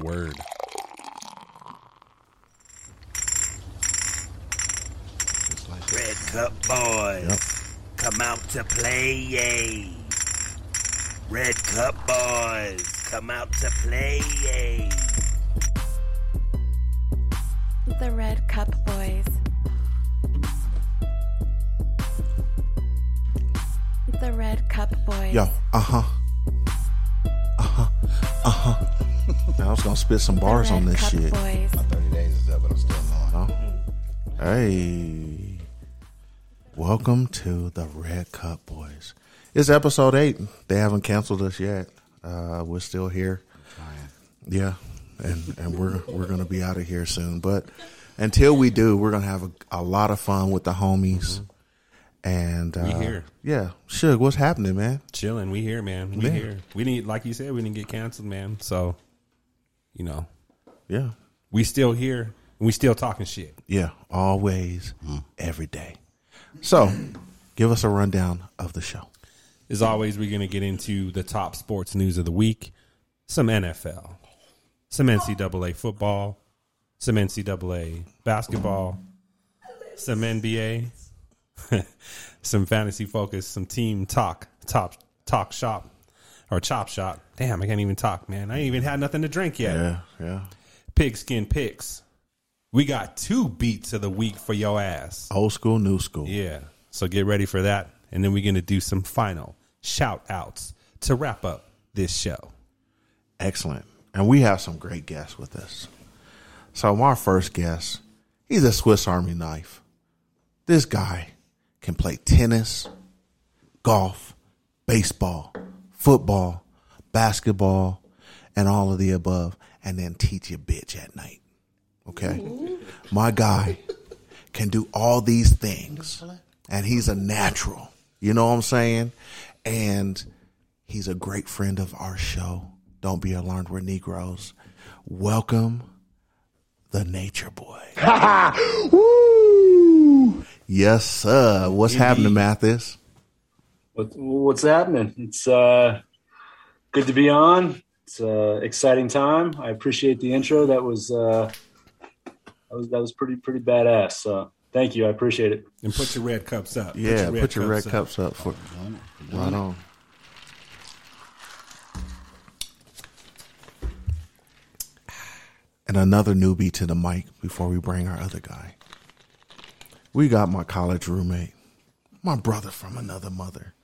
Word. Just like that. Red Cup boys, Yep. come out to play, yay. Red Cup boys, come out to play, yay. The Red Cup Boys. The Red Cup Boys. Yo, uh huh. Uh huh. Uh huh. Uh-huh. I was gonna spit some The bars Red on this Cup shit. Boys. My 30 days is up, but I'm still Hey, annoying. welcome to the Red Cup Boys. It's episode eight. They haven't canceled us yet. Uh, we're still here. Yeah, and and we're we're gonna be out of here soon. But until we do, we're gonna have a, a lot of fun with the homies. And uh, here. yeah, Suge, what's happening, man? Chilling. We here, man. We Yeah. here. We need, like you said, we didn't get canceled, man. So, you know, Yeah, we still here. and We still talking shit. yeah, always, Hmm. every day. So, give us a rundown of the show. As always, we're going to get into the top sports news of the week, some NFL, some NCAA football, some NCAA basketball, some NBA, some fantasy focus, some team talk, top talk shop, or chop shop. Damn, I can't even talk, man. I ain't even had nothing to drink yet. Yeah, yeah. Pigskin picks. We got two beats of the week for your ass. Old school, new school. Yeah. So get ready for that. And then we're going to do some final shout outs to wrap up this show. Excellent. And we have some great guests with us. So, my first guest, he's a Swiss Army knife. This guy can play tennis, golf, baseball, football, basketball, and all of the above, and then teach your bitch at night. Okay? My guy can do all these things, and he's a natural. You know what I'm saying? And He's a great friend of our show. Don't be alarmed, we're Negroes. Welcome, the Nature Boy. Yes, sir. What's happening, Mathis? What, what's happening? It's uh, good to be on. It's uh, exciting time. I appreciate the intro. That was uh, that was that was pretty pretty badass. So thank you. I appreciate it. And put your red cups up. Yeah, put your red cups up for right on. And another newbie to the mic before we bring our other guy. We got my college roommate, my brother from another mother.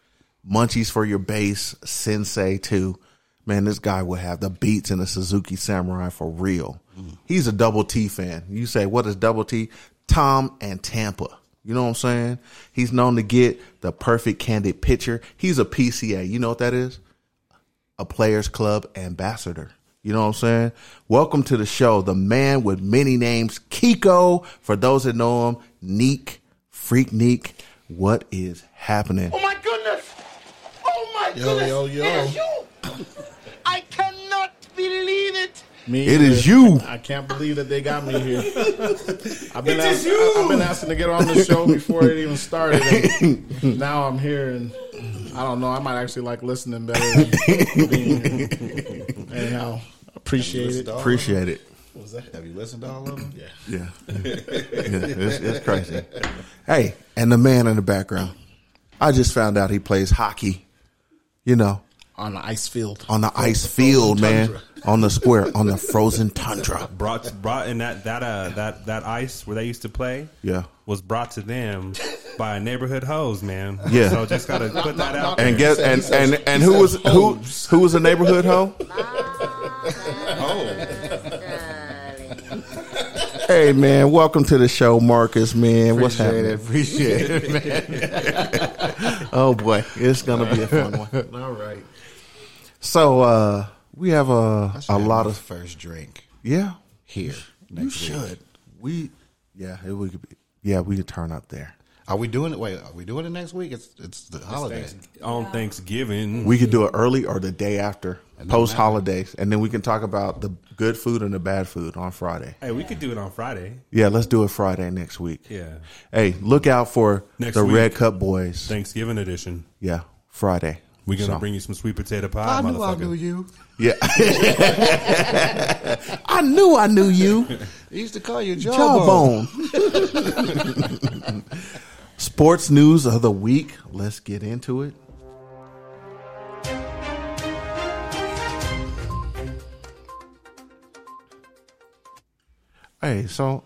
Munchies for your bass, Sensei too. Man, this guy would have the beats in a Suzuki Samurai for real. He's a double T fan. You say, what is double T? Tom and Tampa. You know what I'm saying? He's known to get the perfect candid picture. He's a PCA. You know what that is? a Players Club ambassador. You know what I'm saying? Welcome to the show, the man with many names, Kiko. For those that know him, Neek, Freak Neek. What is happening? Oh my goodness! Oh my goodness! yo, yo. It is you! I cannot believe it! Me It either. is you. I can't believe that they got me here. I've been asked, I- I've been asking to get on the show before it even started. and now I'm here, and I don't know. I might actually like listening better than being here. Anyhow, appreciate it. Appreciate it. Was that? Have you listened to all of them? Yeah. Yeah. yeah it's, it's crazy. Hey, and the man in the background. I just found out he plays hockey, you know, On the ice field. on the ice field, man, on the square, on the frozen tundra. Brought brought in that that uh that that ice where they used to play. Yeah. Was brought to them by neighborhood hoes, man. Yeah. So just gotta put that out. And guess He and says- and he and who was says who hoes. who was a neighborhood hoe? Hey man, welcome to the show, Marcus. Man, what's Appreciate happening? it, Appreciate it, man. oh boy, it's gonna be a fun one. All right. So uh we have a a lot of first drink yeah. here. You should. We yeah, it would be yeah. We could turn up there. Are we doing it? Wait, are we doing it next week? It's it's the holiday. on Thanksgiving. We could do it early or the day after, post holidays, and then we can talk about the good food and the bad food on Friday. Hey, we could do it on Friday. Yeah, let's do it Friday next week. Yeah. Hey, look out for Next the week. Red Cup Boys. Thanksgiving edition. yeah, Friday. We're gonna So, bring you some sweet potato pie, motherfucker. you. Yeah. knew I knew you. He used to call you Jawbone. Jawbone. Sports news of the week. Let's get into it. Hey, so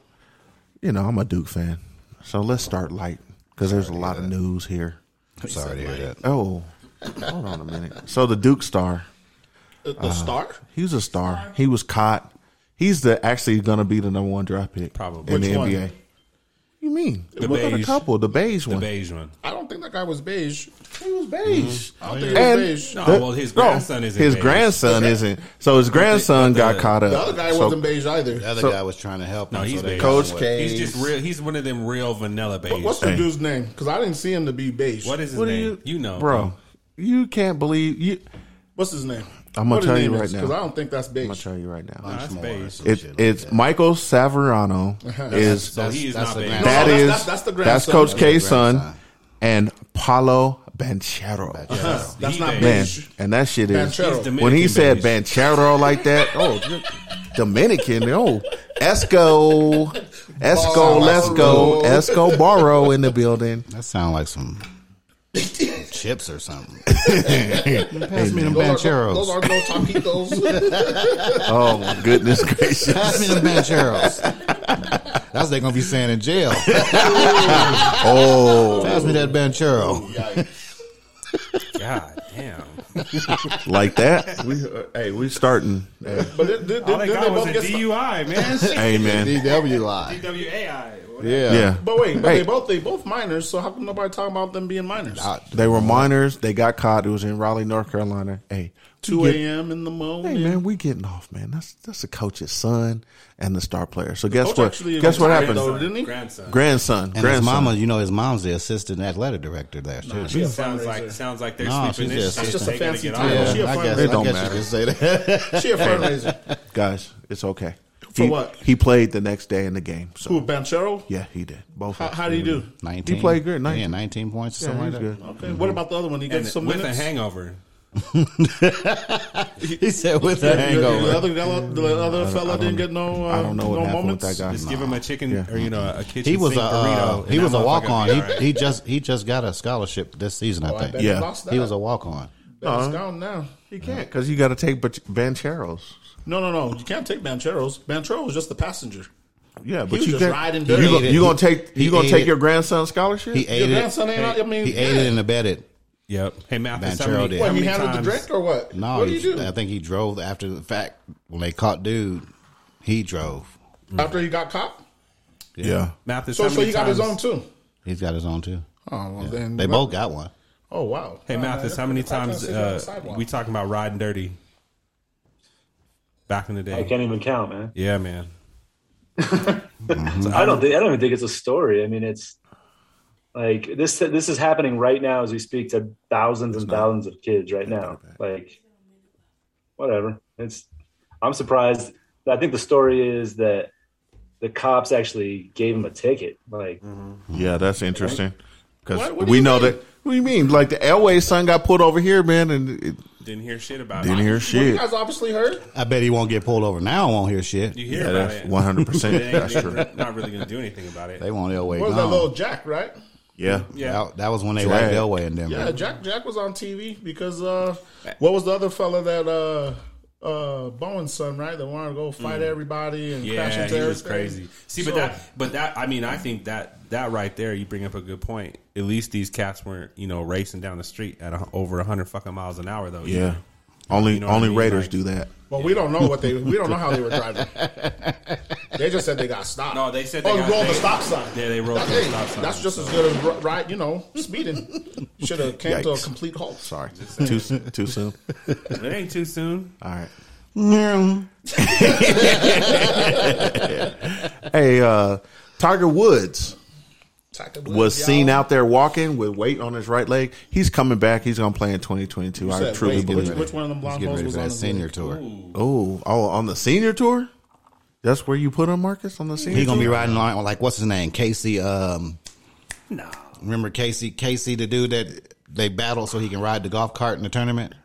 you know I'm a Duke fan, so let's start light because there's a lot of news here. Sorry to hear that. Oh, hold on a minute. So the Duke star, The, uh, the star? he was a star. He was caught. He's the actually going to be the number one draft pick Probably. in Which the one? NBA. What you mean The What other beige. couple, the beige The one. beige one. I don't think that guy was beige. He was beige. I don't think he And- was beige. No, The- well, his no, grandson isn't. His beige. grandson isn't. So his grandson but the- got caught up. The other guy Uh, So wasn't beige either. The other So- guy was trying to help. No, him, he's so they beige. got Coach away. K. He's just real. He's one of them real vanilla beige. What's the Hey. dude's name? Because I didn't see him to be beige. what is his What do name? you, You, know, bro? You can't believe you. What's his name? I'm gonna What his tell you name right is, now. Because I don't think that's I'm gonna beige. tell you right now. Bunch that's more beige. or some It, shit like it's that. Michael Savarano is So he is That's- not that's a beige. man. that No, that's- is that's- that's the grandson. Coach That's the K's son grandson. and Paulo Banchero. That's He not beige. Man, beige. and that shit is Banchero. He's Dominican when he said beige. Banchero like that. Oh, you're Dominican. Oh, Esco, Esco, let's go, Esco Borrow in the building. That sound like some chips or something. Pass me them Those are, those bancheros. are no taquitos. Oh my goodness gracious! Pass me them bancheros. That's what they're gonna be saying in jail. Oh, Pass me that banchero. God damn. like that. We uh, hey, we starting. Hey, but did, did, All they did got they was both a get stu- DUI, man. Shit. man. DWI. DWAI. Yeah. Yeah, But wait, but Hey. they both they both minors. So how come nobody talking about them being minors? they were minors. They got caught. It was in Raleigh, North Carolina. Hey, we Two get- a.m. in the morning. Hey man, we getting off, man. That's that's the coach's son and the star player. So guess coach what? actually Guess what retired, happened? though, didn't he? Grandson. Grandson, And his grandson. mama, you know, his mom's the assistant athletic director there. too. She sounds like sounds like they're No, sleeping this she's just- shit. she's just a They gotta fancy get type. on. Yeah. She a I fun- guess, It I don't guess matter. you could say that. She a fundraiser. Guys, it's okay. For he, what? He played the next day in the game. So Who Banchero? yeah, he did. Both. How, of us. how do you do? 19. He played good, Yeah, 19. 19 points or Yeah, something he like was that. good. Okay. What about the other one? He And gets some with a minutes. hangover. He said with a The- The hangover. other, the other- the other fella didn't get no. Mm, Uh, I don't know no what happened moments. with that guy. Just give him a chicken Yeah. or you know a kitchen. He was a sink burrito. uh, and he that was a motherfucker walk on. be He all right. he just he just got a scholarship this season, I think. Oh, bet Yeah. he lost that. He was a walk on. That's uh-huh. gone now. He can't because you got to take Ban- Bancheros. No, no, no. You can't take Bancheros. Banchero is just the passenger. Yeah, but was you just can't- riding You, dirty. go- He ate you it. gonna take He you gonna ate take it. your grandson's scholarship? He ate Your it. grandson ain't. I mean, He ate it and abetted. Yep. Hey Mathis, how Banchero many, did. how What, Well, he many handled the times? drink or what? No, what do you he- do I think he drove after the fact when they caught dude. He drove. after he got caught? Yeah. Mathis, So, how so many he got his times- own too. He's got his own too. Oh, well, then They both got one. Oh wow. Hey Wow, Mathis, that's how many pretty five times sitting on the uh, sidewalk. we talking about riding dirty? Back in the I day. can't even count, man. Yeah, man. I don't think I don't even think it's a story. I mean, it's like this this is happening right now as we speak to thousands and thousands of kids right now. Like whatever. It's I'm surprised. I think the story is that the cops actually gave him a ticket. Like Yeah, that's interesting because What- what do we you know mean? that. What do you mean? Like the Elway son got pulled over here, man, and it, Didn't hear shit about didn't it. hear Well, you shit. guys obviously heard. I bet he won't get pulled over now. I won't hear shit. You hear Yeah, about that's it. one hundred They percent. ain't- That's they're true. Not really gonna do anything about it. They want Elway What was that little gone. Jack, right? Yeah, Yeah. That, that was when they Jack. left Elway in Denver. Yeah, Jack. Jack was on TV because uh, what was the other fella that uh, uh, Bowen's son, right? That wanted to go fight everybody and crash Mm. Yeah, into he was everything? crazy. See, but So- that, but that, I mean, I think that that right there, you bring up a good point. At least these cats weren't, you know, racing down the street at a, over hundred fucking miles an hour, though. yeah. Only know what I only mean? Raiders Like- do that. Well, we don't know what they. We don't know how they were driving. they just said they got stopped. No, they said they oh, got- rolled they- the stop sign. Yeah, they rolled That's, the hey, stop sign, That's just so. as good as ri- right. You know, speeding should have came to a Yikes. complete halt. Sorry, too soon- too soon. It ain't too soon. All right. hey, uh, Tiger Woods Tiger Woods, was y'all. seen out there walking with weight on his right leg. He's coming back. He's gonna play in 2022. You I said truly wait, believe which, it. which one of them He's blonde getting hoes ready was for on that his senior leg? tour. Oh, oh, on the senior tour. That's where you put him, Marcus. On the senior. He's gonna be tour? riding along with, like what's his name, Casey. Um, no, remember Casey? Casey, the dude that they battled so he can ride the golf cart in the tournament.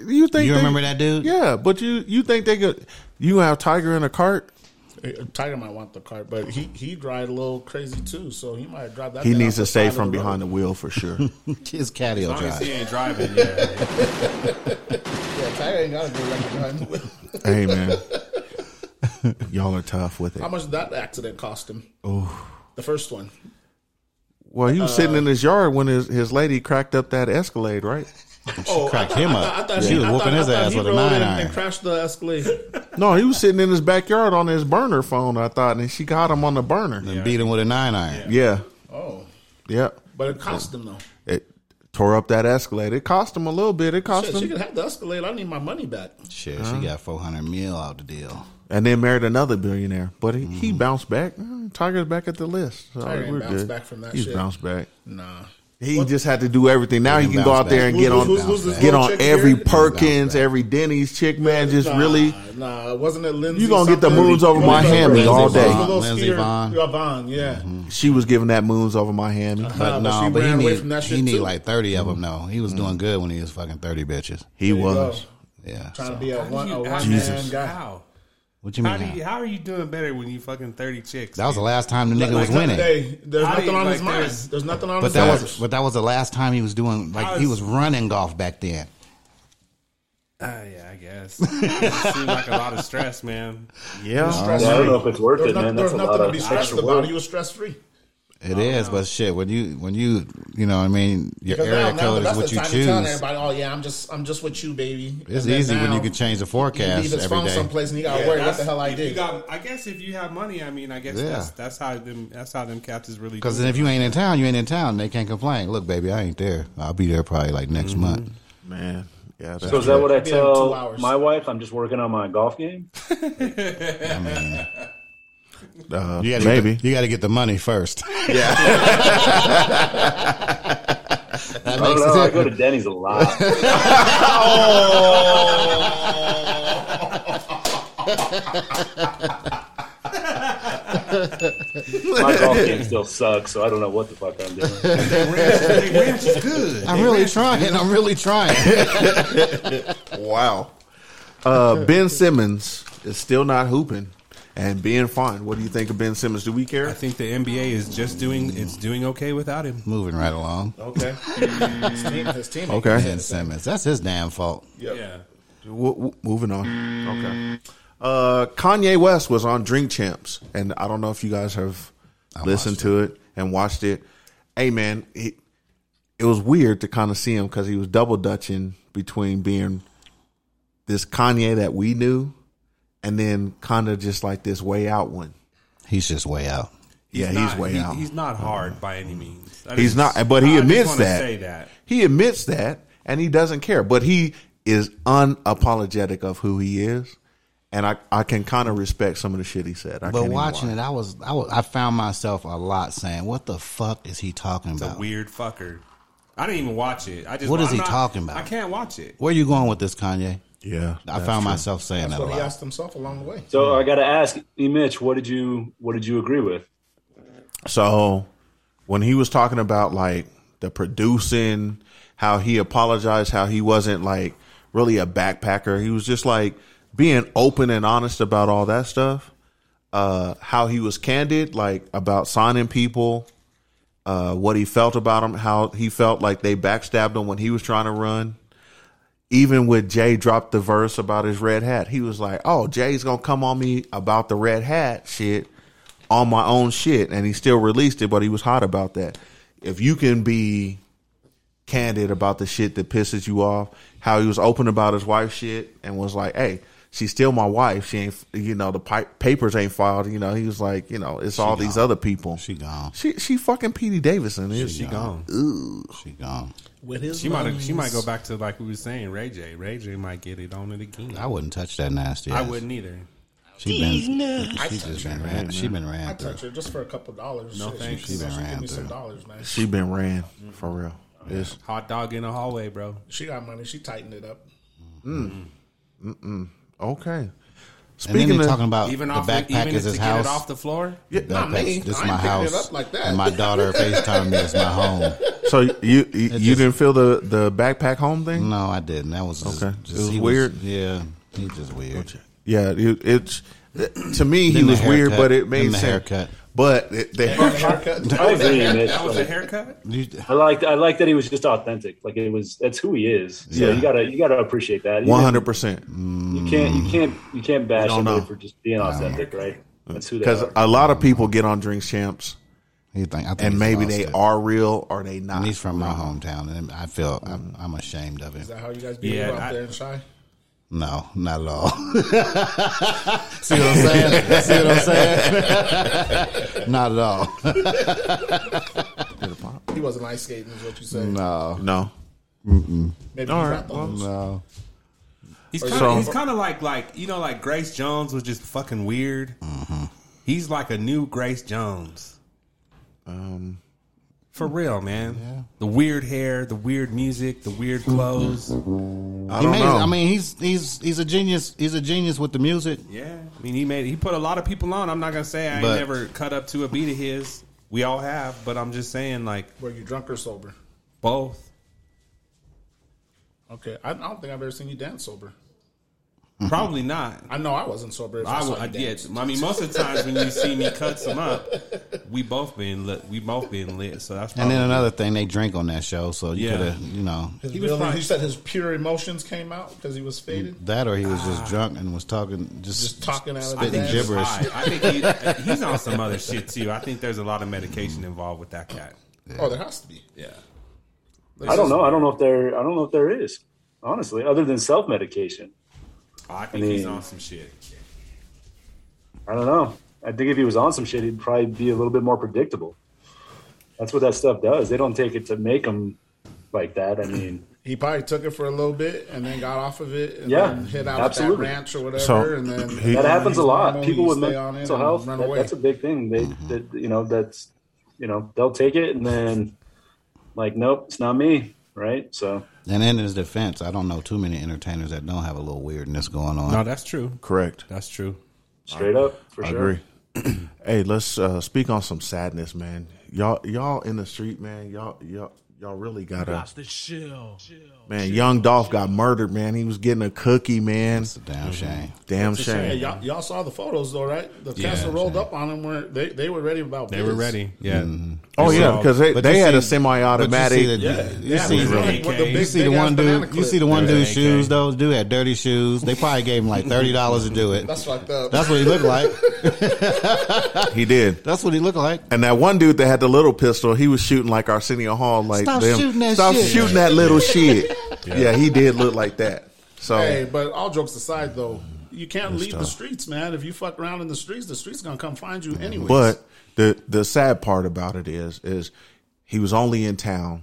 You think You they- remember that dude? Yeah, but you you think they could? You have Tiger in a cart. Uh, Tiger might want the cart, but he he drive a little crazy too, so he might drive that. He thing needs off to the stay side from of the behind road. the wheel for sure. His caddy will As long as he drive. ain't driving, yeah. Yeah, Tiger ain't got to go right behind the wheel. hey man, y'all are tough with it. How much did that accident cost him? Oh, the first one. Well, he was sitting in his yard when his, his lady cracked up that Escalade, right? Oh, Cracked him I, I up. thought she was whooping his ass with a nine and, and iron. crashed the Escalade. No, he was sitting in his backyard on his burner phone. I thought, and she got him on the burner. And beat him with a nine iron. Yeah, Oh, yeah. but it cost him though. It tore up that Escalade. It cost him a little bit. It cost Shit, she him, could have the Escalade. I need my money back. Shit, she got four hundred mil out the deal. and then married another billionaire. But he, he Mm-hmm. bounced back. Mm, Tiger's back at the list. So Tiger ain't we're bounced good. back from that He's shit. bounced back. Nah. He just had to do everything. Now he He can can go bounce out there back. and get Who's- on who's- who's this get little on chick every here? Perkins, every Denny's chick man. Just Nah, really, nah. Wasn't it Lindsay? You gonna get the something? moons over Lindsay- my hand Lindsay all day. Vaughn, the little Lindsay skier- Vaughn. Mm-hmm. Yeah, Vaughn, yeah. she was giving that moons over Miami. But but no, she but he ran away need, from that he shit, need too. like thirty of them. though. he was doing good when he was fucking thirty bitches. He There you was. go. Yeah. Trying so- to be a one, a one man Jesus. guy. How? what you How, mean? do how? you, how are you doing better when you fucking 30 chicks? that was the last time the nigga was Like, winning. Hey, there's I nothing didn't on like his mind. theirs. There's nothing on But his that mind. was but that was the last time he was doing like he was running golf back then. Ah, yeah, I guess. it seemed like a lot of stress, man. Yeah, I don't know if it's worth There's it, man. That's nothing, there's a nothing lot to of be stressed extra about. work. He was stress free. It is, but shit, when you when you you know what I mean your Oh, Because area now, now code that's is what the you time to tell choose. everybody, oh yeah, I'm just, I'm just with you, baby. It's And then easy when now you can change the He leave forecast his every phone day. someplace and you gotta Yeah, worry what that's- the hell I if you did. got- I guess if you have money, I mean, I guess Yeah. that's that's how them that's how them cats is really. Because doing. if you ain't in town, you ain't in town. They can't complain. Look, baby, I ain't there. I'll be there probably like next month. man. Yeah, that's So is that what I Be in two tell hours. my wife? I'm just working on my golf game. uh, You gotta get maybe. the- you got to get the money first. I don't know. I go to Denny's a lot. My golf game still sucks, so I don't know what the fuck I'm doing. I'm really trying. I'm really trying. Wow. Uh, ben Simmons is still not hooping and being fine. What do you think of Ben Simmons? Do we I care? think the NBA is just doing it's doing okay without him. Moving right along. Okay. his team, his team. Okay. Ben Simmons, that's his damn fault. Yeah, W- w- moving on. Okay. Uh, Kanye West was on Drink Champs, and I don't know if you guys have listened to it and watched it. Hey, man, he, it was weird to kind of see him because he was double dutching between being this Kanye that we knew and then kind of just like this way out one. He's just way out. yeah, he's not- way he- out. He's not hard by any means. I He's just- not, but he I just admits wanna that. Say that. He admits that, and he doesn't care. But he is unapologetic of who he is, and I, I can kind of respect some of the shit he said. I But watching it, I was, I was, I found myself a lot saying, "What the fuck is he talking It's a about? weird fucker. I didn't even watch it. I just What I'm is he not- talking about? I can't watch it. Where you going with this, Kanye?" yeah, I found myself saying that a But he lot. asked himself along the way. So I got to ask, E. Mitch, what did you what did you agree with? So when he was talking about like the producing, how he apologized, how he wasn't like really a backpacker, he was just like being open and honest about all that stuff. Uh, how he was candid, like about signing people, uh, what he felt about him, how he felt like they backstabbed him when he was trying to run. Even with Jay dropped the verse about his red hat, he was like, "Oh, Jay's gonna come on me about the red hat shit." on my own shit and he still released it, but he was hot about that. If you can be candid about the shit that pisses you off, how he was open about his wife shit and was like, hey, she's still my wife. She ain't, you know, the pi- papers ain't filed. You know, he was like, you know, it's all these other people. She gone. She, she fucking Petey Davidson is she gone. She gone. With his She might she might lungs. go back to like we were saying. Ray J. Ray J. might get it on it again. I wouldn't touch that nasty. I ass. wouldn't either. She been. She just been ran. She been ran I'd through. touch her just for a couple dollars. No Shit, thanks. She, she, She she ran give me some through. dollars, man. She been ran for real. It's- Hot dog in the hallway, bro. She got money. She tightened it up. okay. and Speaking then of they're talking about Even the off backpack even is to his get house. it off the floor. Yeah, The not backpack's- me. This I is my ain't picking it house, up like that. and my daughter Facetime me as my home. So you you, you just- didn't feel the the backpack home thing? No, I didn't. That was just, Okay. just- It was he weird? yeah, he just weird. Yeah, it, it's to me he Then the was weird, haircut. but it made Then the sense. haircut. But it, the haircut. I agree, E. Mitch. That was a Like, haircut. You- I liked I like that he was just authentic. Like it was that's who he is. So Yeah. you gotta you gotta appreciate that. You One hundred percent. can't- You can't you can't you can't bash don't somebody know. for just being authentic, right? That's who they Because are. a lot of people get on drinks champs, you think, I think and he's maybe lost they it. are real or they not. And he's from my hometown, and I feel I'm, Mm-hmm. I'm ashamed of Is him. that how you guys be Yeah, out I- there and shy? No, not at all. See what I'm saying? See what I'm saying? not at all. He wasn't ice skating, is what you say. No, no, Maybe All right, he's not the well, host. no. He's kind So- of he's kind of like like you know like Grace Jones was just fucking weird. Mm-hmm. He's like a new Grace Jones. um, For real, man. The weird hair, the weird music, the weird clothes. I He don't made- know. I mean, he's he's he's a genius. He's a genius with the music. Yeah, I mean, he made he put a lot of people on. I'm not gonna say I ain't But- never cut up to a beat of his. We all have, but I'm just saying like Were you drunk or sober? both. Okay, I, I don't think I've ever seen you dance sober. Mm-hmm. Probably not. I know I wasn't sober. If I, I, saw will- you I, yeah, dance. I mean, most of the times when you see me cut some up, we both been lit. We both been lit. So that's And probably, then another thing, they drink on that show, so you Yeah. could have, you know, His He was real- fine. you said his pure emotions came out because he was faded, that or he was just drunk and was talking, just, just talking out of I his spitting think ass. he's gibberish. high. I think he, he's on some other shit too. I think there's a lot of medication involved with that cat. Oh, there has to be. Yeah, I don't know. I don't know if there I don't know if there is. Honestly, other than self medication. I think he's on some shit. I don't know. I think if he was on some shit, he'd probably be a little bit more predictable. That's what that stuff does. They don't take it to make him like that. I mean, He probably took it for a little bit and then got off of it and Yeah, then hit out absolutely. at that ranch or whatever. So, and then he- that happens a lot. Hormones People with stay on it mental and health, run that, away. that's a big thing. They, Mm-hmm. that, you know, that's, you know, they'll take it and then, like, nope, it's not me, right? So And in his defense, I don't know too many entertainers that don't have a little weirdness going on. No, that's true. correct. That's true. straight up, for I sure. agree. hey, let's uh, speak on some sadness, man. Y'all, y'all in the street, man. Y'all, y'all, y'all really gotta. Man, young Dolph got murdered, man. He was getting a cookie, man. it's a Mm-hmm. damn shame. Damn Hey, shame. y'all, y'all saw the photos though, right? The castle rolled up on him. Where they, they were ready about. They were biz. ready. Yeah. Mm-hmm. Oh yeah, So- because they, but they you had a see- But semi-automatic. You see the, you Yeah, see it was the- really- AK. the You big, you see the big-ass one banana dude. You clip. see the one There's dude's an AK. shoes. Those dude had dirty shoes. They probably gave him like thirty dollars to do it. That's fucked up. That's what he looked like. he did. That's what he looked like. And that one dude that had the little pistol, he was shooting like Arsenio Hall, like Stop them- shooting that stop shit. shooting that little shit. Yeah. he did look like that. So Hey, but all jokes aside, though, you can't leave the streets, man. If you fuck around in the streets, the streets gonna come find you anyway. But the the sad part about it is is he was only in town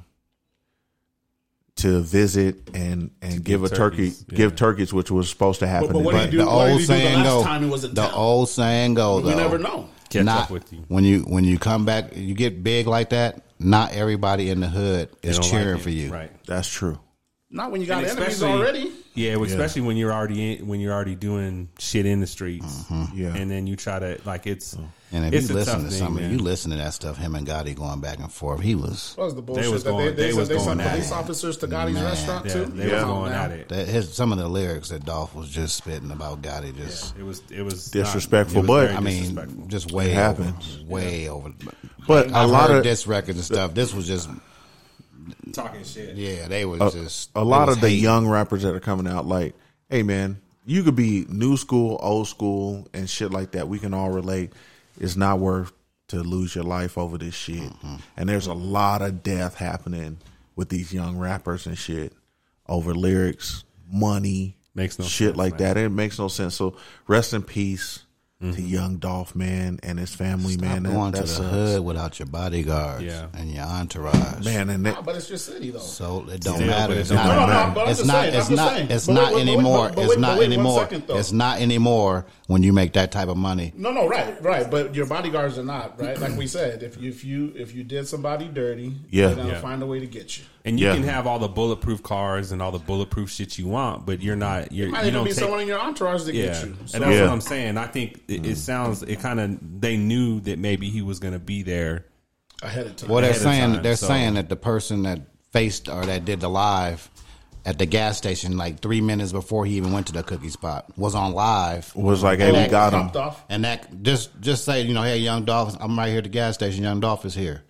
to visit and and give a turkey turkeys, give turkeys, which was supposed to happen. But- but what do today. you The Dude, why did old he do the saying last go. time he was in The town? old saying go. we though, never know. Catch not, up with you. when you when you come back. You get big like that. Not everybody in the hood is They don't like cheering it. for you. Right. That's true. Not when you got And enemies especially- already. Yeah, well, especially when you're already in, when you're already doing shit in the streets, Yeah. and then you try to like it's Mm-hmm. And if it's you a listen tough to thing, somebody, man. you listen to that stuff. Him and Gotti going back and forth. He was That was the bullshit. was that going- they, they they, was said they sent going at police it. officers to Gotti's restaurant yeah, too. they Yeah. were going at it. that his some of the lyrics that Dolph was just spitting about Gotti. Just It was it was Disrespectful, not- it was but- very I disrespectful. mean, just way over, happens. way over. But a I've lot heard of diss records and stuff. This was just talking shit. yeah, they was just a lot it was of the hate. young rappers that are coming out, like, hey man, you could be new school, old school, and shit like that. We can all relate. It's not worth to lose your life over this shit. Mm-hmm. And there's a lot of death happening with these young rappers and shit over lyrics, money, Makes no shit sense, like man. that. It makes no sense. So rest in peace to young Dolph man and his family, man. That, Mm-hmm. going that to the sucks. hood without your bodyguards Yeah. and your entourage. man. And that, Nah, but it's your city though. So it don't Yeah, matter. but It's it don't not. matter. No, no, but I'm it's just not. saying, I'm it's just not. saying. It's But not wait, wait, wait, anymore. but wait, it's but not wait one anymore. second, though. it's not anymore when you make that type of money. No, no, right, right. But your bodyguards are not right. Like we said, if you, if you if you did somebody dirty, Yeah. they're gonna Yeah. find a way to get you. And you Yeah. can have all the bulletproof cars and all the bulletproof shit you want, but you're not. You're, Might you even don't be take, someone in your entourage that yeah, gets you. So and that's Yeah. what I'm saying. I think it, Mm. it sounds. It kind of they knew that maybe he was going to be there. ahead of time. Well, they're ahead of saying time, they're so- saying that the person that faced or that did the live at the gas station, like three minutes before he even went to the cookie spot, was on live. Was like, hey, we Like, got Popped him. off. And that just just say, you know, hey, Young Dolph, I'm right here at the gas station. Young Dolph is here.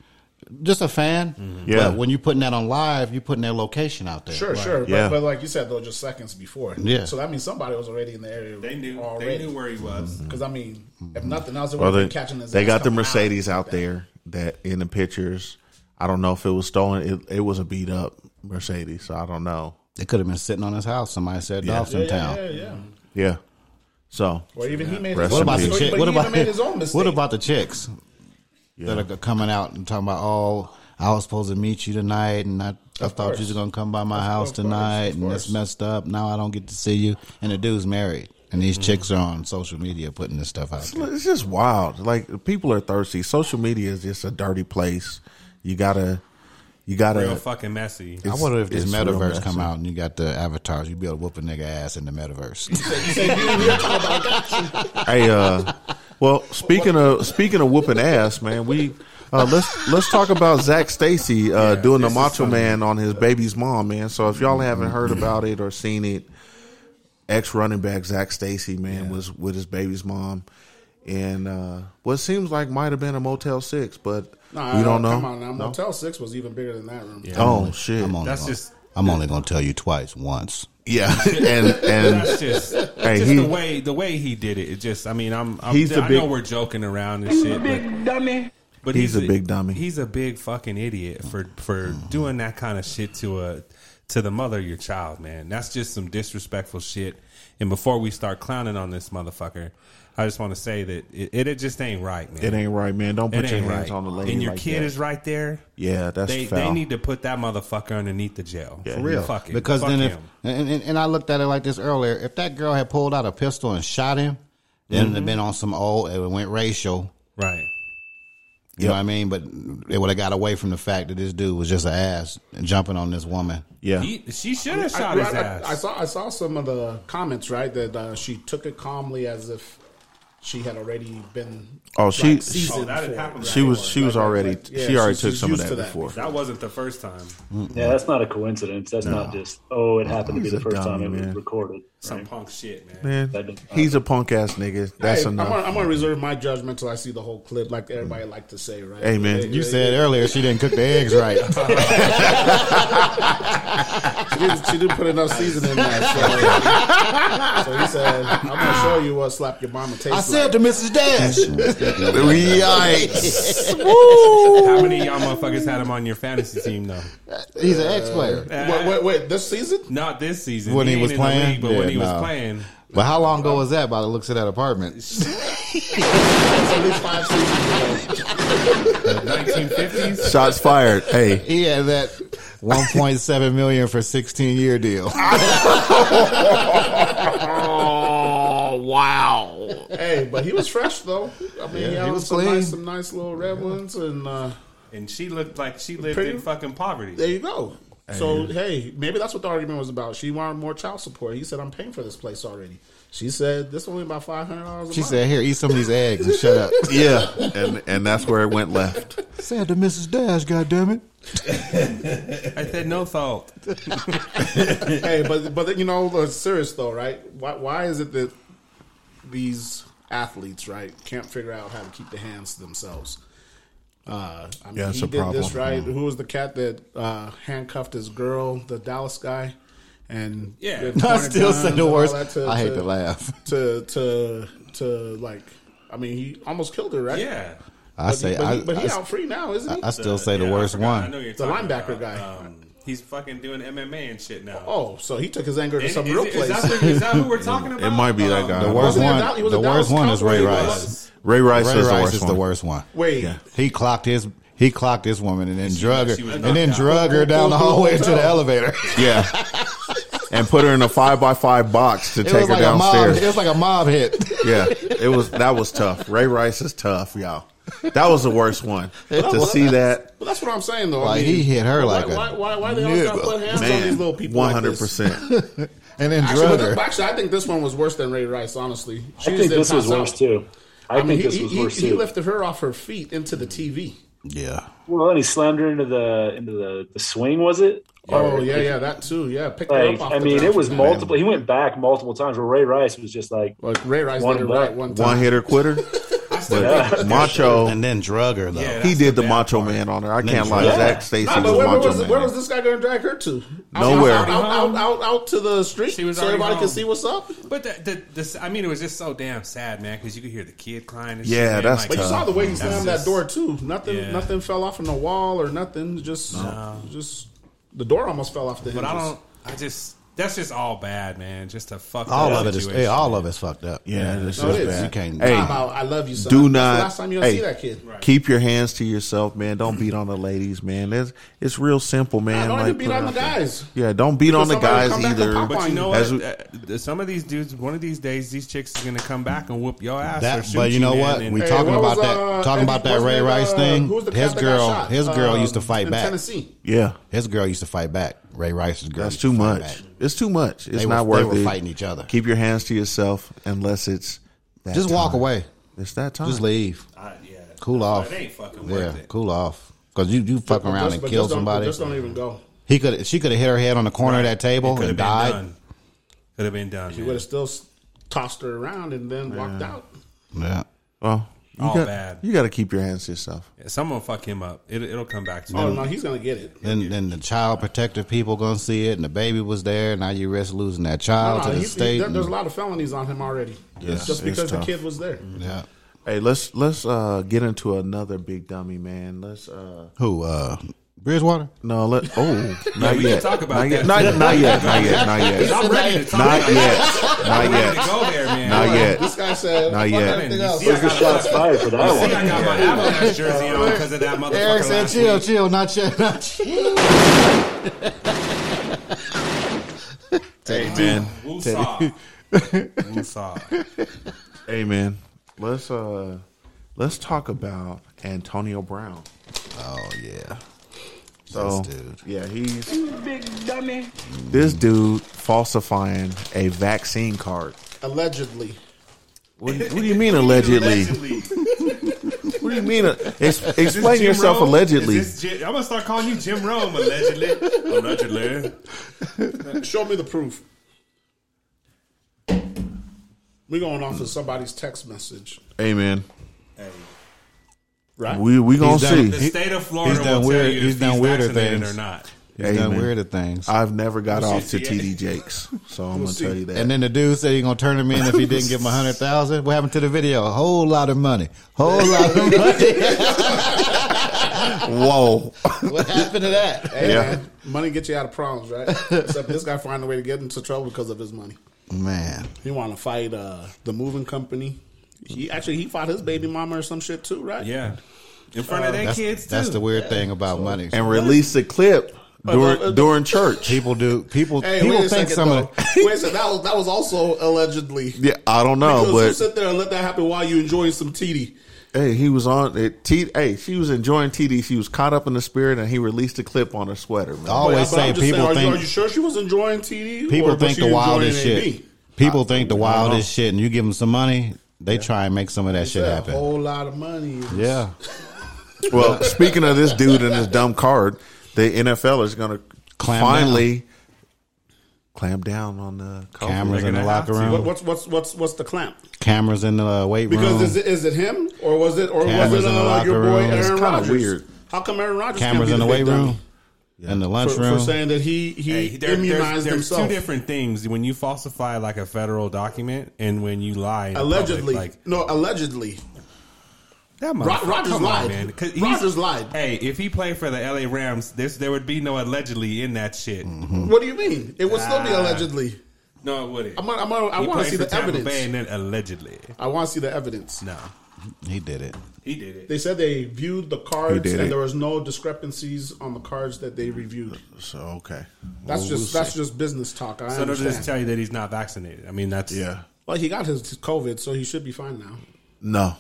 Just a fan. Yeah. But when you're putting that on live, you're putting their location out there. Mm-hmm. Sure, sure. But, Yeah. but like you said, though, just seconds before. Yeah. So that means somebody was already in the area. already. They knew where he was. Because Mm-hmm. I mean, if nothing else, it Well, would they, have been catching his. they ass got the coming Mercedes out there that in the pictures. I don't know if it was stolen. It, it was a beat up Mercedes, so I don't know. They could have been sitting on his house. Somebody said Yeah. Dolph's in Yeah, town. yeah, yeah, yeah. Yeah. So Or even he made. Rest His in own What about the peace. mistake, chick? but What he even about made his own mistake? What about the chicks that are coming out and talking about, oh, I was supposed to meet you tonight, and I, I thought you was gonna come by my house course, tonight, of and it's course. messed up. Now I don't get to see you, and the dude's married, and these chicks are on social media putting this stuff out. There. Mm-hmm. it's just wild. Like people are thirsty. Social media is just a dirty place. You gotta, you gotta. Real fucking messy. I wonder if this it's real metaverse messy. come out and you got the avatars, you be able to whoop a nigga ass in the metaverse. Hey, uh, well, speaking of speaking of whooping ass, man, we uh, let's let's talk about Zach Stacy uh, doing the Macho Man on his baby's mom, man. So if y'all haven't heard about it or seen it, ex running back Zach Stacy, man, was with his baby's mom, and uh, what seems like might have been a Motel Six, but Nah, we don't know. Come on, now. Motel Six was even bigger than that room. Oh shit! I'm only That's gonna, just- I'm only gonna tell you twice. Once Yeah, and and That's just, that's Hey, just he- the way the way he did it. It just, I mean, I'm, I'm He's the I know big- we're joking around and shit, but dummy. But He's a big dummy. Mm-hmm. He's a big fucking idiot for for doing that kind of shit to a to the mother of your child, man. That's just some disrespectful shit. And before we start clowning on this motherfucker, I just want to say that it, it, just ain't right, man. it ain't right, man. Don't It put your ain't hands right. on the lady. and your like kid that. is right there. Yeah, that's They foul. they need to put that motherfucker underneath the jail For real. Fuck it. because Fuck then if him. and, and, and I looked at it like this earlier, if that girl had pulled out a pistol and shot him, then it'd Mm-hmm. have been on some old. It went racial. right. You know what I mean? But it would have got away from the fact that this dude was just an ass and jumping on this woman. yeah, He, she should have I, shot his I- I- ass. I saw I saw some of the comments right that uh, she took it calmly as if she had already been. Oh, she- like, seasoned Oh, that had for it. happened she was she was already like, yeah, she already she's- took she's some of used that, to that. before. that wasn't the first time. Mm-hmm. Yeah, that's not a coincidence. That's not just oh, it happened He's to be a the first dummy, time it man. was recorded. Some punk shit, man. Man, he's a punk ass nigga. That's Hey, I'm enough. Mm. gonna, I'm gonna reserve my judgment till I see the whole clip, like everybody like to say, right? Hey, man. You said earlier she didn't cook the eggs right. she didn't, she didn't put enough seasoning in there. So, so he said, "I'm gonna show you what slap your mama tastes I said like." to Mrs. Dash. Yikes! How many of y'all motherfuckers had him on your fantasy team though? He's an ex-player. Wait, wait, wait, this season? Not this season. When he ain't was in the playing? league, but when Yeah, he nah. was playing, But how long ago was that by the looks of that apartment? It's at least five seasons. ago. 1950s. Shots fired. Hey, He had that 1.7 million for 16 year deal. Hey, but he was fresh though. I mean, he, he was was some clean. nice, some nice little red ones, and uh, And she looked like she lived Pretty- in fucking poverty. there you go. So hey, maybe that's what the argument was about. She wanted more child support. He said, "I'm paying for this place already." She said, "This only about five hundred dollars." She said, "Here, eat some of these eggs and shut up." yeah, and and that's where it went left. Said to Mrs. Dash, God damn it. I said no thought. hey, but but you know, uh, serious though, right? Why why is it that these athletes, right, can't figure out how to keep the hands to themselves? Uh, I mean, Yeah, it's he a did this problem. right. Mm. Who was the cat that uh, handcuffed his girl, the Dallas guy? And Yeah. with I pointed still guns say and the all worst. that to- I hate to- to laugh. to to to like. I mean, he almost killed her, right? Yeah. I But he- say, but I, he, but he I- out free now, isn't he? I still say the Yeah, I worst forgot. I one. know you're The talking linebacker about, guy. Um, he's fucking doing MMA and shit now. oh, so he took his anger to And some is, real is place. That, the- is that who we're talking about? It might be that Um, guy. The worst Wasn't it one. Dal- he was a the Dallas worst one is Ray Cowboy, Rice. wasn't Ray Rice Ray is the Rice worst is one. the worst one. Wait, He clocked his. He clocked this woman and then drug her, she was and knocked then out. drug her down the hallway to the elevator. Yeah, and put her in a five by five box to It take was her like a mob. downstairs. It was like a mob hit. yeah, it was that was tough. Ray Rice is tough, y'all. That was the worst one. to see that, But that's what I'm saying, though. I Like, mean, he hit her why, like a why, why, why they always gotta nigga. put hands on these man, little people? one One hundred percent. and then Actually, drug but- her. but actually, I think this one was worse than Ray Rice. Honestly, I she just think didn't this was pass out. worse too. I, I think mean, he, this was he- worse he too. lifted her off her feet into the TV. Yeah. well, and he slammed her into the into the, the swing. Was it? Oh yeah, yeah, that too. Yeah, picked her Like, up. Off I the mean, it ground. was multiple. He went back multiple times. Where Ray Rice was just like, Like Ray Rice One did it leg. right one time. One hitter quitter. But Macho, And then drug her, though. he did the Macho Man on her. I can't lie. Yeah. Zach Stacy Nah, was but where, where Macho was, Man. where was this guy going to drag her to? Out- Nowhere. Out, out, out, out, out to the street She was so already everybody home. can see what's up. But the, the, the, I mean, it was just so damn sad, man, because you could hear the kid crying. And Yeah, shit, man. that's Like, But you tough. saw the way he that's slammed just- that door too. Nothing, Yeah. nothing fell off from the wall or nothing. Just, just the door almost fell off the. But Hinges. I don't. I just that's just all bad, man. Just a fuck. All up of it is situation. yeah, all of it's fucked up. Yeah, this No, is it is. bad. You can't. Hey, Time out. I love you. Son. do That's not- The last time you don't hey. see that kid. Keep your hands to yourself, man. Don't beat on the ladies, man. It's it's real simple, man. I don't Like, even beat put it on the out there. guys. Yeah, don't beat on the somebody will guys come back and either. pop But you know As what? we- Uh, some of these dudes, one of these days, these chicks is gonna come back and whoop your ass. or That, shoot but you know man, what? and- We Hey, talking what about was, that. uh, talking Andy- about that what's Ray name, Rice uh, thing. who's the His cat that got girl. shot? His girl Um, used to fight in back. Tennessee. yeah, His girl used to fight back. Ray Rice's girl. that's used to too much. fight back. It's too much. It's They not were, worth they were it. fighting each other. Keep your hands to yourself unless it's that Just walk time. away. It's that time. Just leave. I- yeah. Cool off. It ain't fucking yeah, worth it. cool off. Because you, you fuck around Just- and but kill just don't- somebody. Just don't even go. He could. She could have hit her head on the corner of that It table could've and been died. done. Could have been done. You man. would have still s- tossed her around and then walked out. Yeah. Well, you All got, bad. You got to keep your hands to yourself. Someone fuck him up. It, it'll come back to Oh him. no, he's gonna get it. Then, then the child protective people gonna see it, and the baby was there. Now you risk losing that No, child no, to the he's- he- state. there- there's a and- lot of felonies on him already. Yes, just it's because the tough. kid was there. yeah. Hey, let's let's uh, get into another big dummy, man. Let's uh, Who? Uh, Bridgewater. no, let oh, not we can yet. talk about not yet. that. Not, not yet. Not yet. Not yet. I'm ready to talk Not about yet. Not I'm ready to yet. go there, man. Not yet. This guy said, Not "Fuck yet. everything You else." see, I got a- shots fired for that See, I one. got my Avalanche jersey on because of that motherfucker last week. chill, not yet, not yet." Hey, man. Woosah. Woosah. Hey, man. Let's uh, let's talk about Antonio Brown. Oh yeah. So, This dude. yeah, he's Big dummy. this dude falsifying a vaccine card. Allegedly, What, what do you mean allegedly? What do you mean? uh, ex- Is this explain Jim yourself Rome? allegedly. Is this Ji- I'm gonna start calling you Jim Rome allegedly. allegedly. show me the proof. We're going off of somebody's text message, Hey, man. right? We we gonna see. done The state of he's Florida done will tell weird- you he's if done he's weirder vaccinated things. or not. He's Hey, done man. weird things. I've never got off to see. TD Jakes, so I'm gonna see. tell you that. and then the dude said he gonna turn him in if he didn't give him a hundred thousand. What happened to the video? A whole lot of money. Whole lot of money. Whoa, what happened to that? Hey, Yeah. man, money gets you out of problems, right? Except this guy found a way to get into trouble because of his money. Man, He want to fight uh, the moving company. He actually he fought his baby mama or some shit too, right? Yeah. In front of their Uh, that's, kids too. that's the weird thing about money. and release the clip during during church. People do. People. Hey, people wait a think second. some Though. of. wait a second. That was that was also allegedly. Yeah, I don't know, Because you but sit there and let that happen while you enjoying some TD. hey, he was on it. T, hey, she was enjoying TD. She was caught up in the spirit, and he released a clip on her sweater. Man. I always But I'm say just saying, people are, you, think are you sure she was enjoying TD? or people was think she the enjoying wildest AB? shit. People think the wildest shit, and you give them some money, they try and make some of that shit Yeah, A happen. whole lot of money. Yeah, Well, speaking of this dude and his dumb card, the NFL is going to Clam finally clamp down on the Oh, COVID. cameras in the gonna have locker to. What, room, what's what's what's what's the clamp? cameras in the uh, weight Because room, is it, is it him or was it or Cameras was in it the uh, locker your boy room. It's Aaron kinda Rodgers? weird. How come Aaron Rodgers can't cameras be in the big weight dummy? room, in the for, for lunchroom. saying that he he Hey, there- there's, immunized there's himself? two different things when you falsify like a federal document and when you lie in public, Allegedly, like uh, no, allegedly. That Ro- Rodgers come lied. On, man. 'Cause he's- Rodgers lied. Hey, if he played for the LA Rams, this there would be no allegedly in that shit. What do you mean? It would still be Ah. allegedly. No, it wouldn't. Mm-hmm. I'm, gonna- I'm, gonna- I He want to played see for the Tampa evidence. Bay and then allegedly. I want to see the evidence. No, he did it. he did it. They said they viewed the He cards did and it. there was no discrepancies on the cards that they reviewed. So, okay. That's We'll- Oh, just we'll that's see. just business talk. I So they'll understand. just tell you that he's not vaccinated. I mean, that's Yeah. well, he got his COVID, so he should be fine now. No.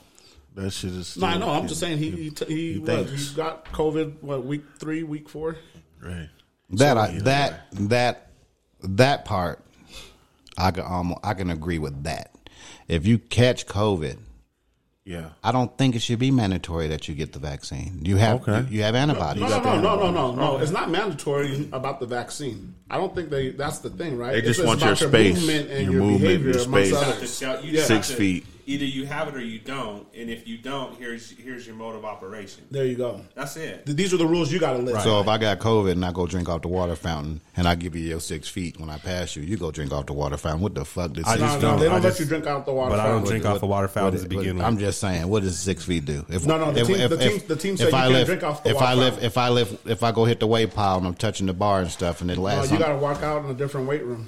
That shit is. Still, No, I know. I'm just saying he he t- he, He what, thinks. he got COVID. What week three, week four? Right. That I, that that that part, I can almost I can agree with that. If you catch COVID, Yeah. I don't think it should be mandatory that you get the vaccine. You have Okay. you, you have antibodies. No, no, no, no, no, no, no. It's not mandatory about the vaccine. I don't think they. That's the thing, right? They It's just want about your space, movement and your your, movement, behavior your amongst space. have to others. show- you Yeah. just Six have to- feet. Either you have it or you don't, and if you don't, here's here's your mode of operation. There you go. That's it. Th- These are the rules you got to live. So if I got COVID and I go drink off the water fountain and I give you your six feet when I pass you, you go drink off the water fountain. What the fuck? Does I six just No, don't. no, they I don't just- let you drink out the water. But I don't fountain. drink off the water fountain to What- begin with. I'm just saying, what does six feet do? If, No, no, the team- the team- the team said you can't lift- drink off the if water I lift, fountain. if I lift, if I go hit the weight pile and I'm touching the bar and stuff, and it No, lasts. Uh, you got to walk out in a different weight room.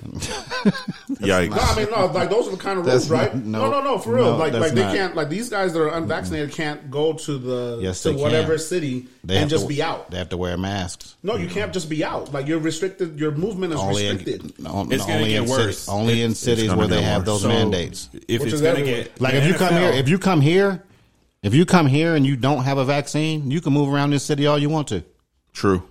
Yikes. No, I mean no. Like those are the kind of That's rules, right? not- No, no, no, no, for real. no, like, that's like they not. can't. Like these guys that are unvaccinated can't go to the Yes, to they whatever can. city they have and just to- be out. They have to wear masks. No, you can't just be out. Like you're restricted. Your movement is Only in, restricted. no, It's gonna only get in worse. city- only in cities gonna where they get have worse. those So- mandates. If Which it's is gonna everywhere. get Like the if you come here, NFL if you come here, if you come here and you don't have a vaccine, you can move around this city all you want to. True.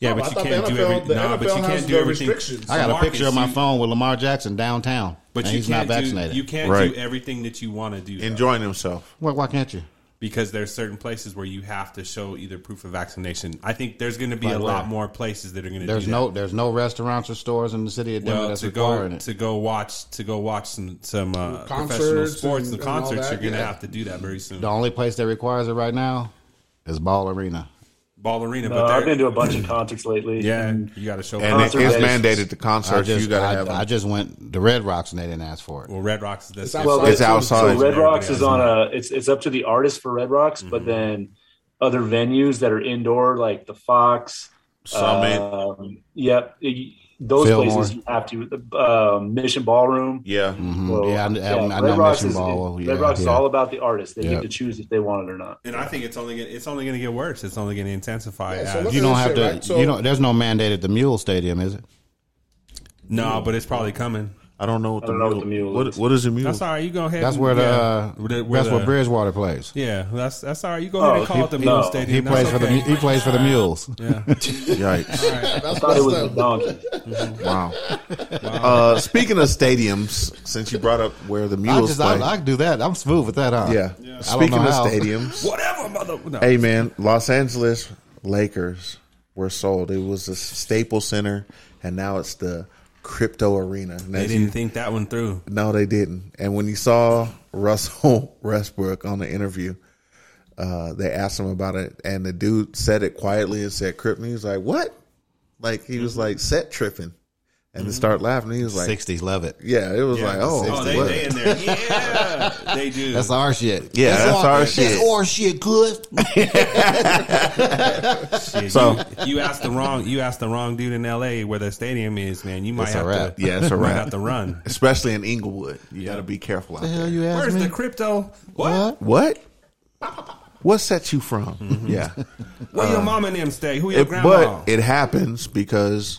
Yeah, No, but I you thought the can't do NFL everything. the Nah, but NFL you has can't do the everything. restrictions. I got a Marcus, picture on my you- phone with Lamar Jackson downtown, But and you he's not can't vaccinated. do you can't Right. do everything that you want to do though, Enjoying himself. why, why can't you? because there's certain places where you have to show either proof of vaccination. I think there's going to be Like a where? lot more places that are going to. There's do no there's no restaurants or stores in the city of that. Denver well that's to go requiring it. to go watch to go watch some some uh, Concerts professional sports and- and and all concerts. that, you're going to yeah. have to do that very soon. The only place that requires it right now is Ball Arena. Ball arena, Uh, but I've they're- been to a bunch of concerts lately. yeah, and you got to show. And it up. Concert is days. mandated to I concerts. just you gotta I, have them. I just went to Red Rocks and they didn't ask for it. well, Red Rocks is that's It's Well, outside, It's too. outside. So Red Everybody Rocks has is on a. It's it's up to the artist for Red Rocks, but Mm-hmm. then other venues that are indoor, like the Fox. Summit. Um, yep. it- those Fillmore. places you have to. Uh, Mission Ballroom. yeah. Well, Mm-hmm. Yeah, I- I- I know Red Rocks Mission is, Ball, Red yeah, Rocks is yeah. all about the artist. They Yeah. get to choose if they want it or not. And I think it's only gonna, it's only going to get worse. It's only going to intensify. Uh, Yeah, so as- look You at don't that have shit, to. right? So- you don't. There's no mandate at the Mule Stadium, is it? no, but it's probably coming. I don't know what the don't know mule. what the mule what, is. what is a mule? That's all right. You go ahead. That's and- where the. yeah. Uh, where that's where the- Bridgewater plays. Yeah, that's that's all right. You go Oh, ahead and call he- it the no. Mule He Stadium. That's plays for the. okay. He plays for the Mules. Yeah. Yikes. I thought it was a donkey. Wow. Uh, speaking of stadiums, since you brought up where the I mules just. I, play, I can do that. I'm smooth with that. Huh? yeah. I don't Speaking know of how. stadiums, Whatever, mother. No. hey man, Los Angeles Lakers were sold. It was the Staples Center, and now it's the Crypto Arena. And they as didn't you- think that one through. no, they didn't. And when you saw Russell Westbrook on the interview, uh, they asked him about it, and the dude said it quietly and said, "Crip." And he was like, "What?" Like he was like set tripping, and they start laughing. He was like, Sixties love it. Mm-hmm. "Yeah." It was like, "Oh, Oh, they, what?" they in there. Yeah, they do. That's our shit. Yeah, that's our shit. That's our shit. Good. Shit, so- you, you asked the wrong. You asked the wrong dude in L.A. where their stadium is, man. You might It's a have wrap. to. Yeah, it's a might wrap. have to run. especially in Inglewood. You got to be careful out The hell there. you ask Where's me? the crypto? What? what? What? What set you from? Yeah, Where your mom and them stay? Who your It- grandma? but it happens because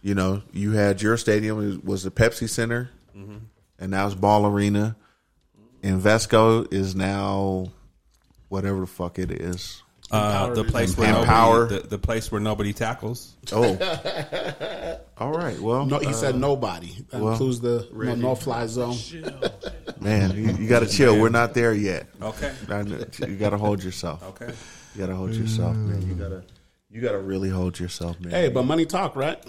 you know you had your stadium it was the Pepsi Center, and now it's Ball Arena. Invesco is now whatever the fuck it is. uh, the place where And nobody, power. The, the place where nobody tackles. Oh, all right. Well, No, he said nobody. That includes the no, fly zone. man, you, you got to chill. We're not there yet. Okay. I know- you got to hold yourself. Okay. You got to hold yourself, man. You got to you got to really hold yourself, man. Hey, but money talk, right?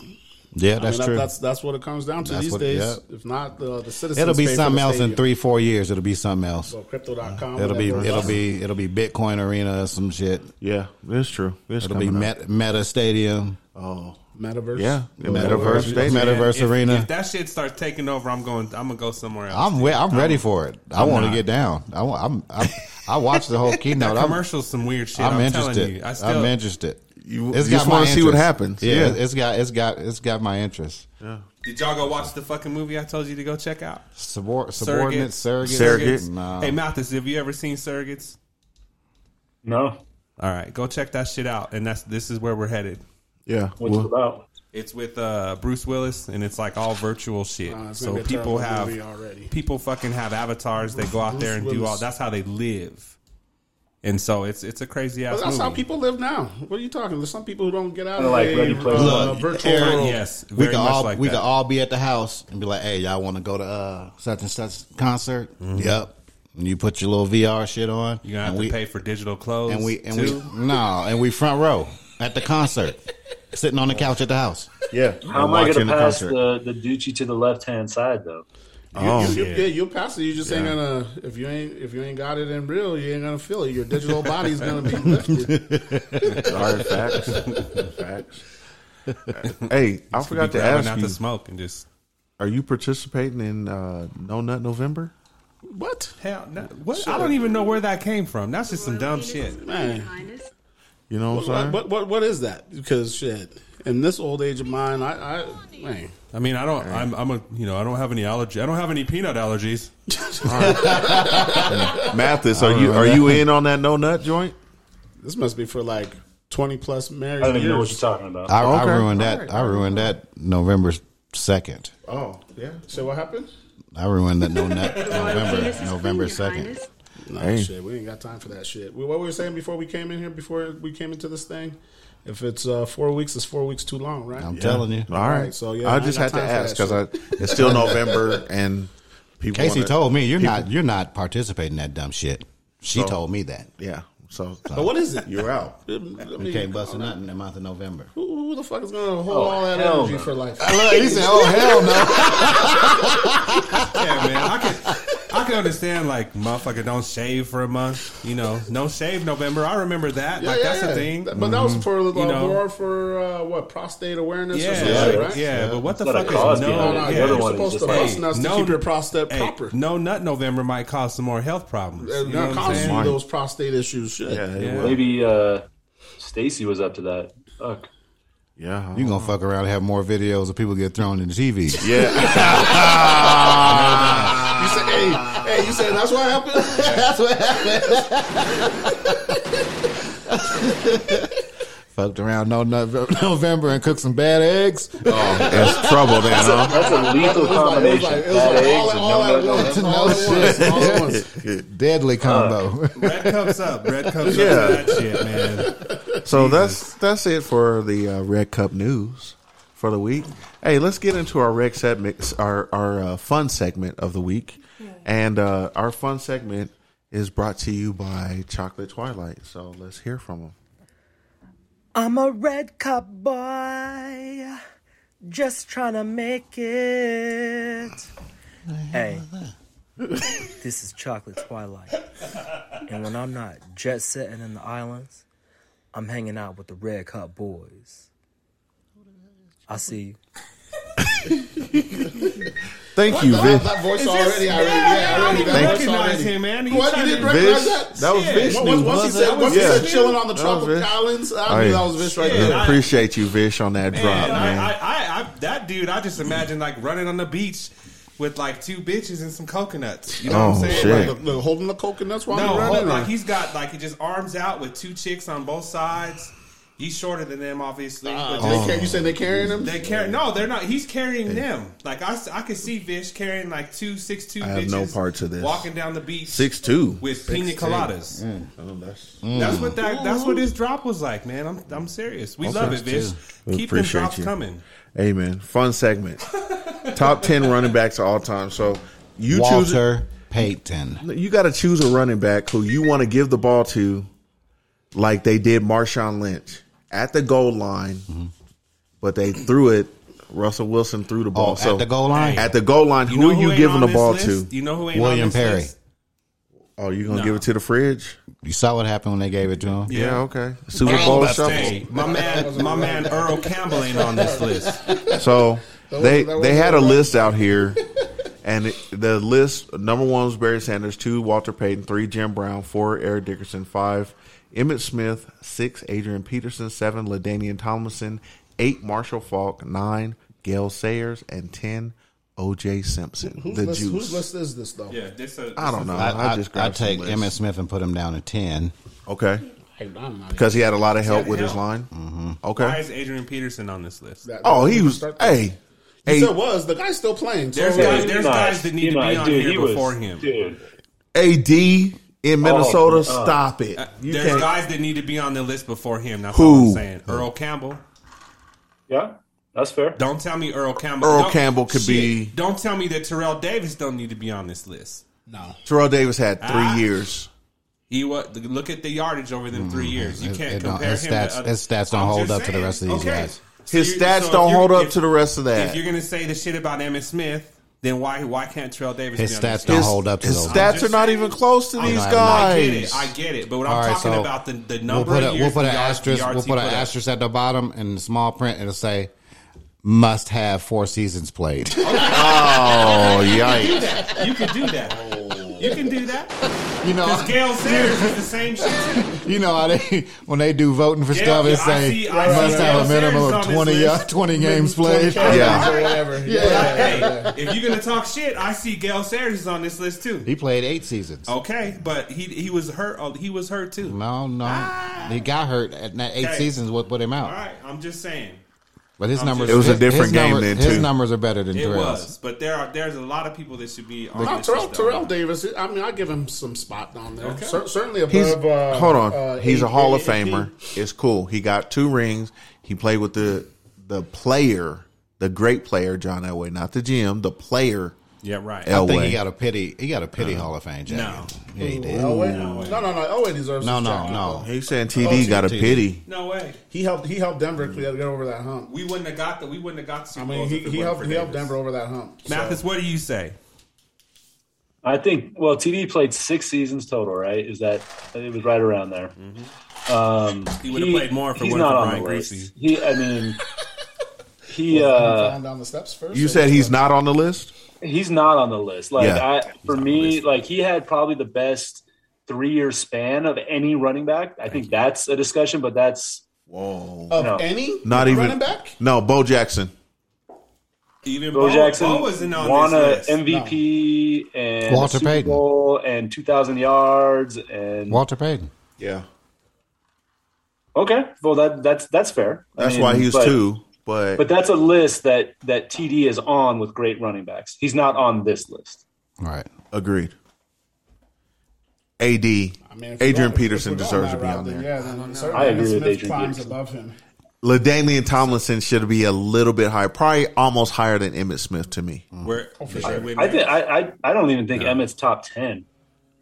Yeah, that's I mean, true. that, that's that's what it comes down to That's these what- days. yeah. If not, uh, the, the citizens. it'll be pay for something the else in stadium. three, four years. It'll be something else. So crypto.com. It'll be whatever. it'll be it'll be Bitcoin Arena or some shit. Yeah, it's true. It's It'll be coming up. Met, Meta Stadium, Oh, metaverse. yeah, Metaverse Metaverse Stadium. Meta- Metaverse If- Arena. If that shit starts taking over, I'm going. I'm gonna go somewhere else. I'm re- I'm ready for it. I want to not. get down. I wa- I'm, I'm I watched the whole keynote. that I'm, commercial's some weird shit. I'm, I'm, interested. telling you. I still, I'm interested. You- you just wanna my see what interest. happens. Yeah, Yeah. it's got it's got it's got my interest. Did y'all go watch the fucking movie I told you to go check out? Subor- subordinate surrogate. Surrogate. No. Hey, Mathis, have you ever seen Surrogates? No, All right, go check that shit out. And that's this is where we're headed. yeah. what's it Well, about? It's with uh, Bruce Willis, and it's like all virtual shit. Uh, it's so gonna be a people terrible have movie already. people fucking have avatars. They go out there and Bruce do all. Willis. That's how they live. And so it's it's a crazy ass. But that's movie. how people live now. What are you talking? There's some people who don't get out Kinda of like a, Ready Player uh, One. virtual Aaron, world. Yes, we very could much all like we that. could all be at the house and be like, "Hey, y'all want to go to uh, such and such concert?" Yep. And you put your little VR shit on. You're Mm-hmm. gonna and have we, to pay for digital clothes. And we and too. we no, and we front row at the concert, sitting on the couch at the house. Yeah. How am I watching going the to pass concert. the, the Ducci to the left hand side, though? You, Oh, you, yeah. yeah. you'll pass it. You just ain't gonna if you ain't if you ain't got it in real, you ain't gonna feel it. Your digital body's gonna be lifted. Sorry, facts. facts. Hey, I forgot to Be grabbing ask out you: the smoke and just Are you participating in uh, No Nut November? What? hell. No, what? I don't even know where that came from. That's just some dumb shit. You know what I'm saying? What what what is that? Because shit, in this old age of mine, I, I man, I mean, I don't. I'm, I'm a. You know, I don't have any allergy. I don't have any peanut allergies. Mathis, are you are you in on that No Nut joint? this must be for like twenty plus married I don't even years. know what you're talking about. I, Okay. I ruined that. All right. I ruined that November second. Oh yeah. So what happened? I ruined that no nut November November second. No Hey. shit, we ain't got time for that shit. We, what we were saying before we came in here, before we came into this thing, if it's uh, four weeks, it's four weeks too long, right? I'm telling you. All right. So, yeah, I I just got had to time for ask that because I it's still November and people. Casey wanna- told me you're not you're not participating in that dumb shit. She Oh. told me that. Yeah. So But what is it? you're out. I mean, You can't bust a nut in the month of November. Who, who the fuck is gonna hold Oh, all that hell energy no. for life? he said, "Oh hell no!" Yeah, man. I can. I can understand like motherfucker don't shave for a month. You know, no shave November. I remember that. like that's the thing. But that was for the You know. more for uh, what prostate awareness yeah, or something, yeah, right? yeah, But what the That's fuck not is a cause no? behind yeah. it. The other You're one is supposed to just like- bust nuts to no- keep your prostate Hey, proper. No nut November might cause some more health problems. They're You know what I'm causing saying? you those prostate issues. Shit. Yeah. they Yeah. will. Maybe uh, Stacy was up to that. Fuck. Yeah. You gonna fuck around and have more videos of people get thrown in the TV? yeah. You said, hey, hey, you said that's what happened? That's what happened. Fucked around no Nove- November and cooked some bad eggs. Oh, That's trouble then, huh? That's a lethal It was combination. like, it was Bad like all, eggs and no at- all at nut once. November. All at once. All at once. Uh, Deadly combo. Red cups up. Red cups Yeah. up. for That shit, man. So that's that's it for the uh, Red Cup news for the week. Hey, let's get into our Red segment, our our uh, fun segment of the week, and uh, our fun segment is brought to you by Chocolate Twilight. So let's hear from them. I'm a red cup boy, just trying to make it. Hey, this is Chocolate Twilight. And when I'm not jet setting in the islands, I'm hanging out with the red cup boys. I see you. Thank you, That, Vic. that voice already, I already, yeah, I already even that voice recognize already. him, man. He's What, you trying didn't to- recognize Vish- that? that was Shit. Vishnu, Once, once he wasn't said, it? once Yeah. he said chilling on the That was tropical Vish. islands, I knew Oh, yeah. that was Vish right Yeah. there. Appreciate you, Vish, on that drop, Man, man. I, I, I, I, that dude, I just imagine like running on the beach with like two bitches and some coconuts. You know what Oh, I'm saying? shit. Like, Look, look, holding the coconuts while no, I'm hold- running. like Like he's got like he just arms out with two chicks on both sides. He's shorter than them, obviously. but just- Ah, they, ca- you said they carrying him? They carry no, they're not. He's carrying them. Like I, s- I could see Vish carrying like two six two. I have bitches no part to this. Walking down the beach Six two. Mm. Oh, with pina coladas. That's what that. That's what this drop was like, man. I'm I'm serious. We love it, Vish. We Keep them appreciate drops you. coming. Amen. Fun segment. Top ten running backs of all time. So you Walter Payton. choose. You got to choose a running back who you want to give the ball to, like they did Marshawn Lynch at the goal line, but they threw it. Russell Wilson threw the ball. Oh, so at the goal line. at the goal line, who know are you ain't giving on the this ball list? to? You know who ain't William on this Perry. list? Oh, you gonna give it to the fridge? you saw what happened when they gave it to him. Yeah, okay. Super Bowl shuffle. Hey, my man, my man Earl Campbell ain't on this list. So they that they was- had a list out here, and it, the list number one was Barry Sanders, two Walter Payton, three Jim Brown, four Eric Dickerson, five Emmett Smith, six Adrian Peterson, seven Ladainian Tomlinson, eight Marshall Falk, nine Gail Sayers, and ten O.J. Simpson. Whose the list, juice. whose list is this, though? Yeah, this a, I don't know. I, I, I, just I grabbed some take lists. Emmett Smith and put him down to ten. Okay, Hey, I'm not because he had a lot of help had with his help. line. Why Okay. is Adrian Peterson on this list? even- Oh, he was. Start- Hey, hey, Still was. The guy's still playing. So There's like, guys- there's guys that need to Eli, be on dude, here he was- before him. Dude, AD in Minnesota, uh, stop it. You There's can't. guys that need to be on the list before him. That's all Who? I'm saying. Earl Campbell. yeah, that's fair. Don't tell me Earl Campbell. Earl Don't- Campbell could shit. be- Don't tell me that Terrell Davis don't need to be on this list. no. Terrell Davis had three Ah. years. He what? Look at the yardage over them three years. You Mm-hmm. It- can't it don't- compare his him. stats- to other, his stats don't I'm hold just up to the rest of these guys. So His you- stats so if don't you're- hold up if- to the rest of If that. you're gonna say the shit about Emmett Smith, then why why can't Terrell Davis? His be on this list? stats don't His, hold up to his those. stats are not even close to these not- I get guys. it. I get it. But what All I'm right, talking so about the the We'll number put, of a, years we'll put the an yards- the asterisk. yards We'll he put an up. asterisk at the bottom and small print. It'll say, "Must have four seasons played." Oh yikes! You can do that. You can do that. you know, Because Gail Sayers is the same shit. too. you know how they when they do voting for Yeah, stuff, it I say see- I must see have Gail a minimum Sayers of on this 20, uh, list. 20 games played. Yeah. Or whatever. Yeah. hey, if you're gonna talk shit, I see Gail Sayers is on this list too. He played eight seasons. Okay, but he he was hurt. oh, He was hurt too. No, no, Ah. he got hurt, and that eight Okay. seasons what put him out. All right, I'm just saying But his I'm numbers, just- It was a his- different his game number- then, His too. numbers are better than it was. Terrell's. But there are there's a lot of people that should be on No, this Terrell, list, though. Terrell Davis. I mean, I give him some spot down there. Okay. Cer- certainly above. He's uh, hold on. uh, He's a A- Hall of A- A- Famer. It's cool. He got two rings. He played with the the player, the great player John Elway, not the GM, the player Yeah, right. I think Elway. Uh-huh. he got a pity. He got a pity Hall of Fame jacket. No. yeah, he did. Elway? No, no, no. Elway deserves. No, his no, jacket. no. Oh, He's Oh, saying TD got a TD. pity. No way. He helped. He helped Denver clear- Mm-hmm. get over that hump. We wouldn't have got the we wouldn't have got the I Super mean, Bowls he, if it he wasn't helped. for He helped Davis. Denver over that hump. So- Mathis, what do you say? I think well, TD played six seasons total, right? Is that it was right around there. Um, He would've played more if it he's weren't not for on Brian the list. Greasy. He, I mean, he Come uh, on down the steps first. You said he's not on the list. he's not on the list. Like Yeah. I, for me, like he had probably the best three year span of any running back. I think that's a discussion, but that's Whoa! of no. any Not even running back. No, Bo Jackson. Even Bo Jackson Bo wasn't on won a this list. MVP and Walter a Super Payton. Bowl and two thousand yards and Walter Payton. Yeah, okay, well that that's that's fair. I that's mean, why he was but- two. But, But that's a list that that TD is on with great running backs. He's not on this list. All right. agreed. AD I mean, if we're Adrian going- if Peterson we're going deserves that to be route, on then there. Yeah, then certainly I agree Emmett with Smith Adrian climbs Peterson. above him. LaDamian Tomlinson should be a little bit higher, probably almost higher than Emmett Smith to me. Mm. Where Oh, wait, I think I I, I don't even think Emmett's top ten.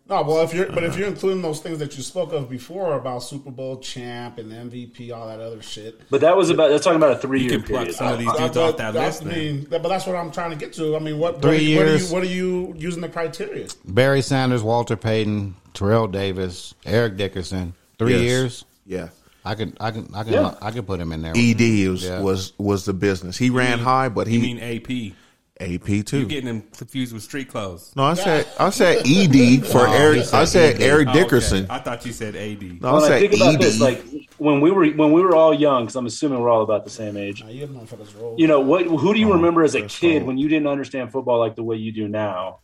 No, well, if you're Uh-huh. but if you're including those things that you spoke of before about Super Bowl champ and MVP, all that other shit. But that was about that's talking about a three you year can pluck period. some of these dudes But off that that's- list. I man. mean, that- but that's what I'm trying to get to. I mean, what Three what, years. What are, you, what are you using the criteria? Barry Sanders, Walter Payton, Terrell Davis, Eric Dickerson. Three Yes. years. Yeah. I can, I can, I can, Yeah. I can put him in there. ED was Yeah. was, was the business. He ran high, but he You mean AP? AP You're too. getting him confused with street clothes. no, I said I said ED for No, he E Eric. said Uh, I said ED. Eric Oh, okay. Dickerson. I thought you said AD. No, I when I said E think about this, ED. like when we were when we were all young, because I'm assuming we're all about the same age. Now, you have motherfuckers roll. You know what? Who do Oh, you remember as a kid when you didn't understand football like the way you do now?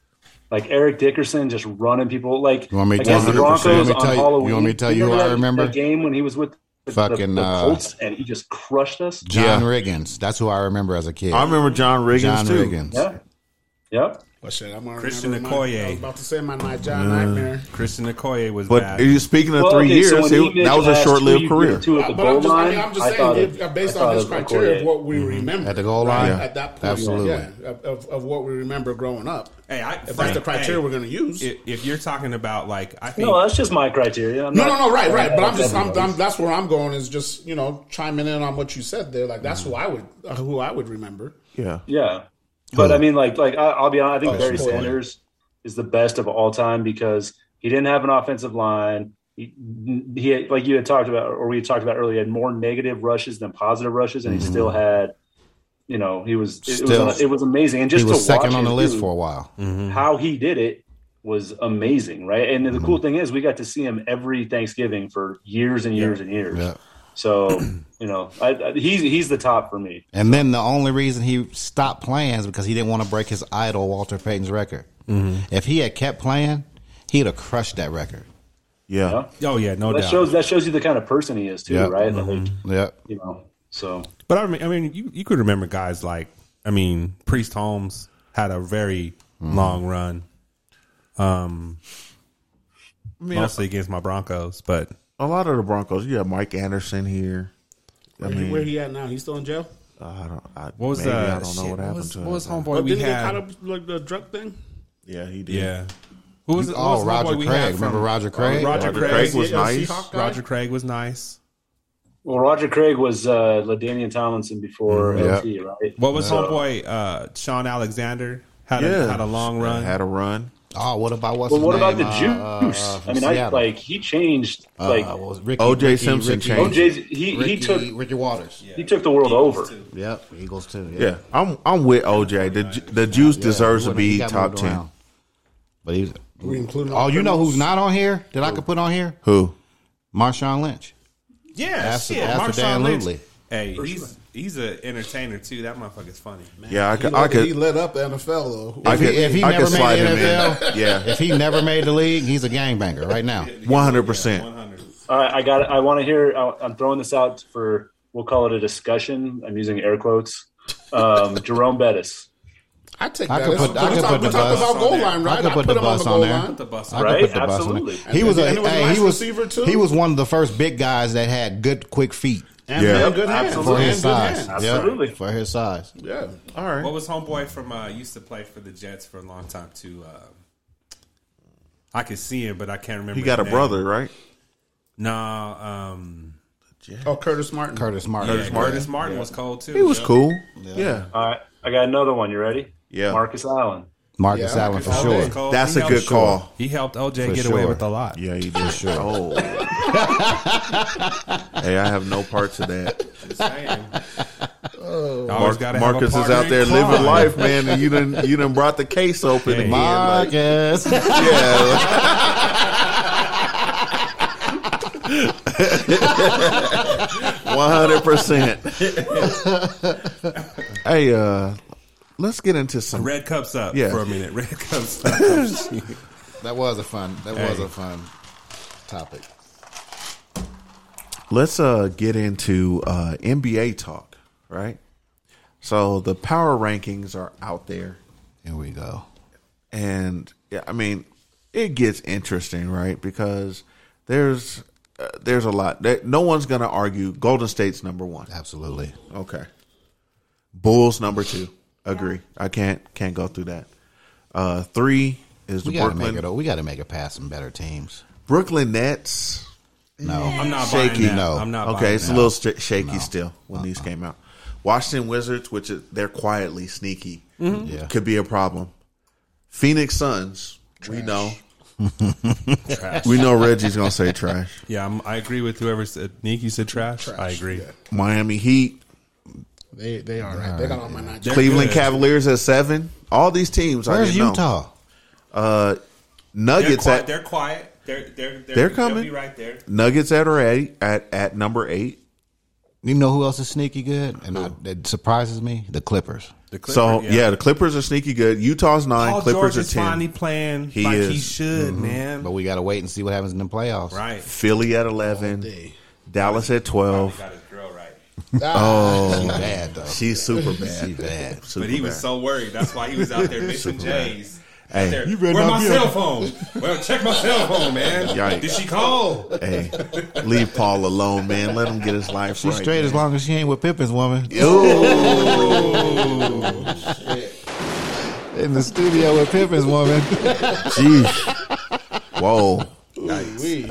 Like Eric Dickerson just running people like You want me to against tell the you- Broncos you want me to on tell you- you Halloween. want me to tell you who I that- remember? that game when he was with the, Fucking, the, uh, the Colts and he just crushed us. John Yeah. Riggins. That's who I remember as a kid. I remember John Riggins John too. Riggins. Yeah, yeah. Well, shit, I'm already Christian remembering my- Okoye. I was about to say my night job Uh, nightmare. Christian Okoye was But bad. are you speaking of Well, three okay, so years? when he- he that was a mentioned short lived last three- career. Two at the But goal I'm just, I line. mean, I'm just I thought saying, it- if, uh, based I thought on it his was like criteria 48. of what we remember Mm. At the goal right, line? at that point, Absolutely. yeah, of, of, of what we remember growing up. hey, I, If that's the criteria we're going to use. If, if you're talking about like, I think No, that's just my criteria. I'm No, no, not- no, right, right. But I'm not just, I'm, everybody's. I'm, that's where I'm going is just, you know, chiming in on what you said there. Like that's who Mm. I would, uh, who I would remember. Yeah. yeah. But I mean, like, like I, I'll be honest. I think Barry sure. Sanders is the best of all time because he didn't have an offensive line. He, he had, like you had talked about, or we had talked about earlier, had more negative rushes than positive rushes, and he still had, you know, he was it, Mm-hmm. Still. was it was amazing. And He just was to second watch on him the list do- for a while. how he did it was amazing, right? And then the Mm-hmm. cool thing is we got to see him every Thanksgiving for years and years and years. Yeah. So you know, I, I, he's he's the top for me. And then the only reason he stopped playing is because he didn't want to break his Mm-hmm. idol Walter Payton's record. If he had kept playing, he'd have crushed that record. Yeah. Yeah. Oh yeah, no That doubt. shows that shows you the kind of person he is too, Yeah. Mm-hmm. right? Like, Yeah. you know, so But I mean, I mean, you, you could remember guys like I mean, Priest Holmes had a very long run, Um, I mean, mostly against my Broncos. But a lot of the Broncos. You have Mike Anderson here. I Mm. Where, he- mean, where he at now? He's still in jail. I don't. I, what was maybe uh, I don't know shit, what happened was, to what him. was homeboy But we didn't he get had? caught up with, like the drug thing? Yeah, he did. yeah, who was it? what Oh, was Roger homeboy we Craig. had Remember from- Roger Craig? Roger Roger Craig. Craig was Yeah, nice. Seahawk guy? Roger Craig was nice. well, Roger Craig was uh, Ladainian Tomlinson before Mm-hmm. Yeah. LT, right? What was homeboy uh, Sean Alexander had a, had a long run. Had a run. Oh, what about what's Well, his what about the name? juice? Uh, uh, from I mean, I Seattle. like he changed like Uh, what was it? Ricky, O.J. Simpson changed. OJ's. He Ricky, he took Ricky Waters. he took the world over. Yep, Eagles too. Yeah, Yeah, I'm I'm with OJ. The Ju- the Juice Yeah, deserves he to wouldn't- be he got top moved ten. around. But he's We including oh, you know who's not on here that I could put on here? Who? Marshawn Lynch. yeah, Abso- shit, Marshawn Lynch. absolutely. Hey, he's he's an entertainer too. That motherfucker's funny. Yeah, I He, could. I let, he could. let up the NFL though. I If he- could. if he I never could made slide the him in. NFL, Yeah, If he never made the league, he's a gangbanger right now. one hundred percent. All right, I got. I want to hear. I, I'm throwing this out for. We'll call it a discussion. I'm using air quotes. Um, Jerome Bettis. I take I that. could That's- put- I we could talk- put we the talk bus about on goal there. line, I right? could put him the on bus the on goal there. line. The bus I could Right? put the bus on Absolutely. it. He was a, And he was a hey, nice he was receiver, too. he was one of the first big guys that had good quick feet And Yeah. yeah, good Yep, hands. for absolutely. his And good size. hands. Yeah, Absolutely. for his size. Yeah. All right. What was homeboy from uh, used to play for the Jets for a long time too? Uh, I could see him, but I can't remember. He got a his name. brother, right? Nah, um, Oh, Curtis Martin. Curtis Martin. yeah, Curtis Martin was cold too. He was cool. Yeah, All right, I got another one. You ready? Yeah. Marcus Allen. Marcus Yeah, Allen for Marcus sure. was cold. That's a helped- good call. He helped OJ For get away sure. with a lot. yeah, he did. Sure. Oh. hey, I have no parts of that. Always Mark, gotta have a Marcus is partner out there in crime. living life, man, and you done you done brought the case open Hey. again. like, Marcus. yeah, one hundred percent. Hey, uh, let's get into some. Red cups up Yeah. for a minute. Red cups up. That was a fun. That was Hey. a fun topic. Let's uh get into uh NBA talk, right? So the power rankings are out there. Here we go. and yeah, I mean, it gets interesting, right? Because there's uh, there's a lot. There, no one's going to argue Golden State's number one. Absolutely. Okay, Bulls number two. Agree. I can't can't go through that. Uh, three is the We gotta Brooklyn make it. We gotta make it past some better teams. Brooklyn Nets. No, I'm not Shaky, buying that. no. I'm not Okay, buying it's that. a little st- shaky still when Uh-uh. these came out. Washington Wizards, which is they're quietly sneaky, Mm-hmm. Yeah. could be a problem. Phoenix Suns, we know. We know Reggie's gonna say trash. Yeah, I'm, I agree with whoever said Nick. You said trash. I agree. Miami Heat, They they are right. They got on my nine. They're Cleveland good. Cavaliers at seven. All these teams, I Where's didn't know. Uh, Utah? They're Nuggets quiet. at They're quiet. They're they're they're, They're they'll coming. be right there. Nuggets at or eight at at number eight. You know who else is sneaky good? And I, that surprises me. The Clippers. The so yeah. the Clippers are sneaky good. Utah's nine. Paul Clippers Oh, George are is ten. finally playing He like he is. Mm-hmm. should, man. But we gotta wait and see what happens in the playoffs. Right. Philly at eleven. Dallas at twelve. Got his girl right. Ah. She bad though. She's super bad. She bad. Super But he was bad. so worried. That's why he was out there missing J's. Hey, Out there, you Where my cell phone? Well, check my cell phone, man. Yikes. Did she call? Hey, leave Paul alone, man. Let him get his life She's right. straight as long as she ain't with Pippin's woman. In the studio with Pippin's woman. Jeez. Whoa. Wee.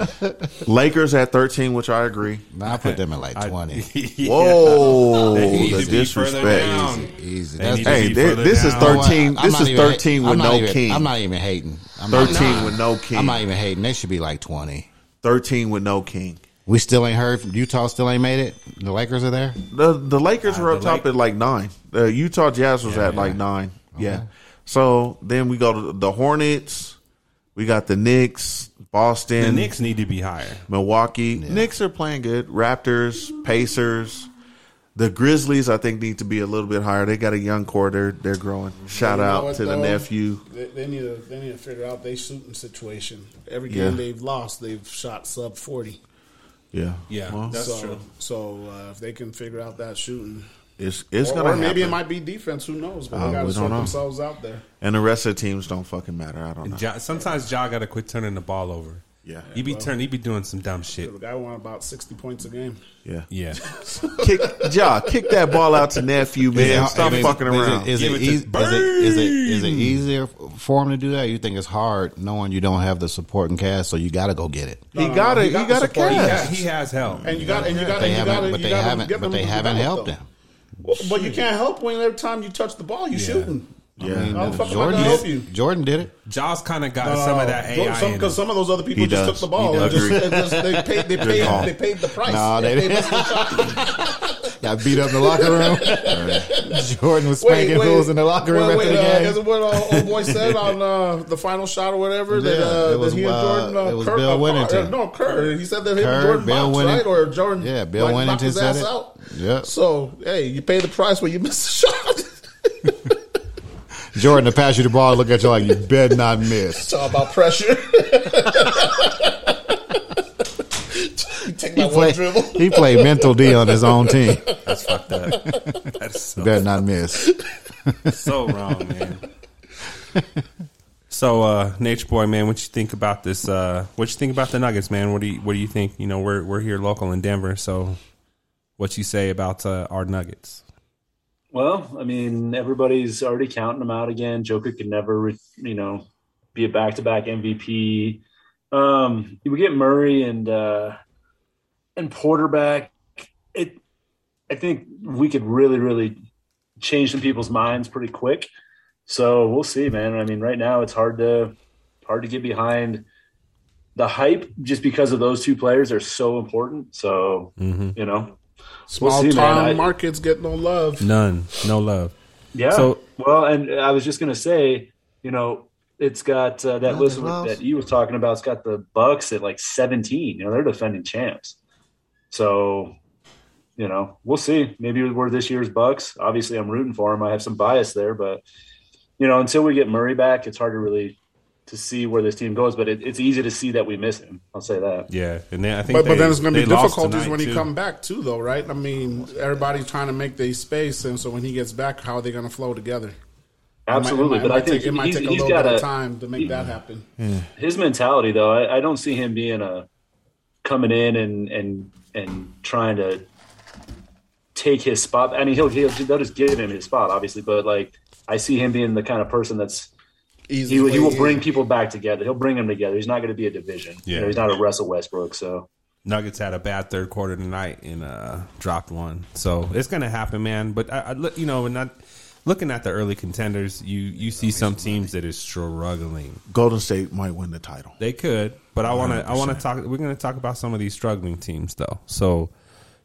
Lakers at 13, which I agree. Nah, I put them at like twenty. Whoa. They need the to be further disrespect. down. Easy. They That's need to Hey, be thi- further this is down. 13. I'm This not is even- 13 I'm with not no even- king. I'm not even hating. I'm not- 13 with no I'm king. not even hating. They should be like twenty. 13 with no king. We still ain't heard. from Utah still ain't made it. The Lakers are there. The the Lakers were the up top Lake- at like nine. The Utah Jazz was at like nine. Yeah. So then we go to the Hornets. We got the Knicks, Boston. The Knicks need to be higher. Milwaukee. Knicks are playing good. Raptors, Pacers. The Grizzlies, I think, need to be a little bit higher. They got a young core. They're, they're growing. Shout You know out what, to the though? nephew. They, they need to they need to figure out their shooting situation. Every game Yeah. they've lost, they've shot sub forty. Yeah. Yeah, Well, that's so, true. So uh, if they can figure out that shooting, It's, it's or, going to or happen. maybe it might be defense. Who knows? But Uh, they got we don't to sort know. themselves out there. And the rest of the teams don't fucking matter. I don't know. Ja, sometimes Ja got to quit turning the ball over. Yeah. he be turning. He be doing some dumb shit. The guy won about sixty points a game. Yeah. Yeah, kick, Ja, kick that ball out to nephew, man. it- Stop is it- fucking is it- around. Is Give it it to eas- is it- is it- is it easier for him to do that? You think it's hard knowing you don't have the supporting cast, so you got to go get it. he got no, it. he He got got the a support. He yeah, cast. he has help. And you got and you got They and you haven't, gotta- but you they gotta haven't, give but them they the haven't develop, helped though. him. Well, but you can't help when every time you touch the ball, you shooting. Yeah. I mean, How the fuck am I Jordan, gonna did, help you? Jordan did it. Jaws kind of got some of that Well, AI. Uh, some, in because him. some of those other people He just does. took the ball. He and does. just, and just- they paid. They paid. call. They paid the price. No, they They missed the shot. Got beat up in the locker room. Jordan was spanking fools in the locker room after the uh, game. Isn't what uh, old boy said on uh, the final shot or whatever that, Yeah, uh, it was, that he and uh, Jordan uh, it was Kerr- Bill uh, Kerr- Winnington. no, Kerr. He said that him Kerr, and Jordan Bill Bill boxed, Winning- right? Or Jordan, Yeah, Bill like, knocked Winnington his said ass it. out. Yeah. So hey, you pay the price when you miss the shot. Jordan to pass you the ball, look at you like you better not miss. it's all about pressure. you take that He one played, dribble. he played mental D on his own team. that's fucked up. That's so Better not miss. so wrong, man. So, uh, Nature Boy, man, what you think about this? Uh, what you think about the Nuggets, man? What do you What do you think? You know, we're we're here local in Denver, so what you say about uh, our Nuggets? Well, I mean, everybody's already counting him out again. Joker could never, re- you know, be a back-to-back MVP. Um, we get Murray and uh, and Porter back. It, I think we could really, really change some people's minds pretty quick. So we'll see, man. I mean, right now it's hard to hard to get behind the hype just because of those two players are so important. So you know, Small see, man. town I- markets get no love. None, no love. Yeah. So- well, and I was just gonna say, you know, it's got uh, that list well. that you were talking about. It's got the Bucks at like 17. You know, they're defending champs. So, you know, we'll see. Maybe we're this year's Bucks. Obviously, I'm rooting for them. I have some bias there, but you know, until we get Murray back, it's hard to really to see where this team goes. But it, it's easy to see that we miss him. I'll say that. Yeah, and then I think, But, they- but then it's going to be they lost difficulties tonight, when he too. come back too, though, right? I mean, everybody's trying to make their space, and so when he gets back, how are they going to flow together? Absolutely. it might, it but might I think take, it might he's- take a he's little got bit of a- time to make that happen. his mentality though I, I don't see him being a coming in and and and trying to take his spot i mean he'll, he'll they'll just give him his spot obviously but like i see him being the kind of person that's Easy he, way he will in. bring people back together he'll bring them together he's not going to be a division Yeah. you know, he's not a russell westbrook so Nuggets had a bad third quarter tonight and uh, dropped one, so it's gonna happen, man. But I, I look, you know, and not looking at the early contenders, you you see some teams that is struggling. Golden State might win the title. They could, but I want to. I want to talk. We're going to talk about some of these struggling teams, though. So,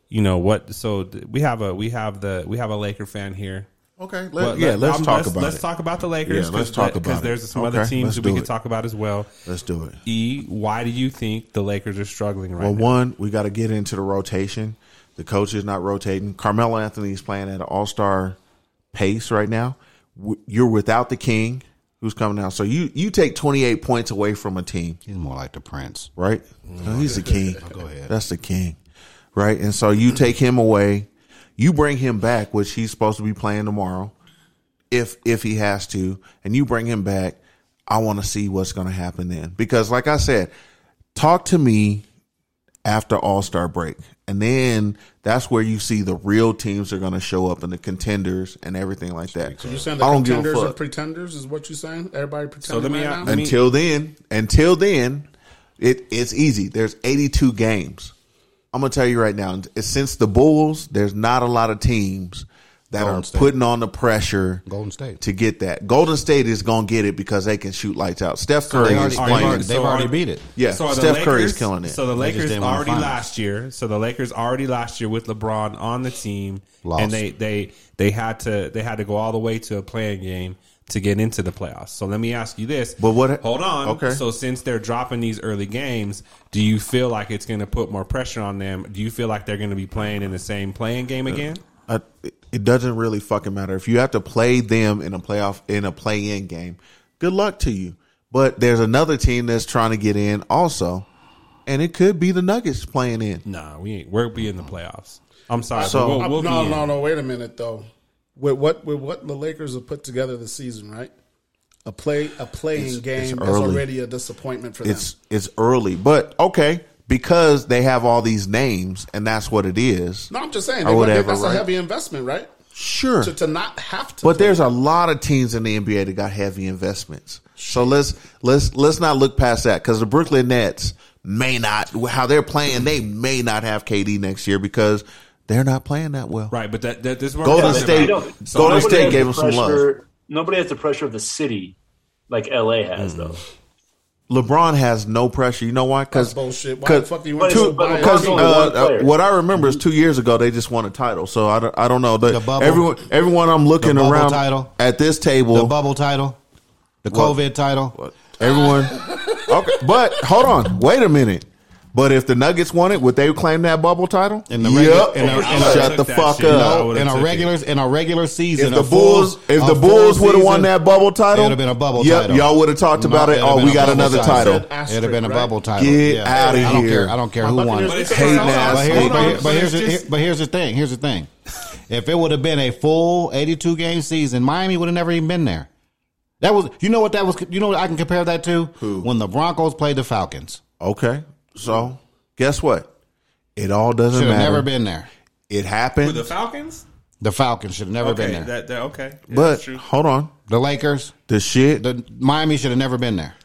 you know what? So th- we have a we have the we have a Laker fan here. Okay. Let, But yeah, let- let's um, talk let's, about let's it. talk about the Lakers. Yeah, let's talk about because it. there's some Okay, other teams let's that we do could it. talk about as well. Let's do it. E, why do you think the Lakers are struggling right Well, now? one, we got to get into the rotation. The coach is not rotating. Carmelo Anthony's playing at an all star pace right now. W- You're without the king who's coming out. So you, you take 28 points away from a team, He's more like the prince. right? No, he's the king. Mm-hmm. Go ahead. That's the king, right? And so you take him away. You bring him back, which he's supposed to be playing tomorrow, if if he has to, and you bring him back. I want to see what's going to happen then, because like I said, talk to me after All Star break, and then that's where you see the real teams are going to show up and the contenders and everything like that. You're saying I the don't give a contenders are fuck. pretenders, is what you're saying? Everybody pretending So let me right out- now? let me- until then, until then, it it's easy. There's 82 games. I'm gonna tell you right now. Since the Bulls, there's not a lot of teams that Golden are State. putting on the pressure Golden State. to get that. Golden State is gonna get it because they can shoot lights out. Steph Curry They already, is they've playing. already- they've So already are- beat it. yeah, So are the Steph Lakers, Curry is killing it. So the Lakers didn't win the already finals. last year. So the Lakers already last year with LeBron on the team, Lost. and they they they had to they had to go all the way to a playing game to get into the playoffs. So let me ask you this: But what- Hold on. okay. So since they're dropping these early games, do you feel like it's going to put more pressure on them? Do you feel like they're going to be playing in the same playing game again? I, it doesn't really fucking matter if you have to play them in a playoff in a play-in game. Good luck to you. But there's another team that's trying to get in also, and it could be the Nuggets playing in. Nah, we ain't. We'll be in the playoffs. I'm sorry. So- So we'll, Uh, we'll no, be no, in. no. Wait a minute, though. With what with what the Lakers have put together this season, right? A play a playing It's- game it's that's early. already a disappointment for It's them. it's early, but okay because they have all these names and that's what it is. No, I'm just saying or they- whatever, that's right? a heavy investment, right? Sure. To, to not have to. But there's a lot of teams in the NBA that got heavy investments. So let's let's let's not look past that because the Brooklyn Nets may not how they're playing. They may not have KD next year because they're not playing that well. Right, but that, that this is what Golden I'm talking State- about. Golden State has gave the him some love. pressure- Nobody has the pressure of the city like LA Mm. has, though. LeBron has no pressure. You know why? Because bullshit. Why the fuck do you want But- to but- buy but- a Because There's only one uh, player. what I remember is two years ago they just won a title, so I don't, I don't know. The- The bubble. everyone, everyone I'm looking The bubble around title. at this The table, bubble title, the What? COVID title. everyone. okay, but hold on, wait a minute. But if the Nuggets won it, would they claim that bubble title? In the yep. regu- in a- in a- shut the That fuck shit, up. I would've in a took it. regular in a regular season. If the a full- Bulls, if a the full Bulls would have won season, that bubble title, it'd have been a bubble yep, title. Y'all would have talked No, about it. it'd have Oh, been we a got bubble another title. title. Said asterisk, It'd have been a right? bubble title. Get outta I don't here. care. I don't care who won. it. Buccaneers But took hating a loss. ass But Hold here's, but, on, here- but here's it's the, just- here- but here's the thing. Here's the thing. If it would have been a full 82 game season, Miami would have never even been there. That was, you know what that was. You know what I can compare that to Who? when the Broncos played the Falcons. Okay, so guess what? It all doesn't Should have matter. never been there. It With happened, the Falcons. The Falcons should have never Okay, been there. that, that okay. Yeah, but that's true. hold on. the Lakers, The shit the Miami should have never been there.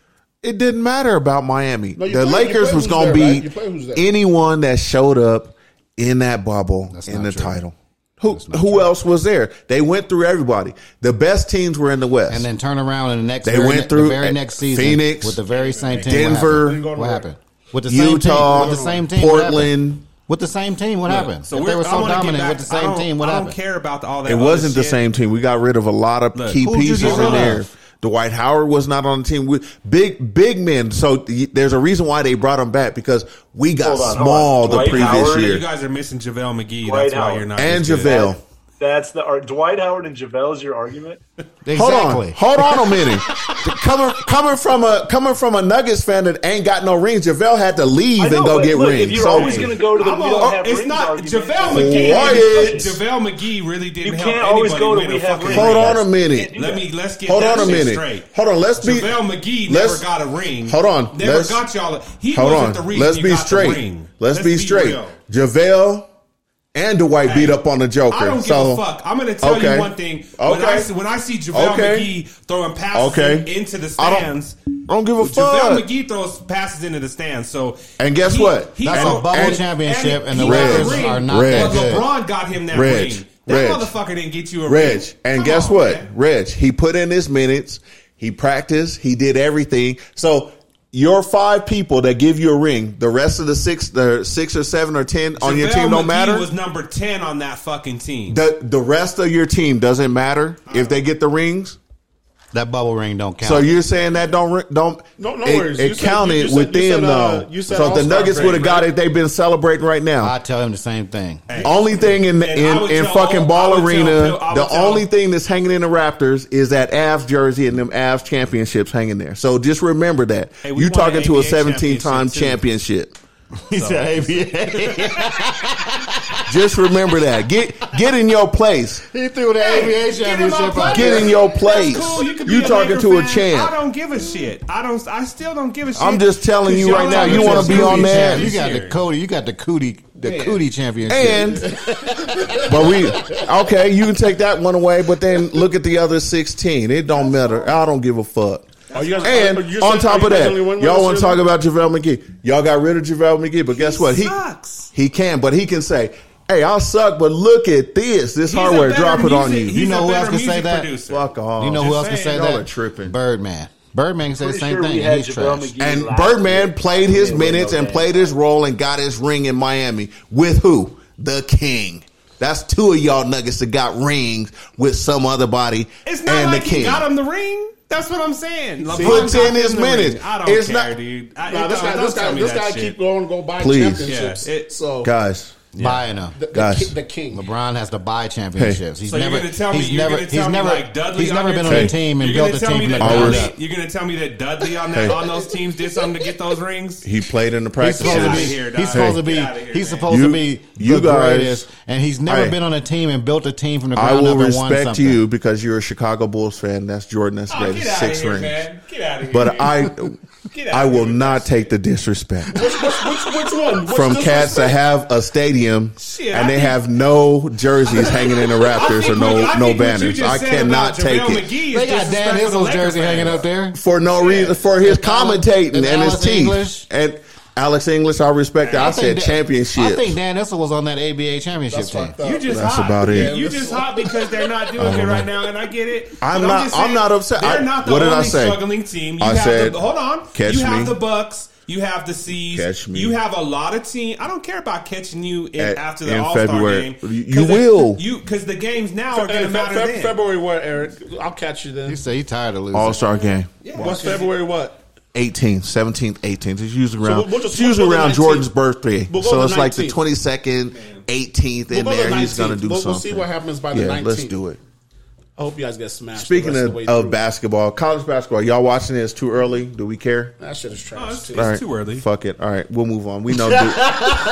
it didn't matter about Miami. No, you the play- you Lakers play was who's going there, to right? be You play who's there. anyone that showed up in that bubble in the not true. title. Who who else was there? They went through everybody. The best teams were in the West. And then turn around in the next. They very went ne- through the very at next season. Phoenix, with the very same team. Denver, what happened? What happened? With the same Utah, team, with the same team, what happened? Portland. with the same team. What happened? So if we're- they were I so wanna get dominant back- with the I same don't- team, what I happened? don't care about all that. It other wasn't the shit. same team. We got rid of a lot of Look, key who'd you pieces get in rid there. of? Dwight Howard was not on the team. We, big big men. So y- there's a reason why they brought him back because we got Hold on, hold small on. the Dwight previous Howard, You year. guys are missing JaVale McGee. Dwight That's why Howard. you're not. and as good. JaVale. That's the ar- Dwight Howard and JaVale's your argument. Exactly. Hold on, hold on a minute. coming coming from a coming from a Nuggets fan that ain't got no rings, JaVale had to leave I know, and go but get look, rings. Oh, If you're So- always going to go to the I'm we a- don't have oh, it's rings not argument, JaVale Quiet. McGee. Quiet. JaVale McGee really didn't You help can't always anybody go to win we a have fucking rings. ring. hold on a Can't do minute. Let me let's get Hold on that a shit minute. straight. Hold on. Let's be JaVale McGee never let's- got a ring. Hold on. Never let's- got y'all. A, he Hold wasn't on. the reason Let's you be got the straight. ring. Let's be straight. real. JaVale and Dwight beat up on the Joker. I don't give so a fuck. I'm going to tell okay. you one thing. When I, Okay. see- when I see JaVale Okay. McGee throwing passes Okay. into the I don't- stands, I don't give a JaVale fuck. McGee throws passes into the stands. So And guess what? That's got- a bubble and- championship, and the he got a Lakers ring, are not Red. that But good. LeBron got him that Reg, ring. That Reg. motherfucker didn't get you a Reg, ring. and Come guess on, what? man. Reg, he put in his minutes, he practiced, he did everything. So your five people that give you a ring, the rest of the six, the six or seven or ten on your JaVale team don't McGee matter. Was number ten on that fucking team. The the rest of your team doesn't matter if they get the rings. That bubble ring don't count. So you're saying that don't ri- don't No- no it, worries. it You said- you counted said- with you them said, uh, though. you said so if the All-Star Nuggets break, would have got right? it, they've been celebrating right now. I tell him the same thing. Only thing in the, And I in, would in tell fucking all- I ball would arena, tell- I would the tell- only thing that's hanging in the Raptors is that Avs jersey and them Avs championships hanging there. So just remember that Hey, we you won talking the to a NBA 17 time championship, championship. Just remember that. Get get in your place. He threw the Hey, get in my place. Get in your place. That's cool. You, can be You a talking Laker to a fan. champ. I don't give a shit. I don't. I still don't give a shit. I'm just telling you 'Cause right y'all now, have you a wanna be champion on that. You this got year. the Cody. You got the cootie. The cootie championship. And but we okay, you can take that one away, but then look at the other 16. It don't matter. I don't give a fuck. Are Oh, you guys- And are you on saying- top are of you guys that, only one y'all winner want to this talk year? about JaVale McGee. Y'all got rid of JaVale McGee, but guess what? He sucks. he can, but he can say, "Hey, I'll suck, but look at this. This He's a hardware, better drop it on music- you." he's You know a who else better can say music that? producer. Fuck off. you know who Just else can say saying, y'all that? are tripping. Birdman. Birdman can say the Pretty same sure we thing. had He's JaVale trash. McGee And last Birdman year. played his Yeah, we minutes know and that. played his role and got his ring in Miami with who? The King. That's two of y'all nuggets that got rings with some other body It's not and like the he King. got him the ring. That's what I'm saying. LeBron Puts got in his him the minutes. ring. I don't It's care, not- dude. I, Nah, this don't- guy, don't this tell guy, me this that guy shit. keep going to go buy Please. championships. Yeah, it- so Guys, buying them. The, the Guys. ki- the king. LeBron has to buy championships. Hey. He's So never. you're gonna tell me he's you're never. gonna tell he's me never. like Dudley he's on never your been on a team? team and You're gonna built a tell team me from the that ground Always. up. Dudley, you're gonna tell me that Dudley on that Hey. on those teams did something to get those rings? He played in the He's practice. supposed to outta be. here, dog. he's supposed to Get be. outta here, he's man. supposed You- to be you the guys- greatest, and he's never Hey. been on a team and built a team from the I ground will up and won respect something. you because you're a Chicago Bulls fan. That's Jordan. That's Oh, greatest get out six of here, rings. man. Get out of here. But man. I, Get out I of will here. not take the disrespect Which, which one? What's from this cats that have a stadium Shit, and I they think- have no jerseys hanging in the I rafters think or no what- I no think what you banners. just I said cannot about take JaVale it McGee is They got Dan disrespectful to Isles Laker jersey fans. hanging up there. for no reason for his And Alex- commentating and, and his Alex teeth English. and. Alex English, I respect. that. I, said think that- championship. I think Dan Issel was on that ABA championship That's team. fucked up. You just That's hot. about it. You just hot because they're not doing it right now, and I get it. I'm But not- just I'm saying, not upset. They're I- not the what did I only say? struggling team. You I have said, the, hold on. catch you have me. the Bucks. You have the Seas. Catch me. You have a lot of team. I don't care about catching you in, At- after the in All Star February. game. You- 'Cause you the- will. You because the games now are Hey, going to Fe- matter Fe- then. February what, Eric? I'll catch you then. You say he tired of losing. All Star game. Yeah, What's because- February what? 18th, 17th, 18th. It's usually around, we'll- we'll just- it's usually we'll go to around 19th. Jordan's birthday. We'll go so to it's like the 19th. 22nd, 18th in We'll go to there. He's 19th. going to do We'll- something. we'll see what happens by the yeah, let's 19th. do it. I hope you guys get smashed. Speaking the rest of, of, the way of through. basketball, college basketball, y'all watching it? It's too early. Do we care? that shit is Oh, trash. it's, too. it's too early. Fuck it. All right, we'll move on. We know Duke,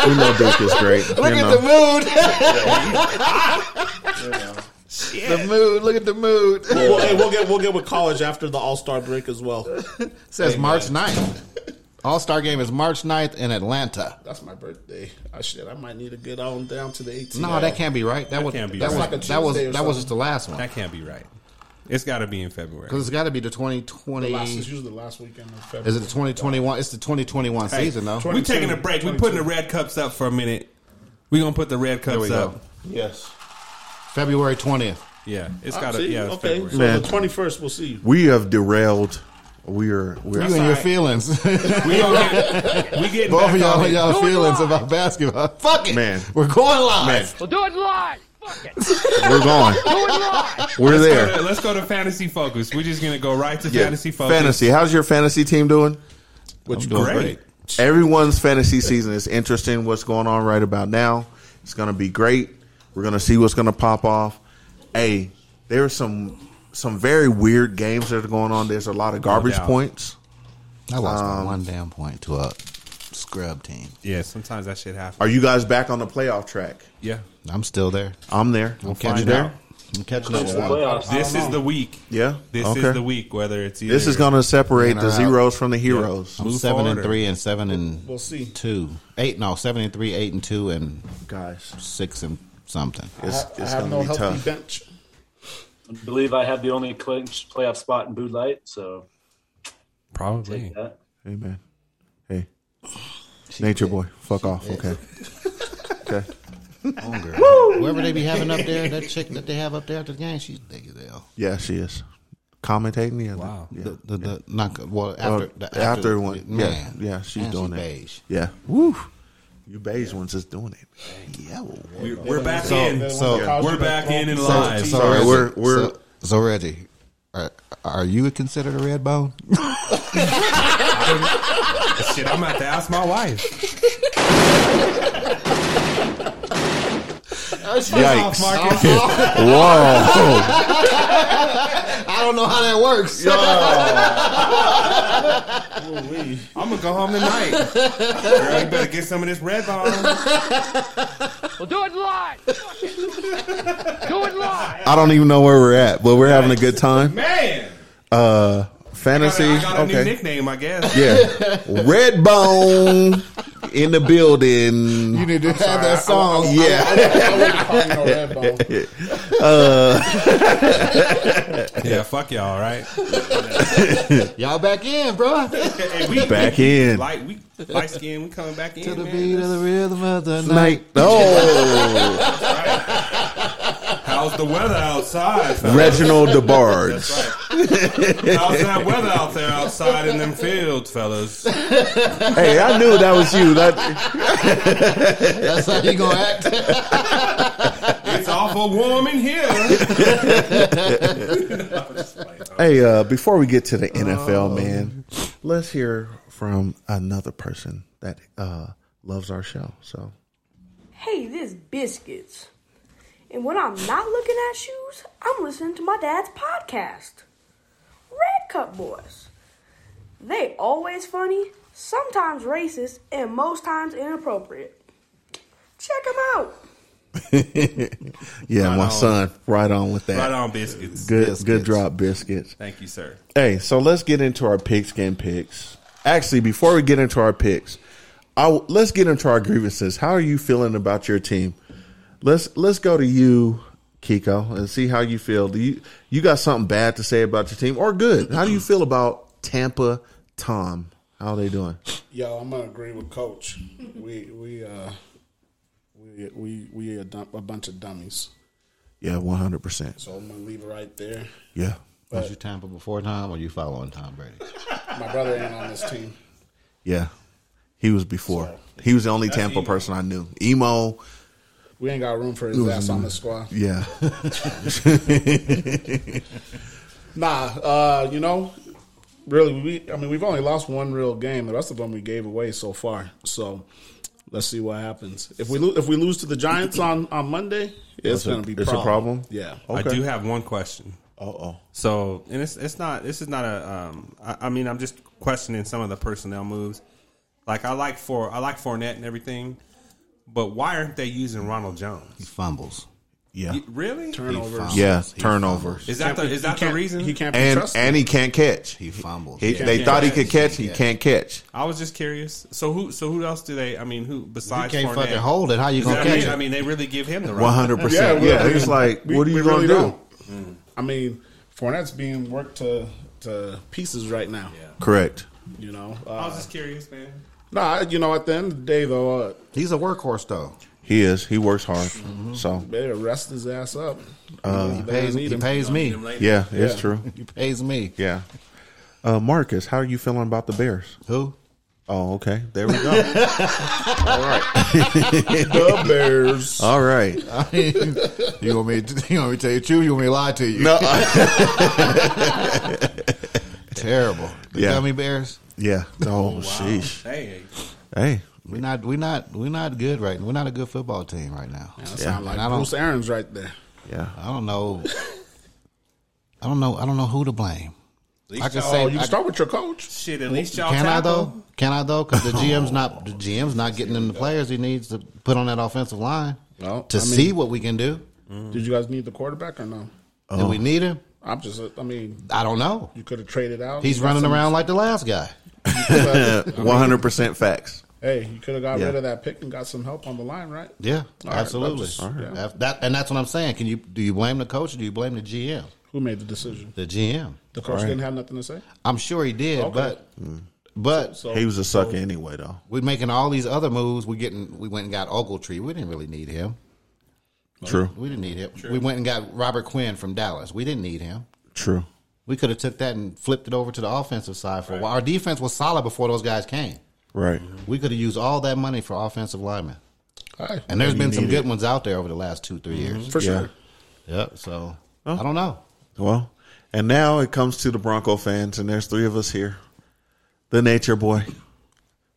we know Duke is great. Look you at know. the mood. the mood. Look at the mood. Well, hey, we'll get we'll get with college after the All Star break as well. says March 9th. All Star game is March 9th in Atlanta. That's my birthday. I shit. I might need to get on down to the 18th. No, that can't be right. That, was can't be that right. was That's that like a was Tuesday or that something. was just the last one That can't be right. It's got to be in February. because it's got to be the The last is 2020. usually the last weekend of February. Is it the 2021? It's the 2021 Hey, season though. We taking a break. We putting the red cups up for a minute. We gonna put the red we cups go. up. Yes. February 20th. Yeah, it's Ah, got to. see? Yeah, it's okay. February. So Man. the 21st, we'll see you. We have derailed. We are. We you are and your right. feelings. We don't get. We getting Both back of y'all on and it. y'all feelings about basketball. Fuck it, Man. We're going live. We'll do it live. Fuck it. we're going. We're there. Let's go to fantasy focus. We're just gonna go right to Yeah. fantasy focus. Fantasy. How's your fantasy team doing? I'm Which doing great. Everyone's fantasy season is interesting. What's going on right about now? It's going to be great. We're going to see what's going to pop off. Hey, there are some some very weird games that are going on. There's a lot of garbage doubt. points. I lost by Um, one damn point to a scrub team. Yeah, sometimes that shit happens. Are you guys back on the playoff track? yeah, I'm still there. I'm there. I'm you catching there? up. I'm catching up It's with the one. playoffs. this is the week. Yeah. This Okay. is the week. Whether it's either This is going to separate Man, the are out. zeros from the heroes. I'm Move seven forward and or- three and seven and We'll see. two. Eight no, seven and three, eight and two and Guys, six and something. it's, I it's have going no to be healthy tough. bench. I believe I have the only clinched playoff spot in Bud Light, so probably. that. Hey, man. Hey. Nature boy, fuck off. Okay. okay. Whoever they be having up there, that chick that they have up there at the game, she's big as hell. Yeah, she is. Commentating, yeah. Wow. Yeah. The, the, the not well Well, after the after, one. man. Yeah, yeah, she's And doing she it. beige. Yeah, woo. You beige ones is doing it. Yeah, well, We're, we're back So- in. so- we're back in and So- live. So, Sorry, Reggie, we're- we're- so, so Reggie, are, are you considered a red bone? shit, I'm about to ask my wife. Off yikes! market. Whoa! I don't know how that works. I'm gonna go home tonight. Girl, you better get some of this red bone. We'll do it live. Fuck it. Do it live. I don't even know where we're at, but we're having a good time. Man, Uh, I got fantasy. a- I got a new Okay. nickname, I guess. Yeah, red bone in the building. You need to have that song. Yeah, I wouldn't call you no red bone. Yeah, fuck y'all, right? Y'all back in, bro. Hey, we back in. Light, we light skin. We coming back in. to the man. beat of the rhythm of the night. Night. Oh, How's the weather outside? fella? Reginald DeBarge. How's that weather out there outside in them fields, fellas? Hey, I knew that was you. That That's how you gonna act. It's awful warm in here. No, I'm just playing. Hey, uh, before we get to Oh. the NFL, man, let's hear from another person that uh, loves our show. So, hey, this biscuits. And when I'm not looking at shoes, I'm listening to my dad's podcast, Red Cup Boys. They always funny, sometimes racist, and most times inappropriate. Check them out. yeah, my son, right on with that. Right on, biscuits. Good, Biscuits. good drop, biscuits. Thank you, sir. Hey, so let's get into our pigskin picks. Actually, before we get into our picks, I w- let's get into our grievances. How are you feeling about your team? Let's let's go to you, Kiko, and see how you feel. Do you you got something bad to say about your team or good? How do you feel about Tampa Tom? How are they doing? Yo, I'm gonna agree with Coach. We we uh we we we a, dump, a bunch of dummies. Yeah, one hundred percent. So I'm gonna leave it right there. Yeah. Was you Tampa before Tom, or you following Tom Brady? My brother ain't on this team. Yeah, he was before. he was the only That's Tampa emo. person I knew. Emo. We ain't got room for his Ooh. ass on the squad. Yeah. Nah, uh, you know, really, we. I mean, we've only lost one real game. The rest of them we gave away so far. So let's see what happens. If we lo- if we lose to the Giants on on Monday, it's That's a- gonna be it's a problem? Yeah, I do have one question. Uh oh. So, and it's it's not this is not a um. I, I mean, I'm just questioning some of the personnel moves. Like I like for I like Fournette and everything, but why aren't they using Ronald Jones? He fumbles. Yeah. really turnovers. Yeah, turnovers. Is that the is that the reason? He can't be and trusted. and he can't catch. He fumbles. He- Yeah. They Can't thought he catch. could catch. He can't catch. I was just curious. So who? So who else do they? I mean, who besides? can't Fournette? fucking hold it, how you Is gonna that catch what I mean? I mean, it? they really give him the right. One hundred percent. we- Yeah, I it's mean, like, we- what are you we gonna really do? don't. I mean, Fournette's being worked to to pieces right now. Correct. You know, uh, I was just curious, man. nah. You know, at the end of the day, though, uh, He's a workhorse, though. He is. He works hard. So better rest his ass up. Uh, He They pays- need he him. pays me. Need him later. yeah, it's Yeah. true. He pays me. Yeah. Uh, Marcus, how are you feeling about the Bears? Who? Oh, okay. There we go. All right. the Bears. Oh, All right. I mean, you want me? To, you want me to tell you the truth? You want me to lie to you? No. Terrible. The Yeah. Gummy bears. Yeah. Oh, sheesh. Hey. Hey. We're not. We're not. We're not good right. We're not a good football team right now. That sound like And I don't- Bruce Aaron's right there. Yeah. I don't know. I don't know. I don't know who to blame. I can Oh, say. you can I- start with your coach. Shit, at least y'all can I tackle. though? Can I though? Because the GM's not the GM's not getting in the players he needs to put on that offensive line Well, to I mean- see what we can do. Did you guys need the quarterback or no? Do we need him? I'm just. I mean, I don't know. you could have traded out. He's You got running some- around like the last guy. One hundred percent facts. Hey, you could have got Yeah. rid of that pick and got some help on the line, right? Yeah, All right, absolutely. let's- All right. That- that- and that's what I'm saying. Can you do you blame the coach or do you blame the GM? Who made the decision? The GM. The coach didn't have nothing to say. I'm sure he did, Okay. Mm. but but So He was a sucker anyway, though. we're making all these other moves. We're getting we went and got Ogletree. We didn't really need him. True. We didn't need him. We went and got Robert Quinn from Dallas. We didn't need him. True. We could have took that and flipped it over to the offensive side for a while. Our defense was solid before those guys came. Right. We could have used all that money for offensive linemen. all right. And there's You been some need it. good ones out there over the last two, three years. for Yeah. sure. Mm-hmm. Yep. So I don't know. Well, and now it comes to the Bronco fans, and there's three of us here: the Nature Boy,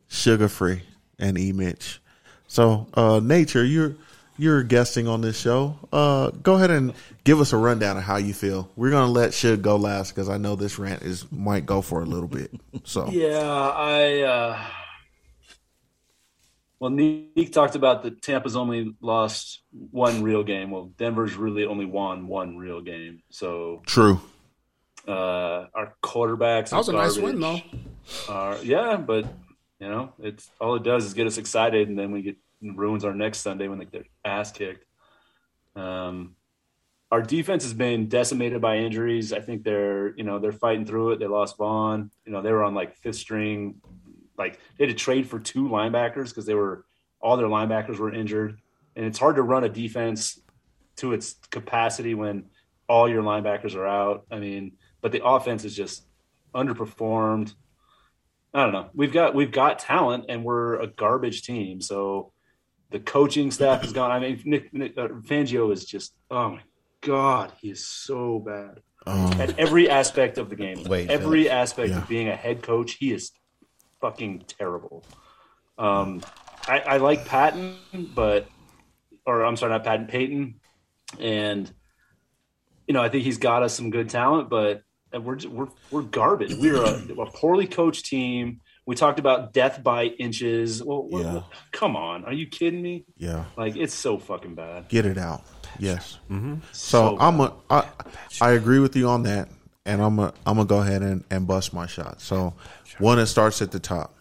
Sugar Free, and E Mitch. So, uh, Nature, you're you're guesting on this show. Uh, go ahead and give us a rundown of how you feel. We're gonna let Sugar go last because I know this rant is might go for a little bit. So, Yeah, I. Uh, well, Neek talked about the Tampa's only lost one real game. Well, Denver's really only won one real game. So true. uh, our quarterbacks. That was a nice win, though. Are, yeah, but you know, it's all it does is get us excited, and then we get ruins our next Sunday when they get their ass kicked. Um, our defense has been decimated by injuries. I think they're you know they're fighting through it. They lost Vaughn. You know they were on like fifth string. Like they had to trade for two linebackers because they were all their linebackers were injured, and it's hard to run a defense to its capacity when all your linebackers are out. I mean, but the offense is just underperformed. I don't know. We've got we've got talent, and we're a garbage team. So the coaching staff is gone. I mean, Nick, Nick uh, Fangio is just oh my god, he is so bad at every aspect of the game. Oh. Wait, every Phillips. aspect Yeah. of being a head coach, he is fucking terrible. Um, I, I like Patton, but or I'm sorry, not Patton Payton, and you know I think he's got us some good talent, but we're just, we're we're garbage. We're a, a poorly coached team. We talked about death by inches. Well, what- Yeah. what- come on, are you kidding me? Yeah. Like it's so fucking bad. Get it out. Yes. Mhm. So, So I'm a, I, I agree with you on that, and I'm a, I'm gonna go ahead and, and bust my shot. So one, it starts at the top.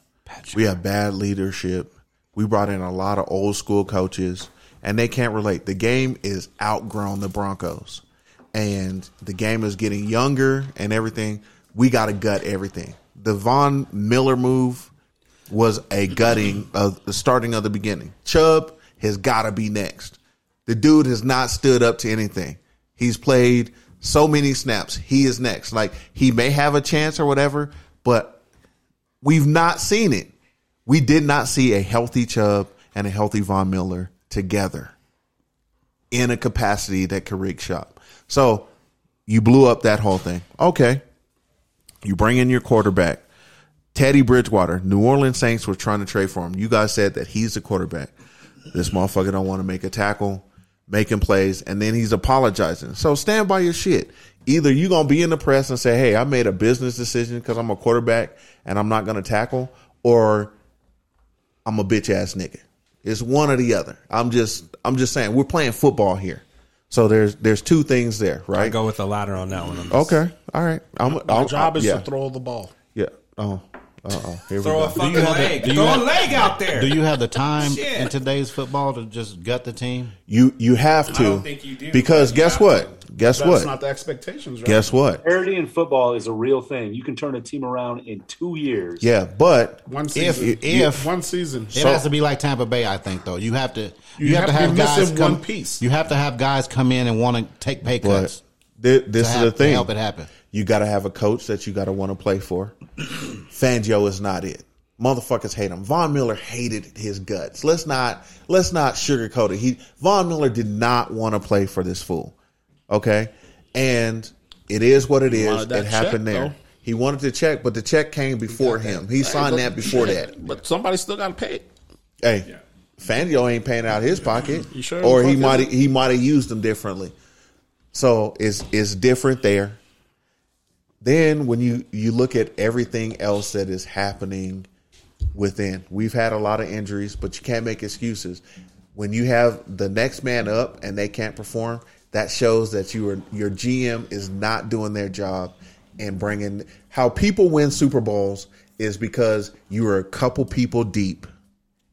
We have bad leadership. We brought in a lot of old school coaches, and they can't relate. The game is outgrown the Broncos, and the game is getting younger and everything. We got to gut everything. The Von Miller move was a gutting of the starting of the beginning. Chubb has got to be next. The dude has not stood up to anything. He's played so many snaps. He is next. Like he may have a chance or whatever, but we've not seen it. We did not see a healthy Chubb and a healthy Von Miller together in a capacity that could rig shop. So you blew up that whole thing. Okay. You bring in your quarterback. Teddy Bridgewater, New Orleans Saints were trying to trade for him. You guys said that he's the quarterback. This motherfucker don't want to make a tackle, making plays, and then he's apologizing. So stand by your shit. Either you gonna be in the press and say, "Hey, I made a business decision because I'm a quarterback and I'm not gonna tackle," or I'm a bitch ass nigga. It's one or the other. I'm just, I'm just saying we're playing football here. So there's, there's two things there, right? I go with the latter on that one. Okay, all right. I'm, My I'll- job I'll- is Oh, yeah. to throw the ball. Yeah. Oh. Uh oh. Here Throw we go. a fucking leg. Throw a leg out there. Do you have the time Shit. in today's football to just gut the team? You you have to. Because guess what? Guess That's what? not the expectations, right? Guess what? Parity in football is a real thing. You can turn a team around in two years. Yeah, but One if season. if One season. it So- has to be like Tampa Bay, I think though. You have to you, have, to have be guys missing come, one piece. You have to have guys come in and want to take pay cuts. Th- this is to have- the to thing. help it happen. You got to have a coach that you got to want to play for. Fangio is not it. Motherfuckers hate him. Von Miller hated his guts. Let's not let's not sugarcoat it. He Von Miller did not want to play for this fool. Okay, and it is what it He is. wanted that It happened check, there. though. He wanted the check, but the check came before him. He signed that before that. But somebody still got paid. Hey, Fangio ain't paying out his pocket, You sure the or he fuck might isn't. he might have used them differently. So it's it's different there. Then when you you look at everything else that is happening within, we've had a lot of injuries, but you can't make excuses. When you have the next man up and they can't perform, that shows that you are your GM is not doing their job and bringing how people win Super Bowls is because you are a couple people deep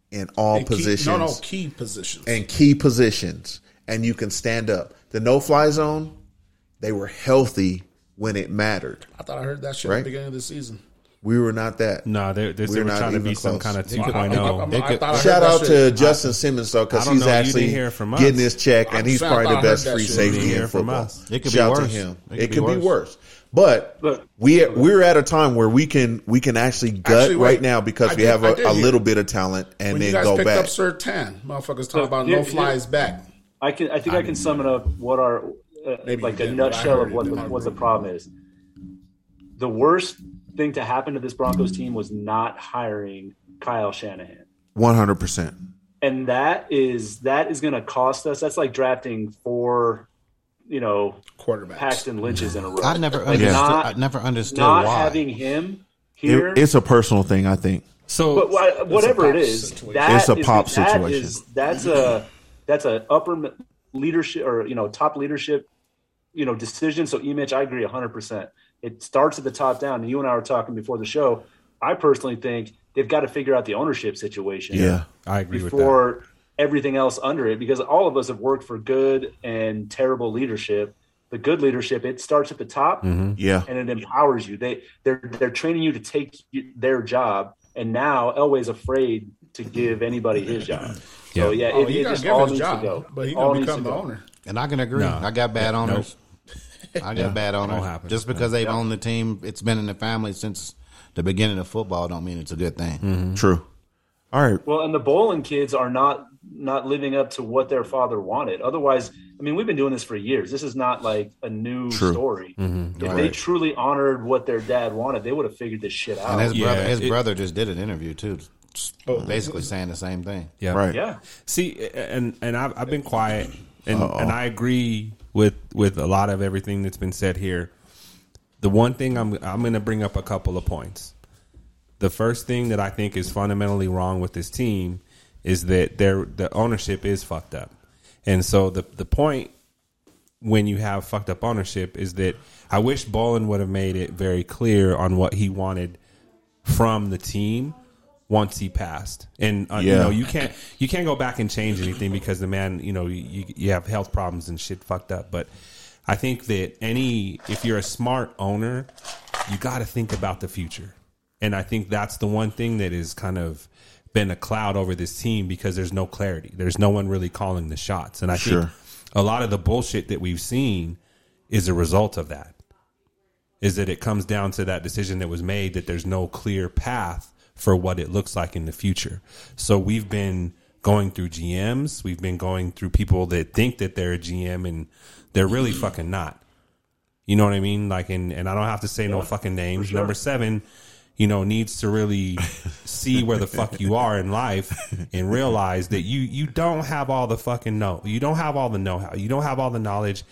in all And key- positions no, no, key positions. and key positions, and you can stand up. The no fly zone, they were healthy when it mattered. I thought I heard that shit at Right. the beginning of the season. We were not that. No, they, they, they We're were not trying to even be some close. kind of They could- I- 2.0. I- I- I oh. They could- thought I Shout heard that out to shit. Justin Simmons, though, 'cause I don't he's know, you actually didn't hear from us. getting his check, and he's I probably thought the I heard best that free shit. You safety didn't in hear from football. us. It could be Shout out to worse. him. It could It be could be worse. worse, but we we're at a time where we can we can actually gut Actually, wait. right now because I we did- have I a, did a hear. little bit of talent and when then you guys go picked back. up Sertan, motherfuckers talking about here- no flies here- back. I can. I think I, can sum it up. What our uh, like a nutshell of what the, what the problem is. The worst thing to happen to this Broncos team was not hiring Kyle Shanahan. One hundred percent. and that is that is going to cost us. That's like drafting four, you know, quarterbacks, Paxton Lynch's in a row. I never Like, understood. not- I never understood not why. having him here. it's a personal thing, I think. So, but wha- whatever it is, that It's a is- pop that situation. is- that's a that's a upper mi- leadership or you know top leadership you know decision. So, Image, I agree hundred percent. It starts at the top down. And you and I were talking before the show. I personally think they've got to figure out the ownership situation. I agree with that. before everything else under it because all of us have worked for good and terrible leadership the good leadership it starts at the top Mhm. Yeah. and it empowers you they they're they're training you to take you, their job and now elway's afraid to give anybody his job so yeah Oh, it, he it gotta just give all his needs job, to go but he All gonna needs become to the go. owner. And I can agree. No. I got bad Yeah, owners. I got Yeah. bad owners. Won't happen. Just because they've owned the team, it's been in the family since the beginning of football. Don't mean it's a good thing. Mm-hmm. True. All right. Well, and the Bolin kids are not not living up to what their father wanted. Otherwise, I mean, we've been doing this for years. This is not like a new True. story. Mhm. If they Right. truly honored what their dad wanted, they would have figured this shit out. Oh, And his brother, his brother just did an interview too. Oh. basically saying the same thing. Yeah. See, and and I've, I've been quiet, and and I agree with with a lot of everything that's been said here. The one thing I'm I'm going to bring up a couple of points. The first thing that I think is fundamentally wrong with this team is that their the ownership is fucked up, and so the the point when you have fucked up ownership is that I wish Bolin would have made it very clear on what he wanted from the team once he passed. And uh, you Yeah. know, you can't you can't go back and change anything because the man, you know, you you have health problems and shit fucked up, but I think that any if you're a smart owner, you got to think about the future. And I think that's the one thing that is kind of been a cloud over this team because there's no clarity. There's no one really calling the shots. And I Sure. think a lot of the bullshit that we've seen is a result of that. Is that it comes down to that decision that was made that there's no clear path for what it looks like in the future. So we've been going through GMs, we've been going through people that think that they're a GM and they're really fucking not. You know what I mean? Like, and, and I don't have to say no fucking names. Number seven, you know, needs to really see where the fuck you are in life and realize that you you don't have all the fucking know. You don't have all the know how. You don't have all the knowledge.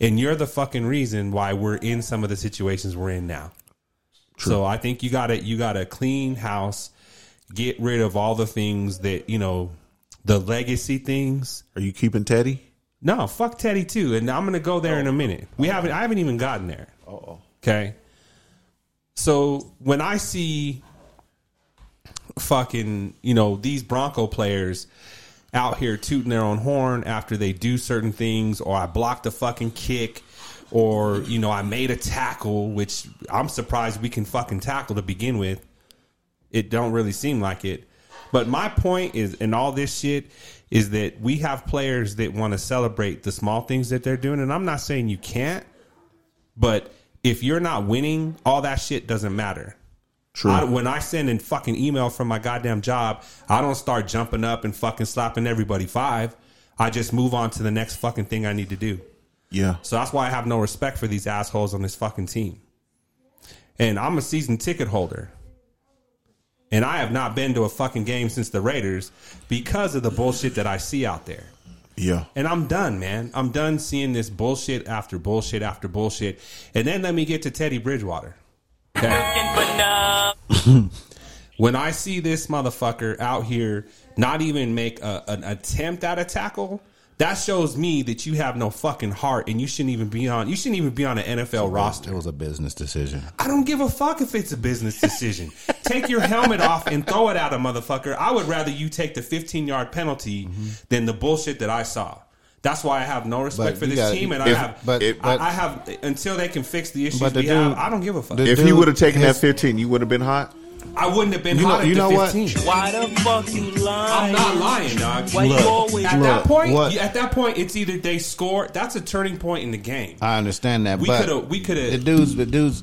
And you're the fucking reason why we're in some of the situations we're in now. So I think you got to you got to clean house, get rid of all the things that you know, the legacy things. Are you keeping Teddy? No, fuck Teddy too, and I'm gonna go there in a minute. We haven't I haven't even gotten there. Uh-oh. Okay. So when I see fucking, you know, these Bronco players out here tooting their own horn after they do certain things, or I blocked a fucking kick, or, you know, I made a tackle, which I'm surprised we can fucking tackle to begin with. It don't really seem like it. But my point is in all this shit is that we have players that want to celebrate the small things that they're doing. And I'm not saying you can't, but if you're not winning, all that shit doesn't matter. True. I, when I send in fucking email from my goddamn job, I don't start jumping up and fucking slapping everybody five. I just move on to the next fucking thing I need to do. Yeah. So that's why I have no respect for these assholes on this fucking team. And I'm a season ticket holder. And I have not been to a fucking game since the Raiders because of the bullshit that I see out there. Yeah. And I'm done, man. I'm done seeing this bullshit after bullshit after bullshit. And then let me get to Teddy Bridgewater. Okay. when I see this motherfucker out here not even make a, an attempt at a tackle, that shows me that you have no fucking heart and you shouldn't even be on you shouldn't even be on an NFL roster. It was a business decision. I don't give a fuck if it's a business decision. take your helmet off and throw it at a motherfucker. I would rather you take the 15 yard penalty than the bullshit that I saw. That's why I have no respect But for you this gotta- team, and I if- have, but- I- but- I, have until they can fix the issues But the we have. dude- I don't give a fuck. the If you would have taken that 15, you would have been hot. I wouldn't have been You know- hot at you the know what? 15. Why the fuck you lying? I'm not lying, dog. Why you always at that look, point, what- you- at that point, it's either they score. That's a turning point in the game. I understand that, We but coulda- we coulda- the dudes, the dudes.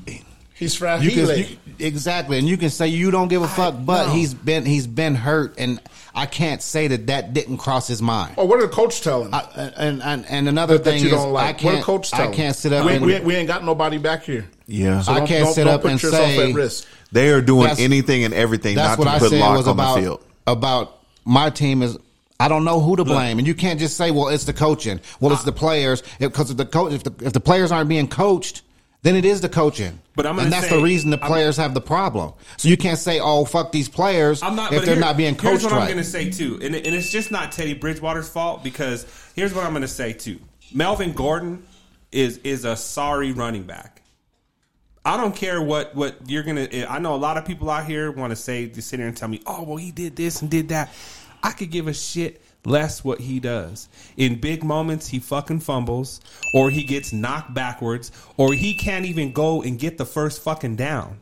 He's You fragile. can, you- exactly, and you can say you don't give a fuck, but he's been he's been hurt, and I can't say that that didn't cross his mind. oh, what did the coach tell him? I, and, and and another that thing you is, don't like. I what can't. did coach tell I him? can't sit up We, and we, we ain't got nobody back here. Yeah. I don't- can't don't- sit don't up put and yourself say at risk. They are doing That's- anything and everything not that's to what I put said lock was on the about field. about my team is. I don't know who to blame, and you can't just say, "Well, it's the coaching." Well, it's the players because if the coach, if the, if the players aren't being coached, then it is the coaching. But I'm gonna and that's say- the reason the I'm- players have the problem. So you can't say, "Oh, fuck these players," I'm not. if but they're here- not being here's coached what I'm right. going to say too, and, and it's just not Teddy Bridgewater's fault because here's what I'm going to say too. Melvin Gordon is is a sorry running back. I don't care what what you're gonna. I know a lot of people out here want to say to sit here and tell me, oh well, he did this and did that. I could give a shit less what he does. In big moments, he fucking fumbles, or he gets knocked backwards, or he can't even go and get the first fucking down.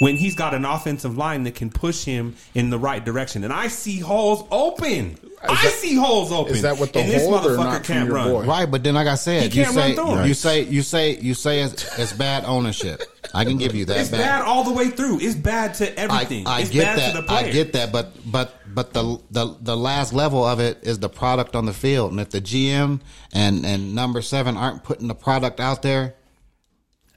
When he's got an offensive line that can push him in the right direction, and I see holes open. I see holes open. that what the and this hold or motherfucker not from can't your run. boy? Right, but then, like I He said, you can't run say, through 'em. you say you say you say it's, it's bad ownership. I can give you that. It's back. bad all the way through. It's bad to everything. I, I it's get bad that. to the player. I get that. But but but the, the the last level of it is the product on the field, and if the GM and and number seven aren't putting the product out there,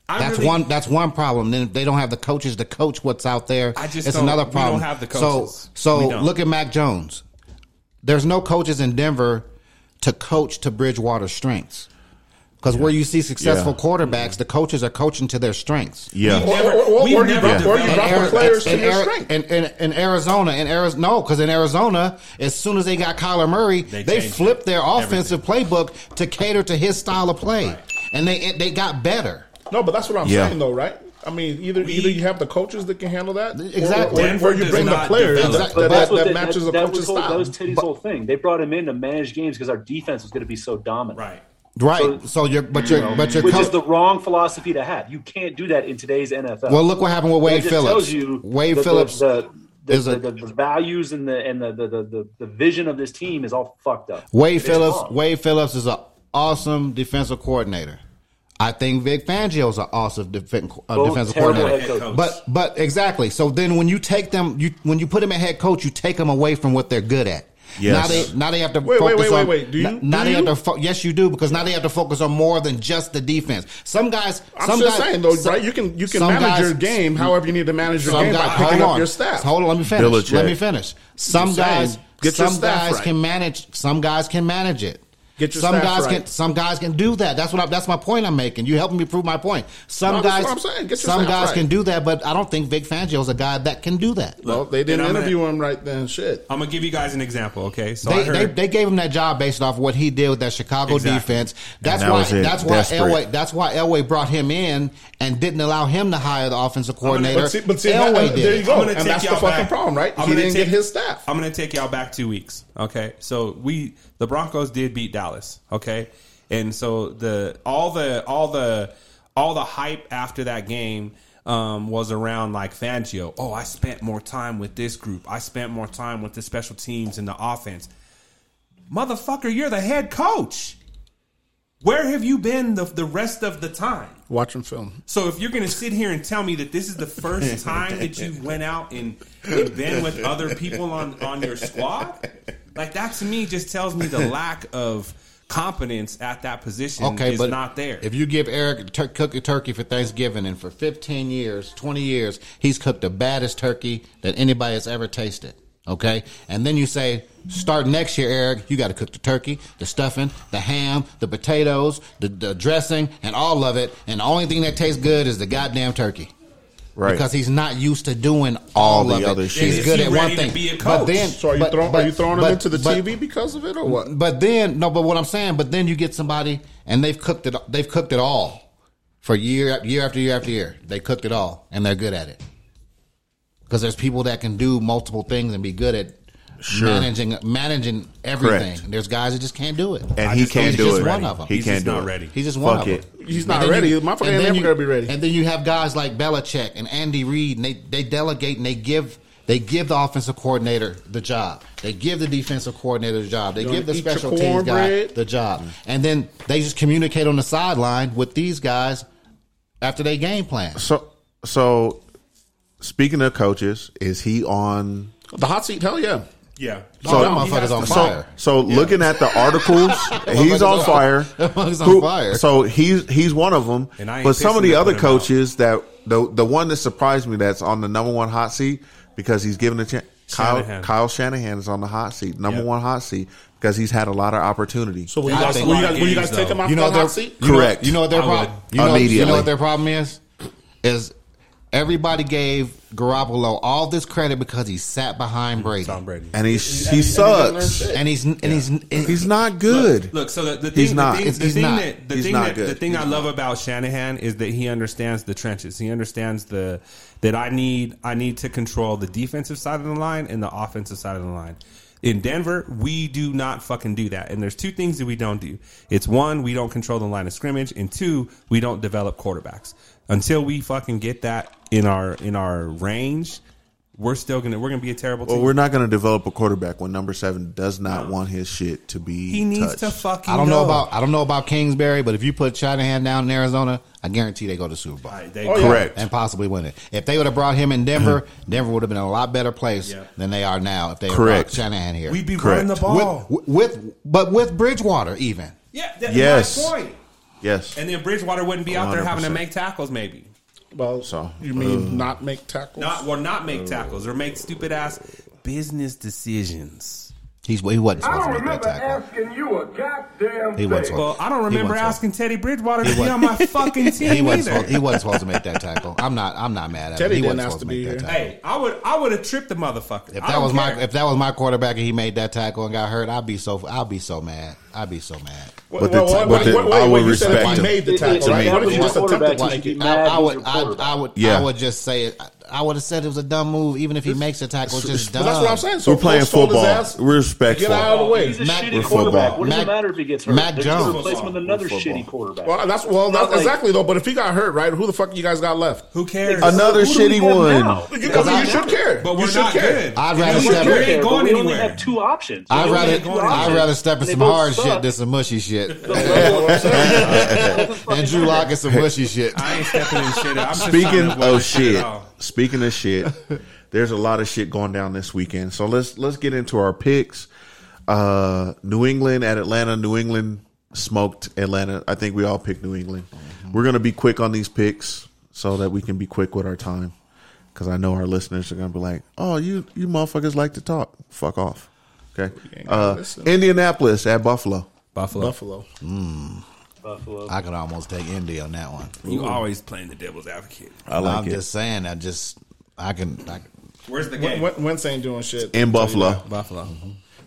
I that's really- one. That's one problem. Then if they don't have the coaches to coach what's out there, I just it's don't- another we problem. don't have the coaches. So We so don't. look at Mac Jones. There's no coaches in Denver to coach to Bridgewater's strengths. Because where you see successful Yeah. quarterbacks, the coaches are coaching to their strengths. Yeah. We never- Or- or- or- we or you never drop- or you And drop Ari- players to and their Ari- strength. And, and, and Arizona, and Arizona, no, because in Arizona, as soon as they got Kyler Murray, they, changed flipped their offensive playbook to cater to his style of play, and they they got better. No, but that's what I'm Yeah. saying, though, right? I mean, either either you have the coaches that can handle that, or- Exactly. or, or, Denver you does bring the not players develop. that, But that, that's that, what they- matches that- the that coach's was whole- style. That was Teddy's whole thing. They brought him in to manage games because our defense was going to be so dominant. Right. Right. So, you're, but you you're, know, but you're, which co- is the wrong philosophy to have. You can't do that in today's NFL. Well, look what happened with That Wade just Phillips. Tells you Wade the- the- Phillips the, the, is a- the, the- the values and the and the the, the the the vision of this team is all fucked up. Wade It's Phillips. wrong. Wade Phillips is an awesome defensive coordinator. I think Vic Fangio is an awesome defen- uh, Both defensive terrible coordinator. head coaches. But but exactly. So then when you take them, you when you put them at head coach, you take them away from what they're good at. Now Yes. they now they have to Wait, wait, focus wait, wait, on wait. Do you- n- now do they you? have to fo- yes you do because now they have to focus on more than just the defense. Some guys I'm some just guys, saying, though, some- right? You can you can some manage guys- your game however you need to manage your game by picking up your staff. Hold on, let me finish. Belichick. Let me finish. Some Just saying, guys, get your some staff guys right. can manage. Some guys can manage it. Get your some staff guys right. can. Some guys can do that. That's what. I, that's my point I'm making. You helping me prove my point. Some No, that's guys. what I'm saying. Get your some staff guys right. can do that, but I don't think Vic Fangio is a guy that can do that. Well, they didn't And I'm interview him right then. Shit. I'm gonna give you guys an example. Okay, so I they, heard they, they gave him that job based off what he did with that Chicago Exactly. defense. That's that why. was it. That's why Desperate. Elway. That's why Elway brought him in and didn't allow him to hire the offensive coordinator. But see, but see that, Elway did. there you it. go. I'm gonna And take that's the y'all fucking back. problem, right? I'm he gonna didn't take- get his staff. I'm going to take y'all back two weeks. Okay, so we the Broncos did beat Dallas. Okay, and so the all the all the all the hype after that game um, was around like Fangio. Oh, I spent more time with this group. I spent more time with the special teams and the offense. Motherfucker, you're the head coach. Where have you been the, the rest of the time? Watch him film. So if you're going to sit here and tell me that this is the first time that you went out and, and been with other people on, on your squad, like that to me just tells me the lack of competence at that position is not there. If you give Eric tur- cook a turkey for Thanksgiving, and for 15 years, 20 years, he's cooked the baddest turkey that anybody has ever tasted. Okay, and then you say, start next year, Eric. You got to cook the turkey, the stuffing, the ham, the potatoes, the, the dressing, and all of it. And the only thing that tastes good is the goddamn turkey. Right. Because he's not used to doing all, All the of other it. shit. He's good Is he at one ready to thing. be a But coach? then, So are you but- throwing? but- are you throwing but- him into the but- TV because of it, or what? but then no, but what I'm saying, but then you get somebody and they've cooked it. They've cooked it all for year year after year after year. They cooked it all and they're good at it because there's people that can do multiple things and be good at Sure. managing managing everything. Correct. And there's guys that just can't do it. And he can't he's do just it. One of them. He He's can't just do not it. ready. He's just one Fuck of it. them. He's And not then ready. you- My fucking and then never you- gonna be ready. And then you have guys like Belichick and Andy Reid, and they, they delegate and they give they give the offensive coordinator the job. They give the defensive coordinator the job. They You give the wanna eat your special teams guy cornbread? the job. And then they just communicate on the sideline with these guys after they game plan. So, so speaking of coaches, is he on? The hot seat? Hell yeah. yeah. So that he has motherfucker's on to- fire. So looking at the articles, he's motherfucker's on on- fire. that motherfucker's on Who- fire. So he's he's one of them. And I ain't but some of the fixing to other put him out. coaches that the the one that surprised me that's on the number one hot seat because he's given a chance. Kyle, Shanahan. Kyle Shanahan is on the hot seat, number Yep. one hot seat because he's had a lot of opportunity. So will you I guys, think- will you guys, will you Games, guys take him though. off You know the their hot seat? you know- Correct. You know what their I would. problem. You know, you Immediately. know what their problem is. Is everybody gave Garoppolo all this credit because he sat behind Brady, Tom Brady. and he's he sucks. and he's and he's and He's not good. Look, so the, the thing, He's the not. thing, It's- the he's thing not. that the He's thing not that, good. the thing I love about Shanahan is that he understands the trenches. He understands the that I need I need to control the defensive side of the line and the offensive side of the line. In Denver, we do not fucking do that. And there's two things that we don't do. It's one, we don't control the line of scrimmage, and two, we don't develop quarterbacks. Until we fucking get that in our in our range, we're still gonna we're gonna be a terrible team. Well, we're not going to develop a quarterback when number seven does not want his shit to be. he needs touched. to fucking. I don't know go. about I don't know about Kingsbury, but if you put Shanahan down in Arizona, I guarantee they go to Super Bowl They- Oh, yeah. Correct. and possibly win it. If they would have brought him in Denver, Denver would have been in a lot better place Yeah. than they are now. If they had Correct. brought Shanahan here, We'd be Correct. running the ball. with, with but with Bridgewater even. Yeah, that's Yes. my point. Yes. And then Bridgewater wouldn't be out there having to 100%. make tackles, maybe. Well, so you mean not make tackles? Not well, not Oh. make tackles or make stupid ass business decisions. He's he wasn't I supposed don't to make that remember tackle. asking you a goddamn He thing. wasn't supposed. Well, I don't he remember wasn't asking Teddy Bridgewater He to be wasn't- on my fucking supposed- team He wasn't, either. supposed, he wasn't supposed to make that tackle. I'm not. I'm not mad at Teddy him. He didn't wasn't ask supposed to to make that tackle. Hey, I would I would have tripped the motherfucker. If that was my if that was my quarterback and he made that tackle and got hurt, I'd be so I'd be so mad. I'd be so mad. But the- well, but the- wait, wait, I would you said respect if he him. made the If- tackle, if right? that What if was he your just attempted quarterback, to make you'd it? be I, mad I he's would your I, I would Yeah. I would just say it. I- I would have said it was a dumb move, even if he makes a tackle, it's just But dumb. that's what I'm saying. So We're playing Foles sold his football. ass. We're respectful. Get out of the way. He's a Mac- shitty We're quarterback. football. What does Mac- it matter if he gets hurt? Mac They're just Jones. gonna replace him with another shitty quarterback. Well, that's Not well, that's like- exactly though. But if he got hurt, right, who the fuck you guys got left? Who cares? Another Who do we shitty have one. now? You, I mean, you should care. But You we're should not care. good. I'd rather We step. don't care, but we only have two options. I'd We only have rather two I'd options. rather step in And they some both hard suck. shit than some mushy shit. saying. and Drew Lock is some mushy shit. I ain't stepping in shit. I'm just Speaking trying to watch of at shit, all. speaking of shit, there's a lot of shit going down this weekend. So let's let's get into our picks. Uh, New England at Atlanta. New England smoked Atlanta. I think we all picked New England. Mm-hmm. We're gonna be quick on these picks so that we can be quick with our time. Because I know our listeners are gonna be like, "Oh, you you motherfuckers like to talk. Fuck off." Okay. Uh, Indianapolis at Buffalo. Buffalo. Buffalo. Buffalo. I could almost take Indy on that one. You always playing the devil's advocate. I like I'm it. just saying. I just I can. I can Where's the Win- game? Win- Wentz ain't doing shit in Buffalo. Buffalo.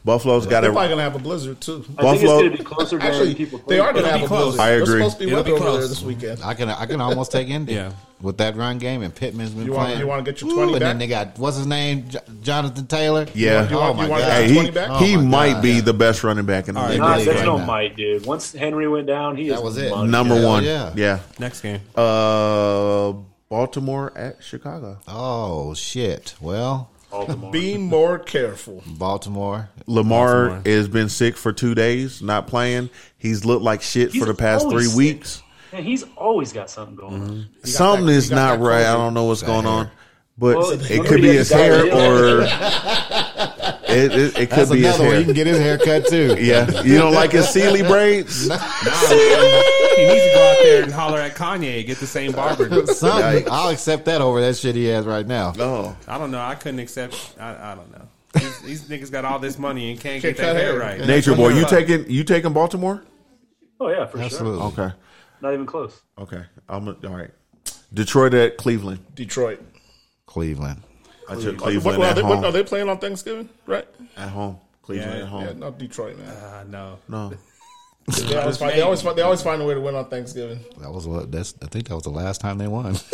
Buffalo's got They're it. probably gonna have a blizzard I too. think it's Buffalo- gonna be closer than people They think. are gonna It'll have be a close. blizzard. I They're agree. supposed to be It'll weather be over there close. this weekend. I can I can almost take Indy. Yeah. With that run game and Pittman's been You wanna- playing. you wanna get your Ooh, 20 And then back? they got what's his name, J- Jonathan Taylor. Yeah. oh my god. Hey, he he might be the best running back in the league. Nah, right there's no now. might, dude. Once Henry went down, he is was it. money. Number one. yeah. Yeah. Next game. Uh, Baltimore at Chicago. Oh shit. Well, Baltimore. Be more careful. Baltimore. Lamar Baltimore. has been sick for two days, not playing. He's looked like shit He's for the past three always sick. weeks. Man, he's always got something going on. Mm-hmm. Something that- is he not got that right. I COVID. don't know what's going on, but Well, it could be his got hair it. or it, it, it could That's be his another one. You hair. can get his haircut too. Yeah, you don't like his Sealy braids? he needs to go out there and holler at Kanye and get the same barber. Something. Yikes. I'll accept that over that shit he has right now. No. I don't know. I couldn't accept. I, I don't know. These, these niggas got all this money and can't, Can't get their cut hair right. hair. Nature boy, you taking you taking Baltimore? Oh yeah, for Absolutely. sure. Okay, Not even close. okay. I'm all right. Detroit at Cleveland. Detroit. Cleveland. I took What, Cleveland well, at they, what, are home. they playing on Thanksgiving? Right? At home, Cleveland Yeah, at Yeah, home. no Detroit, man. Uh, no. No. They always, find, they always find they always find a way to win on Thanksgiving. That was what- that's. I think that was the last time they won. Wait,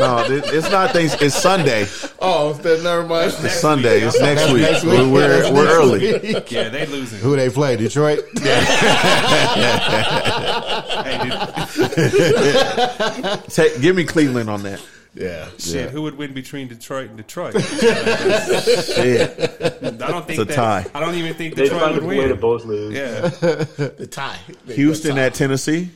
no, it- it's not things. It's Sunday. Oh, then never mind. It's Sunday. It's next week. We're we're, we're early. Yeah, they losing. Who they play? Detroit. Hey, dude, Take, give me Cleveland on that. Yeah. shit, who would win between Detroit and Detroit? Shit. I don't It's think a that, tie. I don't even think They Detroit found a would way to win. both lose. Yeah, The tie. They- Houston at Tennessee.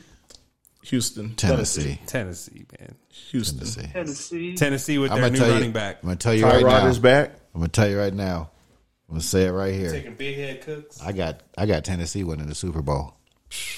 Houston. Tennessee. Tennessee, man. Houston. Tennessee. Tennessee with I'm their new gonna tell you. running back. I'm gonna tell you right Tyrod now. is back. I'm gonna tell you right now. I'm gonna say it right here. Taking big head cooks. I got I got Tennessee winning the Super Bowl.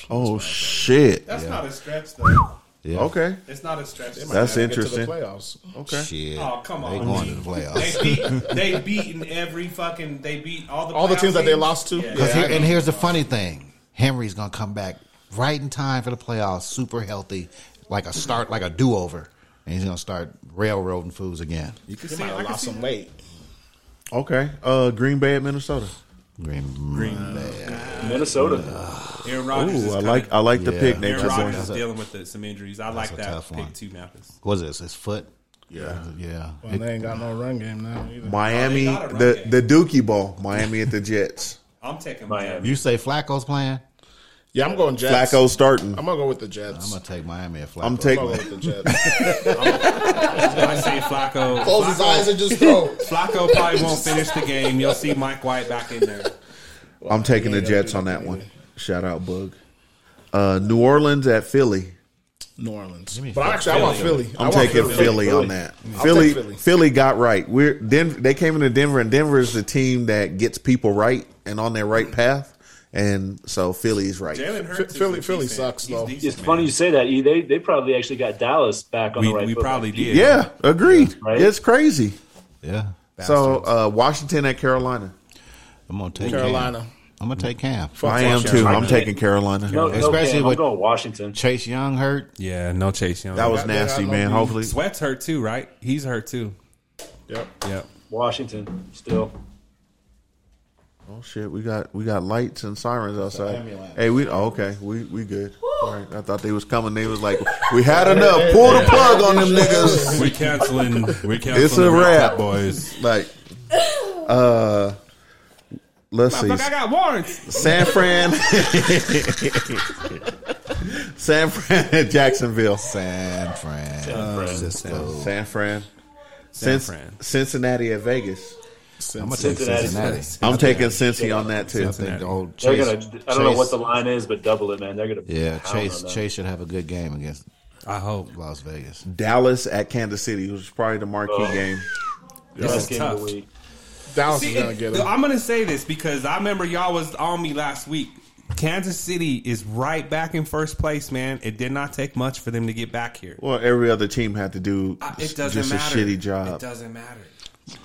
Oh shit. That's not a stretch, though. Yeah. Okay, It's not a stretch. that's To the interesting. playoffs. Okay. Shit. Oh, come They on, going to G. the They playoffs. beat. They beaten every fucking. They beat all the All the playoff teams that they lost to? Yeah. 'Cause here- I know. and here's the funny thing: Henry's gonna come back right in time for the playoffs, super healthy, like a start, like a do over, and he's gonna start railroading fools again. You can see- might I have can lost see some that. weight. Okay. Uh, Green Bay at Minnesota. Green, Minnesota. Uh, Aaron Rodgers. is Ooh, I coming. like I like the Yeah. pick, Aaron Nature boy. Rodgers is dealing with the, some injuries. I like a that tough pick one. too, Mathis. was this his foot? Uh, Yeah. Yeah. Well, they ain't got no run game now either. Miami, Oh, they got a run the game. the Dookie Bowl. Miami at the Jets. I'm taking Miami. Miami. you say Flacco's playing? Yeah, I'm going Jets. Flacco starting. I'm gonna go with the I'm Jets. gonna take Miami at Flacco. I'm I'm taking- gonna go with the Jets. I say Flacco. Close his Flacco- eyes and just throw. Flacco probably won't finish the game. You'll see Mike White back in there. I'm taking the Jets on that one. Shout out Bug. Uh, New Orleans at Philly. New Orleans. But actually, I want Philly. I I'm want taking Philly, on that. I'll Philly, take Philly. Philly, got right. We're Den- They came into Denver, and Denver is the team that gets people right and on their right path. And so Philly's right. Philly, Philly sucks though. It's funny you say that. E. They they probably actually got Dallas back on We- the right we foot. probably did. Yeah, agreed. Right? It's crazy. Yeah. So uh, Washington at Carolina. I'm gonna take Carolina. Cam. I'm gonna take Cam. I am too. I'm taking Carolina. especially with Washington. Chase Young hurt. Yeah, no Chase Young. That was nasty, man. Hopefully, Sweat's hurt too, right? He's hurt too. Yep. Yep. Washington still. Oh shit, we got we got lights and sirens outside. ambulance. Hey, we oh, okay, we we good. All right, I thought they was coming. They was like, we had enough. Pull the plug on them niggas. We canceling. We canceling. It's a the wrap, boys. Like, uh, let's see. Motherfucker, I got warrants. San Fran, San Fran, at Jacksonville, San Fran, San Francisco. Fran, San Fran, San Cin- Fran. Cincinnati at Vegas. I'm gonna take Cincinnati. Cincinnati. I'm taking Cincy on that too. I think old They're Chase- gonna. I don't know Chase- what the line is, but double it, man. They're gonna. Yeah, pound on Chase them. Chase should have a good game against. I hope Las Vegas. Dallas at Kansas City, which is probably the marquee Oh. game. This is tough. Dallas See, is gonna get it- him. I'm gonna say this because I remember y'all was on me last week. Kansas City is right back in first place, man. It did not take much for them to get back here. Well, every other team had to do I- s- Uh, It doesn't just matter. a shitty job. It doesn't matter.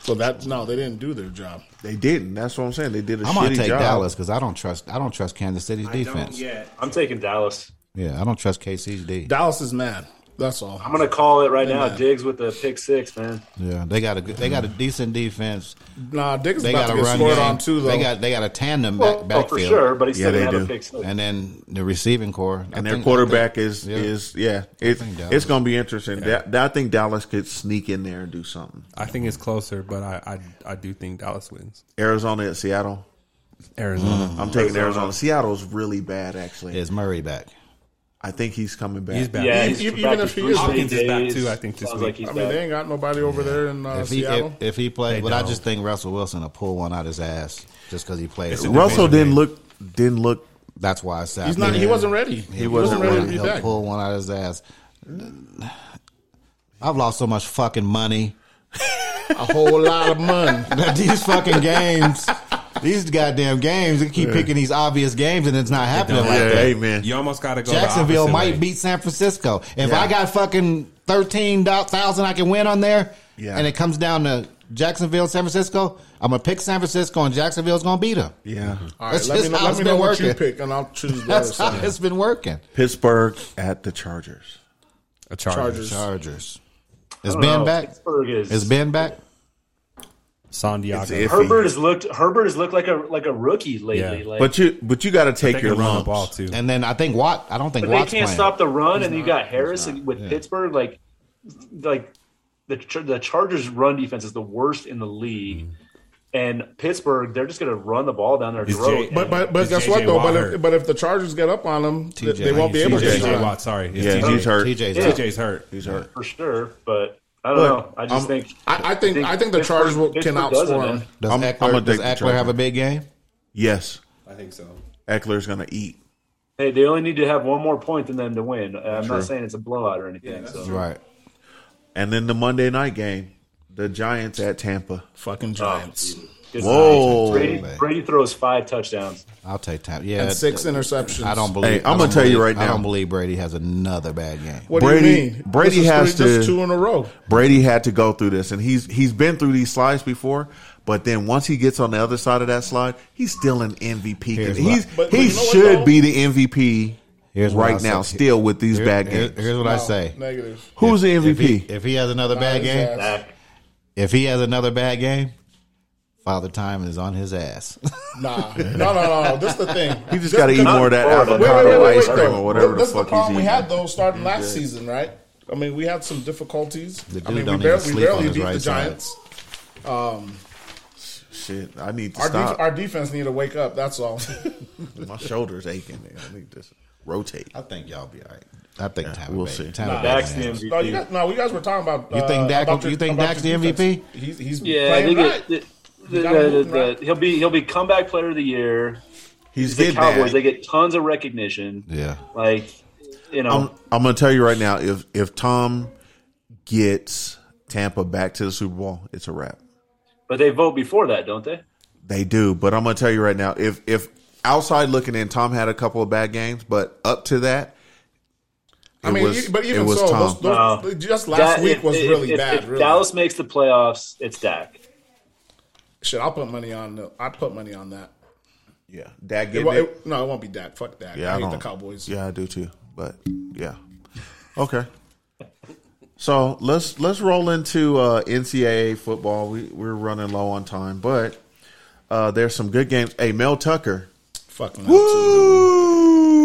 So that no, they didn't do their job. They didn't. That's what I'm saying. They did a I'm shitty gonna take job. Dallas because I don't trust. I don't trust Kansas City's defense. Yeah, I'm taking Dallas. Yeah, I don't trust KC's D. Dallas is mad. That's all. I'm gonna call it right They now. mad. Diggs with the pick six, man. Yeah, they got a good, they got a decent defense. Nah, Diggs is they about got to a get run scored game. on too though. They got they got a tandem Well, back, oh, backfield for sure, but he still yeah, didn't they have a do. pick six. And then the receiving core I And their think- quarterback I think- is yeah. is yeah. It, think Dallas. it's going to be interesting. Da- da- I think Dallas could sneak in there and do something. I think it's closer, but I I, I do think Dallas wins. Arizona at Seattle. Arizona. Mm-hmm. I'm taking Arizona. Seattle's really bad, actually. Is Murray back? I think he's coming back. He's back. Yeah, he's Even- back even if to he is- Hopkins is back too, I think, this Sounds like week. he's I mean, they ain't got nobody over there in uh, if he Seattle. if, if he plays, They but I don't. just think Russell Wilson will pull one out his ass just because he played. It's a Russell didn't look didn't look. That's why I said He's not- he wasn't ready. He, He wasn't wasn't, ready to ready. be He'll back. pull one out his ass. I've lost so much fucking money. a whole lot of money. these fucking games, these goddamn games, they keep picking these obvious games and it's not happening like that. man. You almost got to go. Jacksonville the might opposite way. beat San Francisco. If Yeah. I got fucking thirteen thousand, I can win on there. Yeah. And it comes down to Jacksonville, San Francisco. I'm gonna pick San Francisco, and Jacksonville's gonna beat them. Yeah. All right, That's let me just know, how let it's me know been what you working. pick, and I'll choose the other That's how side. it's been working. Pittsburgh at the Chargers. A Chargers. Chargers. Chargers. I Is don't Ben know. back? Pittsburgh is- Is Ben back? Santiago. It's iffy. Herbert has looked. Herbert has looked like a like a rookie lately. Like, But you but you got to They take could your run the lumps. ball too. And then I think Watt. I don't think but Watt's they can't playing. stop the run, and you got Harris and with Pittsburgh. Like, like the Char- the Chargers' run defense is the worst in the league, and Pittsburgh they're just going to run the ball down their Is throat. Jay- and- But but but Is guess JJ what though? Watt But hurt? if, but if the Chargers get up on them, th- TJ. they won't be able to. TJ run. Watt. Sorry. It's Yeah, TJ. he's hurt. TJ's Yeah. TJ's hurt. He's hurt. for sure. But I don't Look, know. I just I'm- think um, I, I think I think the Pittsburgh- Chargers will, can Pittsburgh does it, outscore man. them. Does I'm- I'm Eckler, gonna does take the Eckler have a Chargers. big game? Yes, I think so. Eckler's going to eat. Hey, they only need to have one more point than them to win. I'm True. not saying it's a blowout or anything. so. Right. And then the Monday night game, the Giants at Tampa. Oh, Fucking Giants It's- Whoa. Brady, Brady throws five touchdowns. I'll take time. Yeah. and six interceptions. I don't believe. Hey, I'm I don't gonna tell you right believe- I now. don't believe Brady has another bad game. What do Brady- you mean? Brady This is has three- this is to- two in a row. Brady had to go through this, and he's he's been through these slides before. But then once he gets on the other side of that slide, he's still an MVP. Here's candidate. He's, what- But- but he you know what, should though? be the MVP Here's what right I'll now, say. still with these Here- bad here- games. Here's what I say. Negative. Who's the If he- MVP? If he has another bad his game, ass. if he has another bad game, Father Time is on his ass. Nah, no, no, no, no. This is the thing. He just got to eat more of that Wait, wait, wait, avocado wait, wait, ice cream though. or whatever the That's fuck the problem he's we eating. had though starting last season, right? I mean, we had some difficulties. dude I mean, we, don't bar- even we sleep on barely his beat the right side. Giants. Um, Shit, I need to our, stop. def- our defense need to wake up. That's all. My shoulders aching. man. I need to rotate. I think y'all be all right. I think Tampa we'll Bay- see. Tampa Bay Dak's has- the MVP. no, you guys, no, you guys were talking about. You think uh, Dak- about your- you think about Dak's your the MVP? defense. He's, he's Yeah, I playing think right. it, the, the, You gotta the- move him the- right. he'll be he'll be comeback player of the year. He's the did Cowboys that. they get tons of recognition. Yeah. Like you know, I'm, Um, I'm going to tell you right now. If if Tom gets Tampa back to the Super Bowl, it's a wrap. but they vote before that, don't they? They do, but I'm going to tell you right now. If if outside looking in, Tom had a couple of bad games, but up to that, I mean, you- but even so, those- those- Wow. just last That- week if- was if- really if- bad. If really. Dallas makes the playoffs, it's Dak. Shit, I'll put money on. The, I put money on that. Yeah, Dak It, getting wa- it? it- no, it won't be Dak. Fuck Dak. yeah, I, hate don't- the Cowboys. Yeah, I do too. But yeah, okay. So let's let's roll into uh, NCAA football. We we're running low on time, but uh, there's some good games. Hey, Mel Tucker. Fuck him.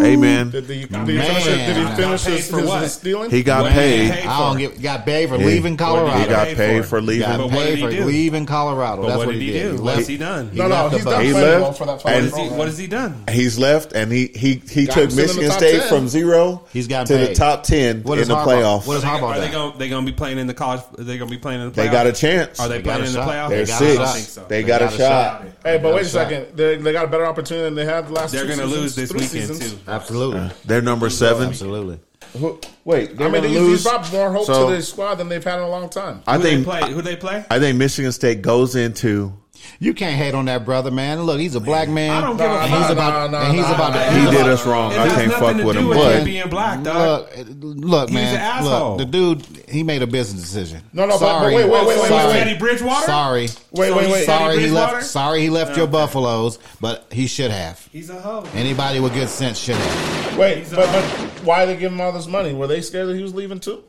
Amen. Did he- did he finish it- did he finish his- his- his stealing? He got Man, paid. I don't give. Got paid for Yeah. leaving Colorado. He got paid for leaving. Got paid for leaving Colorado. That's what, he, did. left- No, no, left the he's fuck- done He playing left well for that fucking and- program. What has he done? He's left, and he he he Got took him still in the Michigan top State 10. from zero. He's got to the paid. top ten What in is the Harbaugh- playoffs. Are they going? They going to be playing in the college? Are they going to be playing in the playoffs? They got a chance. Are they, They got playing a in the shot. playoffs? They're I don't six. think so. They got They a got a shot. shot. Hey, but Got a wait a shot. second. They, they got a better opportunity than they had the last. They're going gonna to lose this weekend, too. Absolutely. They're number seven. Absolutely. Who, wait, they're I mean, gonna he's, lose. he's brought more hope So, to the squad than they've had in a long time. I think Who they play? I think Michigan State goes into. You can't hate on that brother, man. Look, he's a black man. I don't give a and fuck. He's about. Nah, nah, and he's nah, about. nah. to- He he's did about- us wrong. It I has can't nothing fuck to with do him, with but him being black, dog. Look, He's man. an asshole. Look, the dude, he made a business decision. No, no, but- but sorry. wait, wait, wait, wait, sorry. wait. Teddy Bridgewater? Sorry. Wait, wait, wait. Sorry Teddy he Bridgewater? left. Sorry he left your Okay. Buffaloes, but he should have. He's a hoe. Anybody with good sense should have. Wait, but, but why they give him all this money? Were they scared that he was leaving too?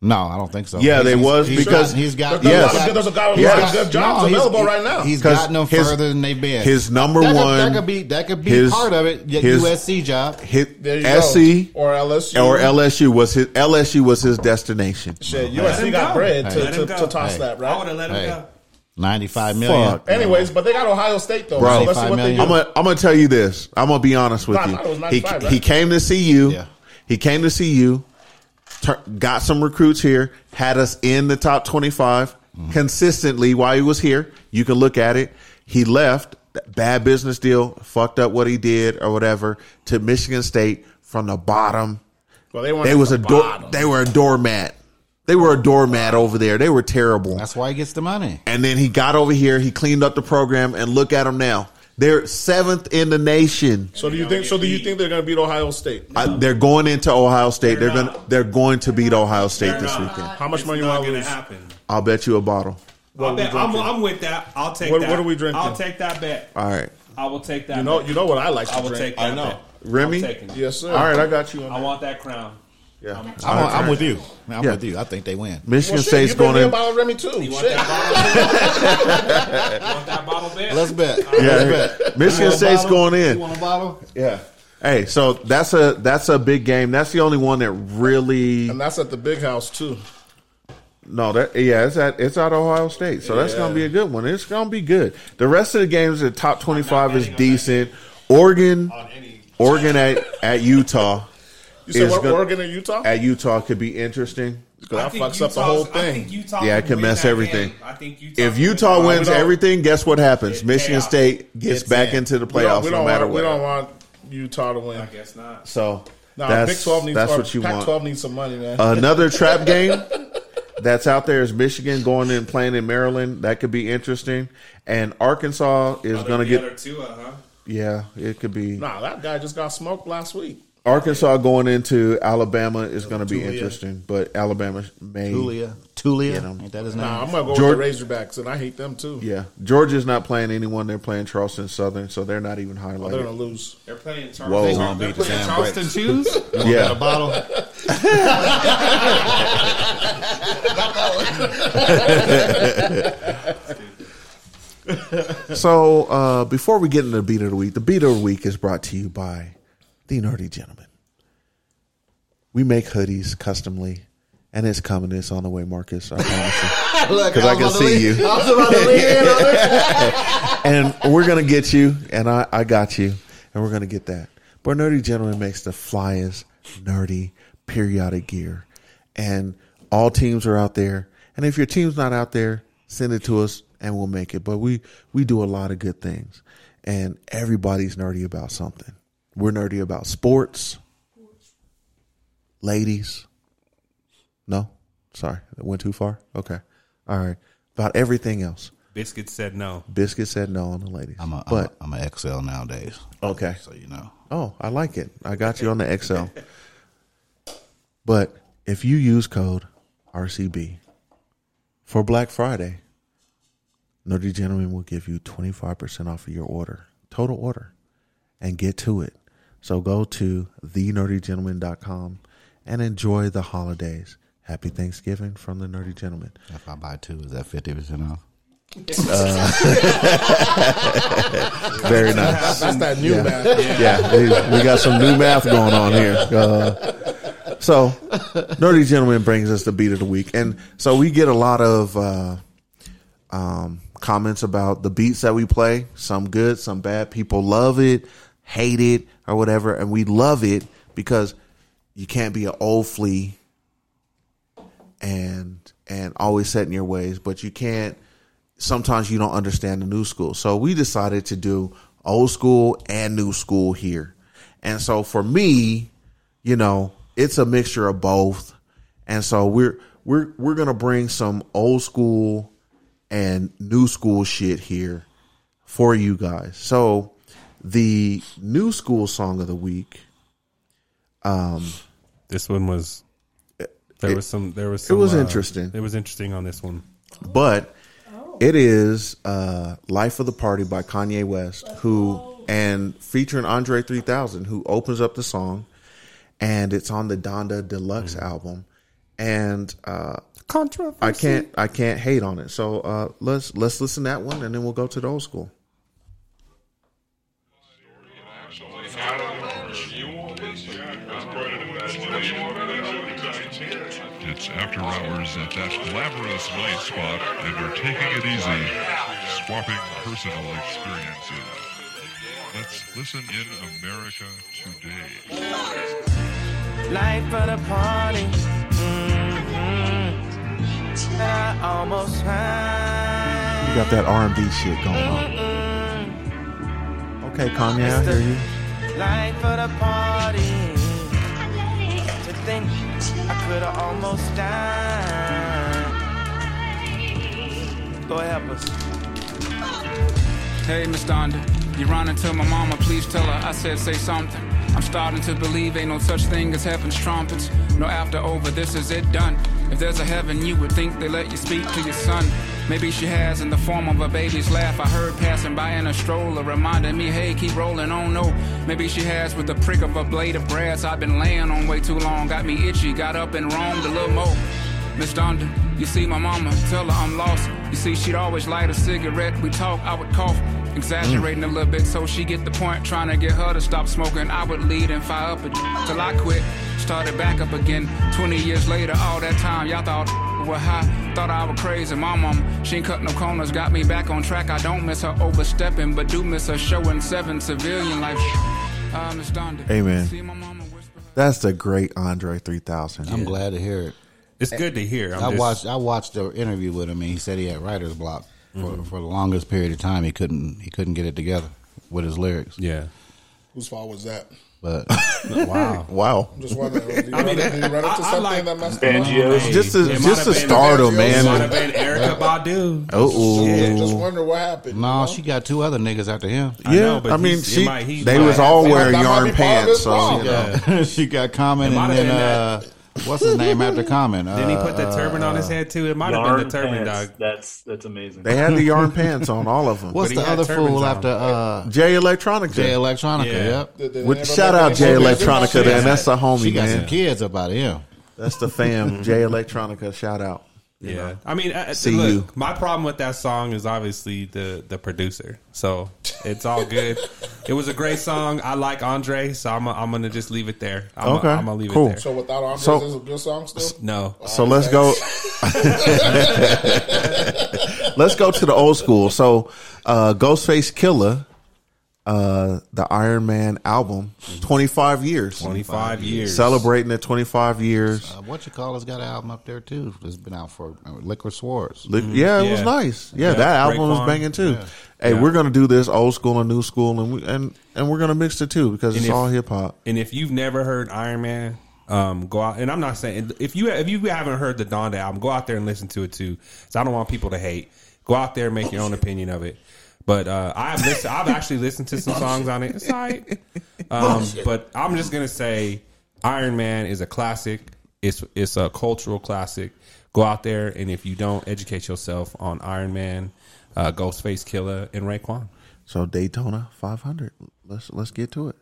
No, I don't think so. Yeah, they was he's because- got- he's got. There's a lot he's of got- good- there's a lot of he's good got- jobs he's- available he- right now. He's 'Cause gotten them his- further than they've been. his number That could- one- that could be that could be his- part of it. y- his- USC job. hit There you SC go. Or LSU. or LSU was his LSU was his destination. Shit, USC got bread to, to, to toss Hey. that, right? I would have let Hey. Ninety-five million. Fuck. Anyways, but they got Ohio State though. Bro, so let's see what they do. I'm gonna I'm gonna tell you this. I'm gonna be honest with Nah, I you. thought it was He 95, he right? came to see you. He came to see you. tur- got some recruits here. Had us in the top 25 consistently while he was here. You can look at it. He left. Bad business deal. Fucked up what he did or whatever to Michigan State from the bottom. Well, they weren't They at was the a door. bottom. They were a doormat. They were a doormat over there. They were terrible. That's why he gets the money. And then he got over here, he cleaned up the program, and look at him now. They're seventh in the nation. So do you think? So do you think they're going to beat Ohio State? I- they're going into Ohio State. They're, gonna they're going to beat Ohio State They're this not. weekend. How much money you want to lose? I'll bet you a bottle. I bet, I'm, I'm with that. I'll take What- that. what are we drinking? I'll take that bet. All right. I will take that. You know- bet. you know what I like to I will drink. take that I know. bet. Remy? I'm taking it. Yes, sir. All right, I got you on I want that crown. Yeah. I'm, I'm, I'm with you. I'm Yeah. with you. I think they win. Michigan Well, shit, State's you been going real in. about Remy too. Shit. Let's bet. Yeah, Let's bet. Michigan You want a State's bottle? going in. You want a bottle? Yeah. Hey, so that's a that's a big game. That's the only one that really and that's at the big house too. no that yeah it's at it's at Ohio State, so that's Yeah. gonna be a good one. It's gonna be good. The rest of the games, the top twenty five is decent. Oregon, Oregon at at Utah. You said is what, gonna- Oregon and Utah? At Utah could be interesting. That fucks up the whole thing. Yeah, it can mess everything. I think Utah If Utah Well, we wins don't- everything, guess what happens? Michigan State gets It's back in. into the We don't- playoffs we no don't matter want- what. We don't want Utah to win. I guess not. So No, that's, Big Twelve needs. that's or what you Pac want. Uh, Twelve needs some money, man. Another trap game that's out there is Michigan going and playing in Maryland. That could be interesting. And Arkansas is going to the get. other two, uh-huh. Yeah, it could be. Nah, that guy just got smoked last week. Arkansas going into Alabama is going to be Tulia. interesting, but Alabama may. Tulia. Tulia? get 'em. Ain't that his name? Nah, I'm gonna go George- with the Razorbacks, and I hate them too. Yeah, Georgia's not playing anyone. They're playing Charleston Southern, so they're not even highlighted. they're gonna lose. They're playing Charleston. Whoa. They're playing Charleston Shoes. yeah, so uh, before we get into the beat of the week, the beat of the week is brought to you by the Nerdy Gentleman. We make hoodies customly, and it's coming. It's on the way, Marcus. I promise you, Look, because I I, was can about see to lean- you. I was about to lean in on and we're gonna get you, and I, I got you, and we're gonna get that. But Nerdy Gentleman makes the flyest nerdy periodic gear, and all teams are out there. And if your team's not out there, send it to us, and we'll make it. But we we do a lot of good things, and everybody's nerdy about something. We're nerdy about sports, ladies. No, sorry, it went too far. Okay, all right. About everything else. Biscuit said no. Biscuit said no on the ladies. I'm a, but I'm an XL nowadays. Okay. So you know. Oh, I like it. I got you on the XL. but if you use code RCB for Black Friday, Nerdy Gentleman will give you 25% off of your order, total order, and get to it. So go to thenerdygentleman.com and enjoy the holidays. Happy Thanksgiving from the Nerdy Gentleman. If I buy two, is that 50% off? Uh, very nice. That's that new yeah. math. Yeah, we- we got some new math going on here. Uh, so, nerdy gentleman brings us the beat of the week, and so we get a lot of uh, um, comments about the beats that we play. Some good, some bad. People love it, hate it, or whatever, and we love it because you can't be an old flea and and always set in your ways, but you can't. Sometimes you don't understand the new school, so we decided to do old school and new school here. And so for me, you know, it's a mixture of both, and so we're we're we're gonna bring some old school and new school shit here for you guys. So the new school song of the week. Um, this one was There It- was some. There was. it Some, was uh, interesting. It was interesting on this one. but it is uh, "Life of the Party" by Kanye West, who and featuring Andre 3000, who opens up the song, and it's on the Donda Deluxe album, and uh, controversy. I can't I can't hate on it. So uh, let's let's listen to that one, and then we'll go to the old school. It's after hours at that glamorous night spot, and we're taking it easy, swapping personal experiences. Let's listen in America today. Life for the party. Mhm. I almost had. You got that R and B shit going on. Okay, Kanye, I hear you. Life for the party. To think I could have almost died. Lord help us. Hey, Miss Donda, you're on to my mama. Please tell her I said say something. I'm starting to believe ain't no such thing as heaven's trumpets. No after over, this is it done. If there's a heaven, you would think they let you speak to your son. Maybe she has in the form of a baby's laugh. I heard passing by in a stroller, reminding me, hey, keep rolling on. No, maybe she has with the prick of a blade of brass. I've been laying on way too long, got me itchy, got up and roamed a little more. Miss Donda, you see my mama, tell her I'm lost. You see, she'd always light a cigarette. We talk, I would cough, exaggerating a little bit so she get the point. Trying to get her to stop smoking, I would lead and fire up a till I quit. Started back up again. 20 years later, all that time, y'all thought were high. Thought I was crazy. My mom, she ain't cut no corners, got me back on track. I don't miss her overstepping, but do miss her showing seven civilian life. Uh, Miss Donda, see my Amen. That's the great Andre 3000. I'm glad to hear it. It's good to hear. I'm i just- watched I watched the interview with him, and he said he had writer's block for, Mm-hmm. for the longest period of time. He couldn't he couldn't get it together with his lyrics. Yeah, Whose fault was that? but Wow. wow. I'm just wondering. Did you I mean, run, did you run up to I- I something like that messed Banjos. Just to- It might just have to been- startle, it man. Might have been Erica Badu. Uh-oh. Shit. Just wonder what happened. No, she got two other niggas after him. I Yeah, know, but I mean, he's- she- it might- he they might- was all wearing That might yarn be part of his pants, so, problem. you know. she got Common It might and have then been uh, what's his name after Common? Then he put the Uh, turban on his head too. It might have been the Yarn turban, pants. dog. That's that's amazing. They had the yarn pants on, all of them. What's the other fool after uh, Jay Electronica? Jay Electronica? Yep. With, shout out Jay Electronica, She man. got- That's the homie, She got man. some kids about him. That's the fam. Jay Electronica, shout out. You Yeah, know. I mean, I, see look, you. my problem with that song is obviously the the producer. So it's all good. it was a great song. I like Andre, so I'm i I'm gonna just leave it there. I'm Okay, i am I'm gonna leave cool. it there. So without Andres, So- is a good song still? No. So let's go. let's go to the old school. So, uh, Ghostface Killer, uh, the Iron Man album, twenty five years, 25 years. celebrating the twenty five years. Uh, what you call has got an album up there too. It's been out for uh, Liquor Swords. Li- Mm, Yeah, it was nice. Yeah, that album was banging too. Hey, we're gonna do this old school and new school, and we and and we're gonna mix the two because And it's if- all hip hop. And if you've never heard Iron Man, um, go out and I'm not saying if you if you haven't heard the Donda album, go out there and listen to it too. So I don't want people to hate. Go out there, and make your own opinion of it. But uh, I've listened, I've actually listened to some songs on it. It's all right. Um, but I'm just gonna say Iron Man is a classic. It's it's a cultural classic. Go out there and if you don't educate yourself on Iron Man, uh, Ghostface Killer, and Raekwon. So Daytona 500. Let's let's get to it.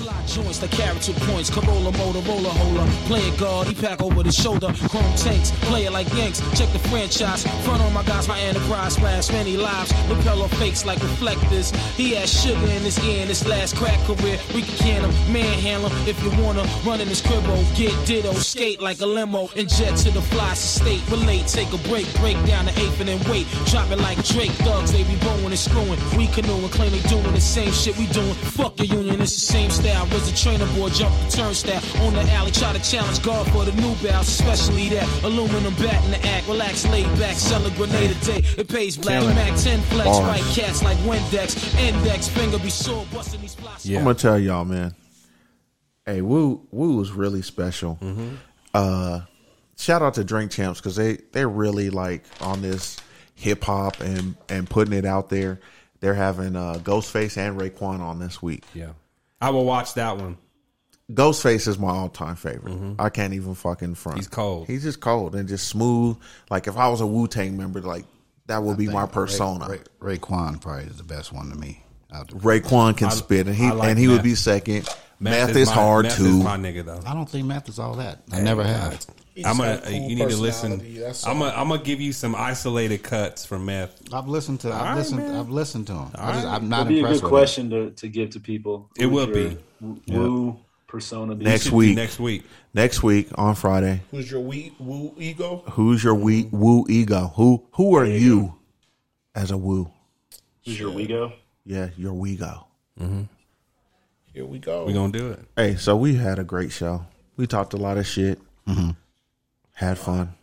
Block joints like character points, Corolla, Motorola, hola. Play it guard, he pack over the shoulder. Chrome tanks, play it like Yanks. Check the franchise. Front on my guys, my enterprise slash many lives. Lapel on fakes like reflectors. He has sugar in his ear in his last crack career. We can can him, manhandle him if you wanna. Run in his cribbo, get ditto, skate like a limo, and jet to the fly state. Relate, take a break, break down the eighth and then wait. Drop it like Drake, thugs, they be bowing and screwing. We canoeing, claim they doing the same shit we doing. Fuck the union, it's the same style. Was a trainer boy, jump the turnstile. On the alley, try to challenge God for the new bounce, especially that aluminum bat in the act. Relax, laid back, sell a grenade a day. It pays black Killing Mac 10 flex, Bars. right cats like Windex, index, finger be sore, busting these flies. I'm gonna tell y'all, man. Hey, Woo Woo was really special. Mm-hmm. Uh, shout out to Drink Champs because they they're really like on this hip hop and and putting it out there. They're having uh, Ghostface and Raekwon on this week. Yeah, I will watch that one. Ghostface is my all time favorite. Mm-hmm. I can't even fucking front. He's cold. He's just cold and just smooth. Like if I was a Wu Tang member, like that would be think my Ra- persona. Ra- Raekwon probably is the best one to me. out there. Raekwon can I- spit, and he I like and he would Meth. be second. Meth Math, is is, my- hard Meth is too. my nigga though. I don't think math is all that. I Hey, never God. have. I'm gonna. you need to listen. that's I'm all. gonna. I'm gonna give you some isolated cuts from Meth. I've listened to. I've All right, listened. man. I've listened to him. All I just, right. I'm not It'll be a impressed. with good him. question to, to give to people. It will Who's your be. w- Yeah. Woo persona. be? Next week. next week. Next week on Friday. Who's your wee woo ego? Who's your wee, woo ego? Who who are you as a woo? Who's your Wego? Yeah, your we go. Here we go. We gonna do it. Hey, so we had a great show. We talked a lot of shit. Had fun.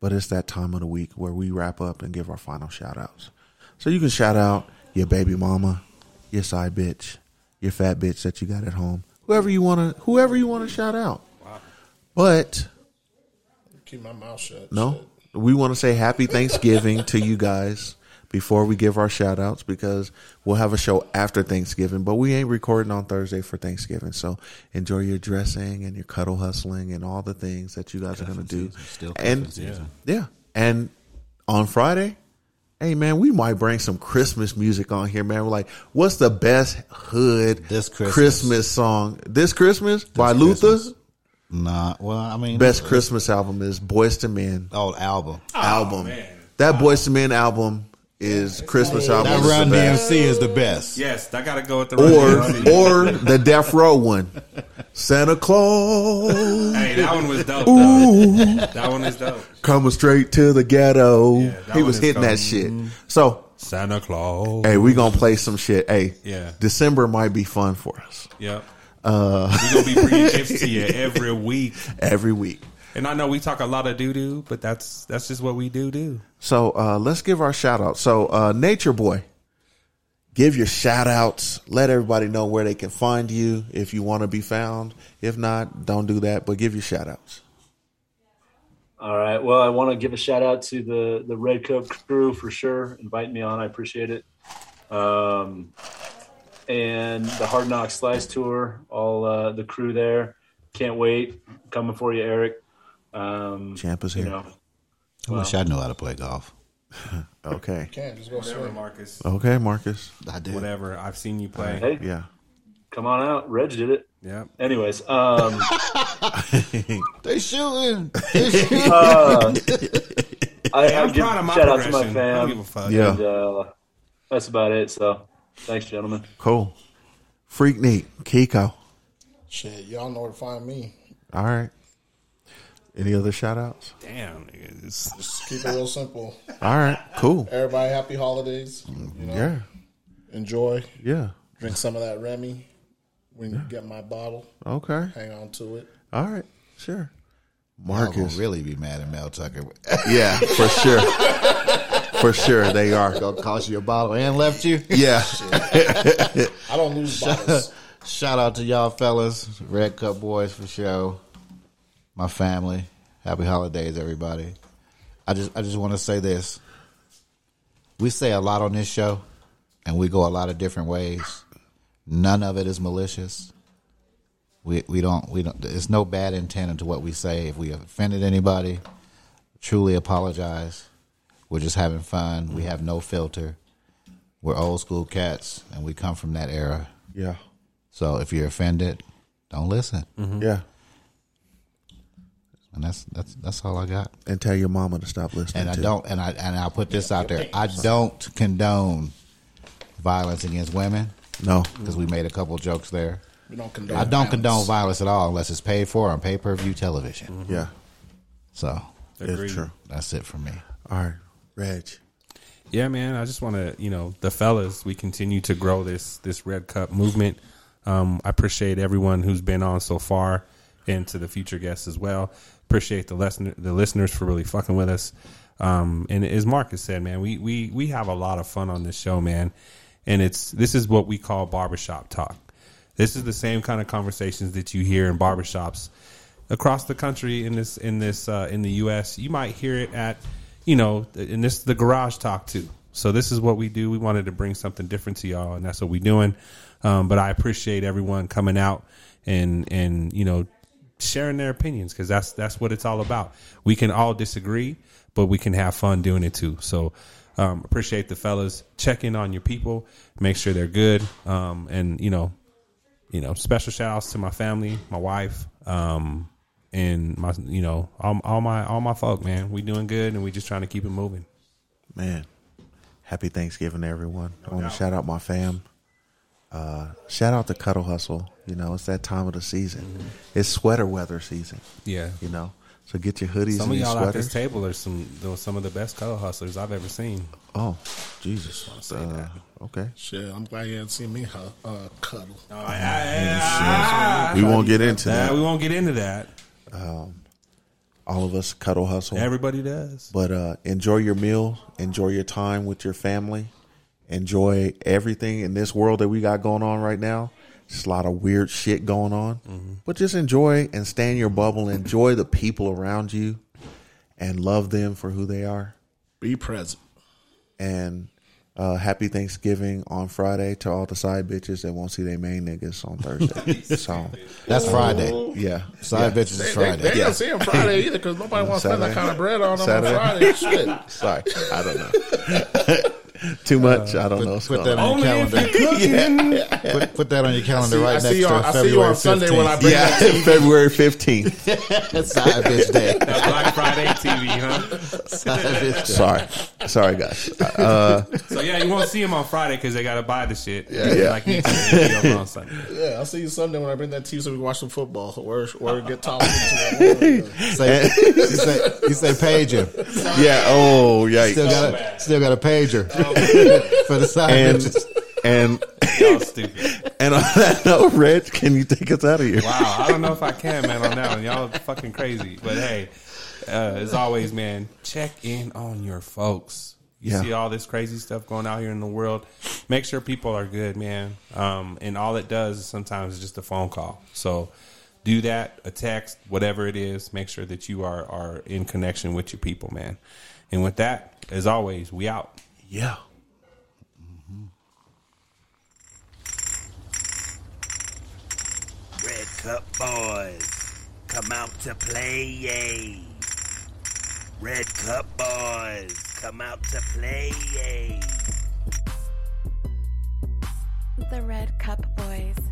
But it's that time of the week where we wrap up and give our final shout outs. So you can shout out your baby mama, your side bitch, your fat bitch that you got at home, whoever you want to whoever you want to shout out. But Keep my mouth shut. No. We want to say happy Thanksgiving to you guys before we give our shout outs because we'll have a show after Thanksgiving, but we ain't recording on Thursday for Thanksgiving. So enjoy your dressing and your cuddle hustling and all the things that you guys are going to do. still and cuffing season. yeah. And on Friday, hey man, we might bring some Christmas music on here, man. We're like, what's the best hood this Christmas. song? This Christmas by Luther? Nah. Well, I mean, Best uh, Christmas album is Boys to Men. Oh, album. album. That Boys to Men album is Christmas album. That is the Run best. DMC is the best. Yes, I gotta go with the Or or the Death Row one. Santa Claus. Hey, that one was dope. Ooh. Though. That one is dope. Coming straight to the ghetto. that he one was is hitting that shit. coming. So Santa Claus. hey, we gonna play some shit. Hey, Yeah. December might be fun for us. Yep. Uh, we gonna be bringing gifts to you every week. every week. And I know we talk a lot of doo doo, but that's that's just what we do do. So uh, let's give our shout out. So uh, Nature Boy, give your shout outs. Let everybody know where they can find you if you want to be found. If not, don't do that, but give your shout outs. All right. Well, I want to give a shout out to the the Red Cup crew for sure. Invite me on. I appreciate it. Um, and the Hard Knock Slice Tour, all uh, the crew there. Can't wait. Coming for you, Eric. Um, Champ is you here. know. I wish I knew how to play golf. Okay. Can't just go Whatever, swim. Marcus. Okay, Marcus. I did. Whatever. I've seen you play. Hey, Yeah. come on out. Reg did it. Yeah. Anyways, um, They shooting. uh, I, Hey, I I'm give proud of my shout out to my progression. fam. I don't give a fuck. Yeah. And, uh, that's about it. So, thanks, gentlemen. Cool. Freak Neat, Kiko. Shit, y'all know where to find me. All right. Any other shout outs? Damn, niggas. Just keep it real simple. All right, cool. Everybody, happy holidays. You know, Yeah. Enjoy. Yeah. Drink some of that Remy. We can get my bottle. Okay. Hang on to it. All right. Sure. Marcus Marcus. really be mad at Mel Tucker. Yeah, for sure. For sure, they are. Gonna cost you a bottle and left you. Yeah. I don't lose bottles. Shout out to y'all fellas, Red Cup Boys for sure. My family. Happy holidays, everybody. I I just I just want to say this. We say a lot on this show, and we go a lot of different ways. None of it is malicious. We we don't we don't. There's no bad intent into what we say. If we have offended anybody, truly apologize. We're just having fun. We have no filter. We're old school cats, and we come from that era. Yeah. So if you're offended, don't listen. Mhm. Yeah. And that's that's that's all I got. And tell your mama to stop listening. And I too. don't. And I and I'll put this out there. I don't condone violence against women. No, because Mm-hmm. we made a couple jokes there. We don't condone I don't violence. condone violence at all unless it's paid for on pay per view television. Yeah. So Agreed. true. That's it for me. All right, Reg. Yeah, man. I just want to, you know, the fellas. We continue to grow this this Red Cup movement. Um, I appreciate everyone who's been on so far, and to the future guests as well. Appreciate the lesson the listeners for really fucking with us. Um, and as Marcus said, man, we we we have a lot of fun on this show, man. And it's this is what we call barbershop talk. This is the same kind of conversations that you hear in barbershops across the country in this in this uh, in the U.S. You might hear it at you know, and this is the garage talk too. So this is what we do. We wanted to bring something different to y'all, and that's what we're doing. Um, but I appreciate everyone coming out and and you know sharing their opinions because that's that's what it's all about. We can all disagree, but we can have fun doing it too. So um, appreciate the fellas. Check in on your people, make sure they're good, um, and you know you know, special shout outs to my family, my wife, um, and my, you know, all, all my, all my folk, man. We doing good, and we just trying to keep it moving. Man, happy Thanksgiving to everyone. I want to shout out my fam. Uh, shout out to Cuddle Hustle. You know, it's that time of the season. It's sweater weather season. Yeah. You know, so get your hoodies and Some of your y'all at sweaters. this table are some, those- some of the best color hustlers I've ever seen. oh, Jesus. Uh, Okay. Shit, I'm glad you didn't see me hu- uh, cuddle. we won't get into Nah, that. we won't get into that. Um, all of us cuddle hustle. Everybody does. But uh, enjoy your meal. Enjoy your time with your family. Enjoy everything in this world that we got going on right now. There's a lot of weird shit going on. Mm-hmm. But just enjoy and stay in your bubble. Enjoy the people around you and love them for who they are. Be present. And uh, happy Thanksgiving on Friday to all the side bitches that won't see their main niggas on Thursday. so That's uh, Friday. Yeah, Side bitches is They- they- Friday. they They don't see him Friday either because nobody wants to spend that Saturday. kind of bread on them on Saturday. Friday. Shit. Sorry, I don't know. Too much, I don't know. what's Put going that on your on. calendar. Yeah. Put, put that on your calendar I see- right I next see you to on- I see you February on Sunday 15th. when I bring that to you. February 15th. Side bitch day. Black Friday TV, huh? Sorry, sorry, guys. Uh, so yeah, you won't see them on Friday because they got to buy the shit. Yeah, yeah. Like you said, on Sunday. Yeah, I'll see you Sunday when I bring that to you so we can watch some football or, or get Tom. into Say, you say, you say pager. Yeah. Oh, yeah. Still got a still got a pager for the side and bitches. and and on that note, Reg, can you take us out of here? Wow, I don't know if I can, man, on that one. Y'all are fucking crazy. But hey, uh, as always, man, check in on your folks. You Yeah. see all this crazy stuff going out here in the world. Make sure people are good, man. Um, and all it does is sometimes is just a phone call. So do that, a text, whatever it is. Make sure that you are, are in connection with your people, man. And with that, as always, we out. Yeah. Red Cup Boys, come out to play, yay. Red Cup Boys, come out to play, yay. The Red Cup Boys.